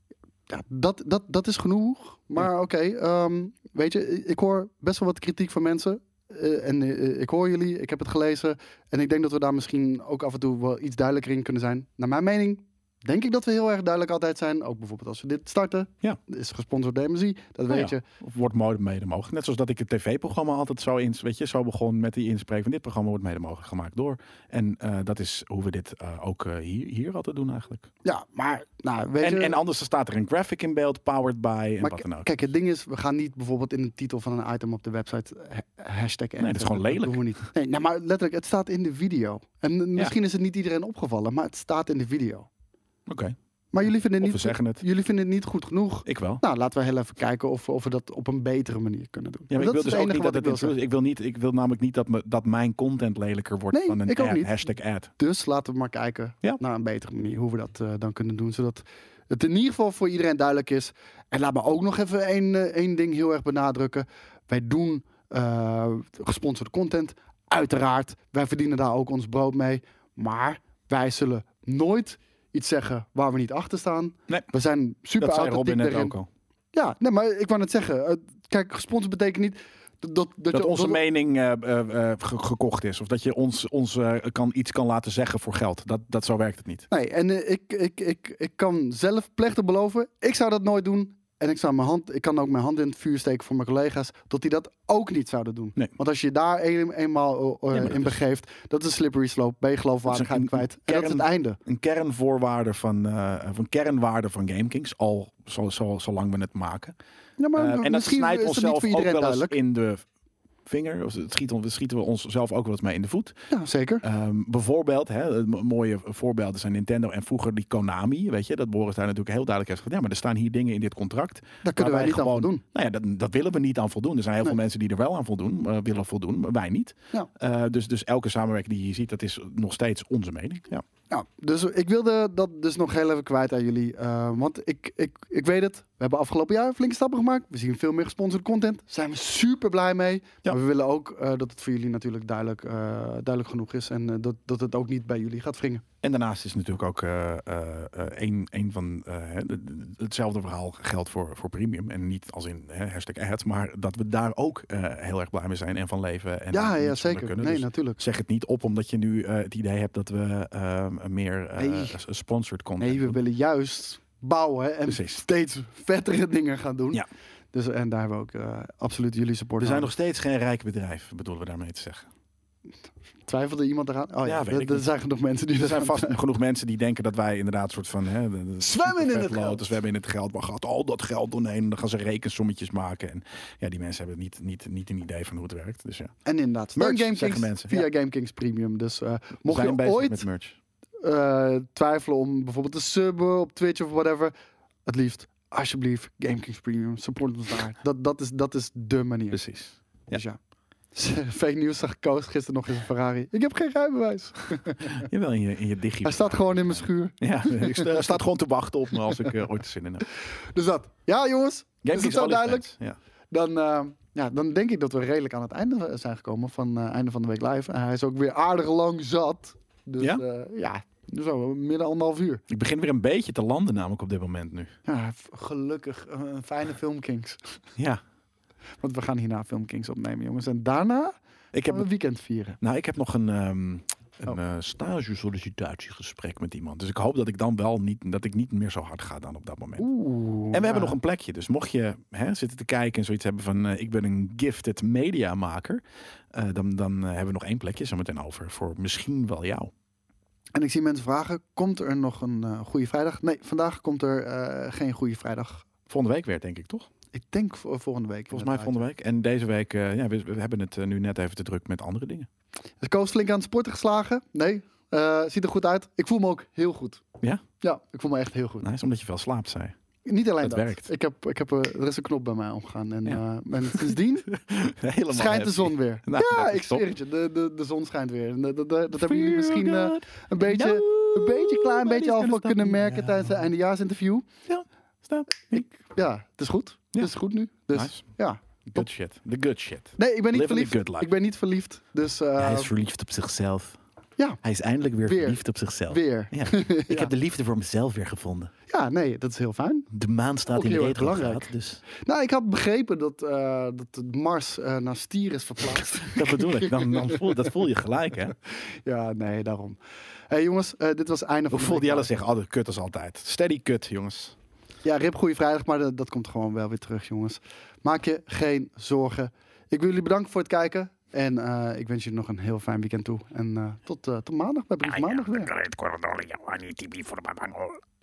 S1: Ja, dat, dat, dat is genoeg. Maar oké, ehm, weet je, i- ik hoor best wel wat kritiek van mensen. Eh, en eh, ik hoor jullie, ik heb het gelezen. En ik denk dat we daar misschien ook af en toe wel iets duidelijker in kunnen zijn. Naar mijn mening denk ik dat we heel erg duidelijk altijd zijn. Ook bijvoorbeeld als we dit starten.
S2: Ja.
S1: Dit Is gesponsord door MSI, dat
S2: Nou
S1: weet
S2: ja.
S1: je.
S2: Of wordt mode mede mogelijk. Net zoals dat ik het tv-programma altijd zo, in, weet je, zo begon met die inspreek van dit programma wordt mede mogelijk gemaakt door. En eh, dat is hoe we dit eh, ook eh, hier, hier altijd doen eigenlijk.
S1: Ja, maar nou, weet
S2: En,
S1: je...
S2: en anders staat er een graphic in dus. beeld, powered by en
S1: Maar
S2: wat
S1: k-
S2: dan ook.
S1: Kijk, het ding is, we gaan niet bijvoorbeeld in de titel van een item op de website ha- hashtag.
S2: dat is gewoon lelijk.
S1: Dat doen we niet. Nee, nou, maar letterlijk, het staat in de video. En eh, misschien is het niet iedereen opgevallen, maar het staat in de video.
S2: Oké,
S1: Maar jullie vinden
S2: of
S1: het
S2: we
S1: niet,
S2: zeggen het.
S1: jullie vinden het niet goed genoeg.
S2: Ik wel.
S1: Nou, laten we heel even kijken of, we- of we dat op een betere manier kunnen doen.
S2: Ja, maar
S1: dat
S2: ik wil
S1: is
S2: dus ook niet
S1: ik
S2: dat het
S1: wil
S2: in-
S1: zeggen.
S2: ik wil niet, ik wil namelijk niet dat, me, dat mijn content lelijker wordt
S1: Nee,
S2: van een
S1: ik ook
S2: ad,
S1: niet.
S2: hashtag ad.
S1: Dus laten we maar kijken
S2: Ja.
S1: naar een betere manier hoe we dat eh, dan kunnen doen. Zodat het in ieder geval voor iedereen duidelijk is. En laat me ook nog even één, eh, één ding heel erg benadrukken. Wij doen eh, gesponsord content, uiteraard. Wij verdienen daar ook ons brood mee. Maar wij zullen nooit iets zeggen waar we niet achter staan.
S2: Nee.
S1: We zijn super
S2: Dat zei Robin
S1: authentiek
S2: net
S1: daarin.
S2: ook al.
S1: Ja, nee, maar ik wou net zeggen. eh, kijk, gesponsord betekent niet dat, dat, dat,
S2: Dat
S1: je-
S2: onze
S1: dat-
S2: mening eh, eh, eh, ge- gekocht is. Of dat je ons, ons eh, kan, iets kan laten zeggen voor geld. Dat, dat, zo werkt het niet.
S1: Nee, en eh, ik, ik, ik, ik kan zelf plechtig beloven, ik zou dat nooit doen. En ik, zou mijn hand, ik kan ook mijn hand in het vuur steken voor mijn collega's, dat die dat ook niet zouden doen.
S2: Nee.
S1: Want als je daar een- eenmaal eh,
S2: maar
S1: eh,
S2: dat
S1: in
S2: is-
S1: begeeft, dat is een slippery slope, ben je geloofwaardigheid
S2: Dat is een-
S1: kwijt. En dat is het einde.
S2: Een kernvoorwaarde van, eh van kernwaarde van GameKings. Al zo, zo, zolang we het maken.
S1: Ja, maar
S2: Eh, en dat
S1: misschien
S2: snijdt
S1: is dat niet
S2: onszelf
S1: voor
S2: ook
S1: iedereen
S2: wel eens
S1: duidelijk.
S2: in de vinger. Of het schiet, on- schieten we onszelf ook wel eens mee in de voet.
S1: Ja, zeker.
S2: Ehm, bijvoorbeeld, hè, het mo- mooie voorbeelden zijn Nintendo en vroeger die Konami. Weet je, dat Boris daar natuurlijk heel duidelijk heeft gezegd. Ja, maar er staan hier dingen in dit contract.
S1: Daar kunnen wij
S2: wij
S1: niet aan
S2: gewoon-
S1: voldoen.
S2: Nou ja, dat, dat willen we niet aan voldoen. Er zijn heel veel mensen die er wel aan voldoen, eh, willen voldoen, maar wij niet.
S1: Ja.
S2: Eh, dus, dus elke samenwerking die je ziet, dat is nog steeds onze mening. Ja.
S1: Nou, dus ik wilde dat dus nog heel even kwijt aan jullie. eh, want ik, ik, ik weet het, we hebben afgelopen jaar flinke stappen gemaakt. We zien veel meer gesponsord content. Daar zijn we super blij mee.
S2: Ja.
S1: Maar we willen ook eh, dat het voor jullie natuurlijk duidelijk, eh, duidelijk genoeg is. En eh, dat, dat het ook niet bij jullie gaat wringen.
S2: En daarnaast is natuurlijk ook eh, eh, eh, een, een van eh, hè, de- de- hetzelfde verhaal geldt voor, voor premium. En niet als in hè, hashtag ad, maar dat we daar ook eh, heel erg blij mee zijn en van leven. En
S1: ja,
S2: niet
S1: ja
S2: zonder
S1: zeker.
S2: kunnen.
S1: nee,
S2: Dus-
S1: natuurlijk.
S2: zeg het niet op omdat je nu eh, het idee hebt dat we eh, meer eh,
S1: Nee.
S2: s- sponsored content
S1: Nee, we
S2: doen.
S1: willen juist bouwen en
S2: Precies.
S1: steeds vettere dingen gaan doen.
S2: Ja.
S1: Dus, en daar hebben we ook eh, absoluut jullie support
S2: We zijn
S1: nodig.
S2: nog steeds geen rijk bedrijf, bedoelen we daarmee te zeggen.
S1: Twijfelde iemand eraan? Oh ja,
S2: Ja, weet
S1: er-
S2: ik
S1: er
S2: niet.
S1: zijn genoeg mensen die
S2: Er zijn
S1: [LAUGHS]
S2: vast genoeg mensen die denken dat wij inderdaad soort van... Hè, de- de-
S1: Zwemmen in het
S2: vetloten,
S1: geld.
S2: Zwemmen in het geld. Maar gaat al dat geld doorheen. En dan gaan ze rekensommetjes maken. En ja, die mensen hebben niet, niet, niet een idee van hoe het werkt. Dus ja,
S1: En inderdaad,
S2: Merch,
S1: steun Game
S2: zeggen
S1: Kings
S2: mensen,
S1: via
S2: ja.
S1: Game Kings Premium. Dus eh,
S2: we
S1: mocht
S2: zijn
S1: je
S2: bezig
S1: ooit
S2: met merch.
S1: eh, twijfelen om bijvoorbeeld te subben op Twitch of whatever, het liefst, alsjeblieft, Game Kings Premium, support ons
S2: [LAUGHS]
S1: daar. dat, dat, is, dat is de manier. Dus,
S2: Precies.
S1: ja. [LAUGHS] Fake nieuws zag Koos gisteren nog in zijn Ferrari. Ik heb geen rijbewijs.
S2: [LAUGHS] Jawel, in je, in je digi.
S1: Hij staat gewoon in mijn schuur.
S2: Ja, ik sta, staat gewoon te wachten op me als ik eh, ooit zin
S1: [LAUGHS]
S2: in heb.
S1: Dus dat. Ja, jongens.
S2: Game
S1: is
S2: Kings
S1: het zo
S2: All is
S1: duidelijk?
S2: Friends, Ja.
S1: Dan, eh, ja, dan denk ik dat we redelijk aan het einde zijn gekomen van eh, einde van de week live. En hij is ook weer aardig lang zat. Dus
S2: Ja?
S1: ja, ja zo midden anderhalf uur.
S2: Ik begin weer een beetje te landen namelijk op dit moment nu.
S1: Ja, f- gelukkig eh, een fijne Filmkings.
S2: Ja.
S1: Want we gaan hierna Filmkings opnemen, jongens. En daarna
S2: Ik
S1: gaan
S2: heb
S1: we een weekend vieren.
S2: Nou, ik heb nog een, ehm een
S1: Oh.
S2: eh, stage-sollicitatiegesprek met iemand. Dus ik hoop dat ik dan wel niet, dat ik niet meer zo hard ga dan op dat moment.
S1: Oeh.
S2: En we hebben nog een plekje. Dus mocht je hè, zitten te kijken en zoiets hebben van... eh, ik ben een gifted mediamaker... eh, dan, dan eh, hebben we nog één plekje zometeen over. Voor misschien wel jou.
S1: En ik zie mensen vragen, komt er nog een eh, Goede Vrijdag? Nee, vandaag komt er eh, geen Goede Vrijdag.
S2: Volgende week weer, denk ik, toch?
S1: Ik denk vo- volgende week.
S2: Volgens mij volgende week. En deze week, eh, ja, we, we hebben het eh, nu net even te druk met andere dingen.
S1: Is Koos flink aan het sporten geslagen? Nee. Eh, ziet er goed uit. Ik voel me ook heel goed.
S2: Ja?
S1: Ja, ik voel me echt heel goed.
S2: Nice, omdat je [LAUGHS] veel slaapt, zei.
S1: Niet alleen dat.
S2: Dat werkt.
S1: Ik heb, ik heb, eh, er is een knop bij mij omgaan. En,
S2: Ja.
S1: eh, en sindsdien
S2: Helemaal
S1: schijnt de
S2: happy.
S1: zon weer.
S2: [LAUGHS] Nou, dat
S1: ja,
S2: is
S1: ik
S2: top.
S1: zweer het je. De, de, de zon schijnt weer. En Dat, dat, dat, dat hebben jullie
S2: Feel
S1: misschien eh,
S2: good.
S1: een beetje, een beetje klein
S2: Nobody's
S1: beetje al
S2: gonna
S1: van
S2: stop
S1: kunnen
S2: me
S1: merken
S2: now.
S1: tijdens het eindejaarsinterview.
S2: Stop.
S1: Ik, ja, het is goed.
S2: Ja.
S1: Het is goed nu. Dus
S2: Nice.
S1: ja.
S2: Good shit. The good shit.
S1: Nee, ik ben niet
S2: Living the good
S1: verliefd.
S2: life.
S1: Ik ben niet verliefd. Dus eh,
S3: hij is verliefd op zichzelf.
S1: Ja.
S3: Hij is eindelijk weer,
S1: Weer.
S3: verliefd op zichzelf.
S1: weer. [LAUGHS]
S3: Ja. Ik heb de liefde voor mezelf weer gevonden.
S1: Ja, nee, dat is heel fijn.
S3: De maan staat
S1: Ook
S3: in de
S1: heel erg
S3: retrograad.
S1: belangrijk.
S3: Dus
S1: Nou, ik had begrepen dat, eh, dat Mars eh, naar Stier is
S2: [LAUGHS]
S1: verplaatst.
S3: dat bedoel ik. Dan, dan voel, dat voel je gelijk,
S1: [LAUGHS]
S3: hè?
S1: ja, nee, daarom. hey, jongens, eh, dit was het einde van
S2: Ik
S1: de
S2: voel
S1: week.
S2: die alle zeggen,
S3: oh,
S2: altijd kut als altijd. Steady kut, jongens.
S1: Ja, Rip, goede vrijdag, maar dat, dat komt gewoon wel weer terug, jongens. Maak je geen zorgen. Ik wil jullie bedanken voor het kijken. En eh, ik wens jullie nog een heel fijn weekend toe. En eh, tot, eh, tot maandag bij Brief Maandag weer.
S4: Corredor, le llaman y TV for Mamanol.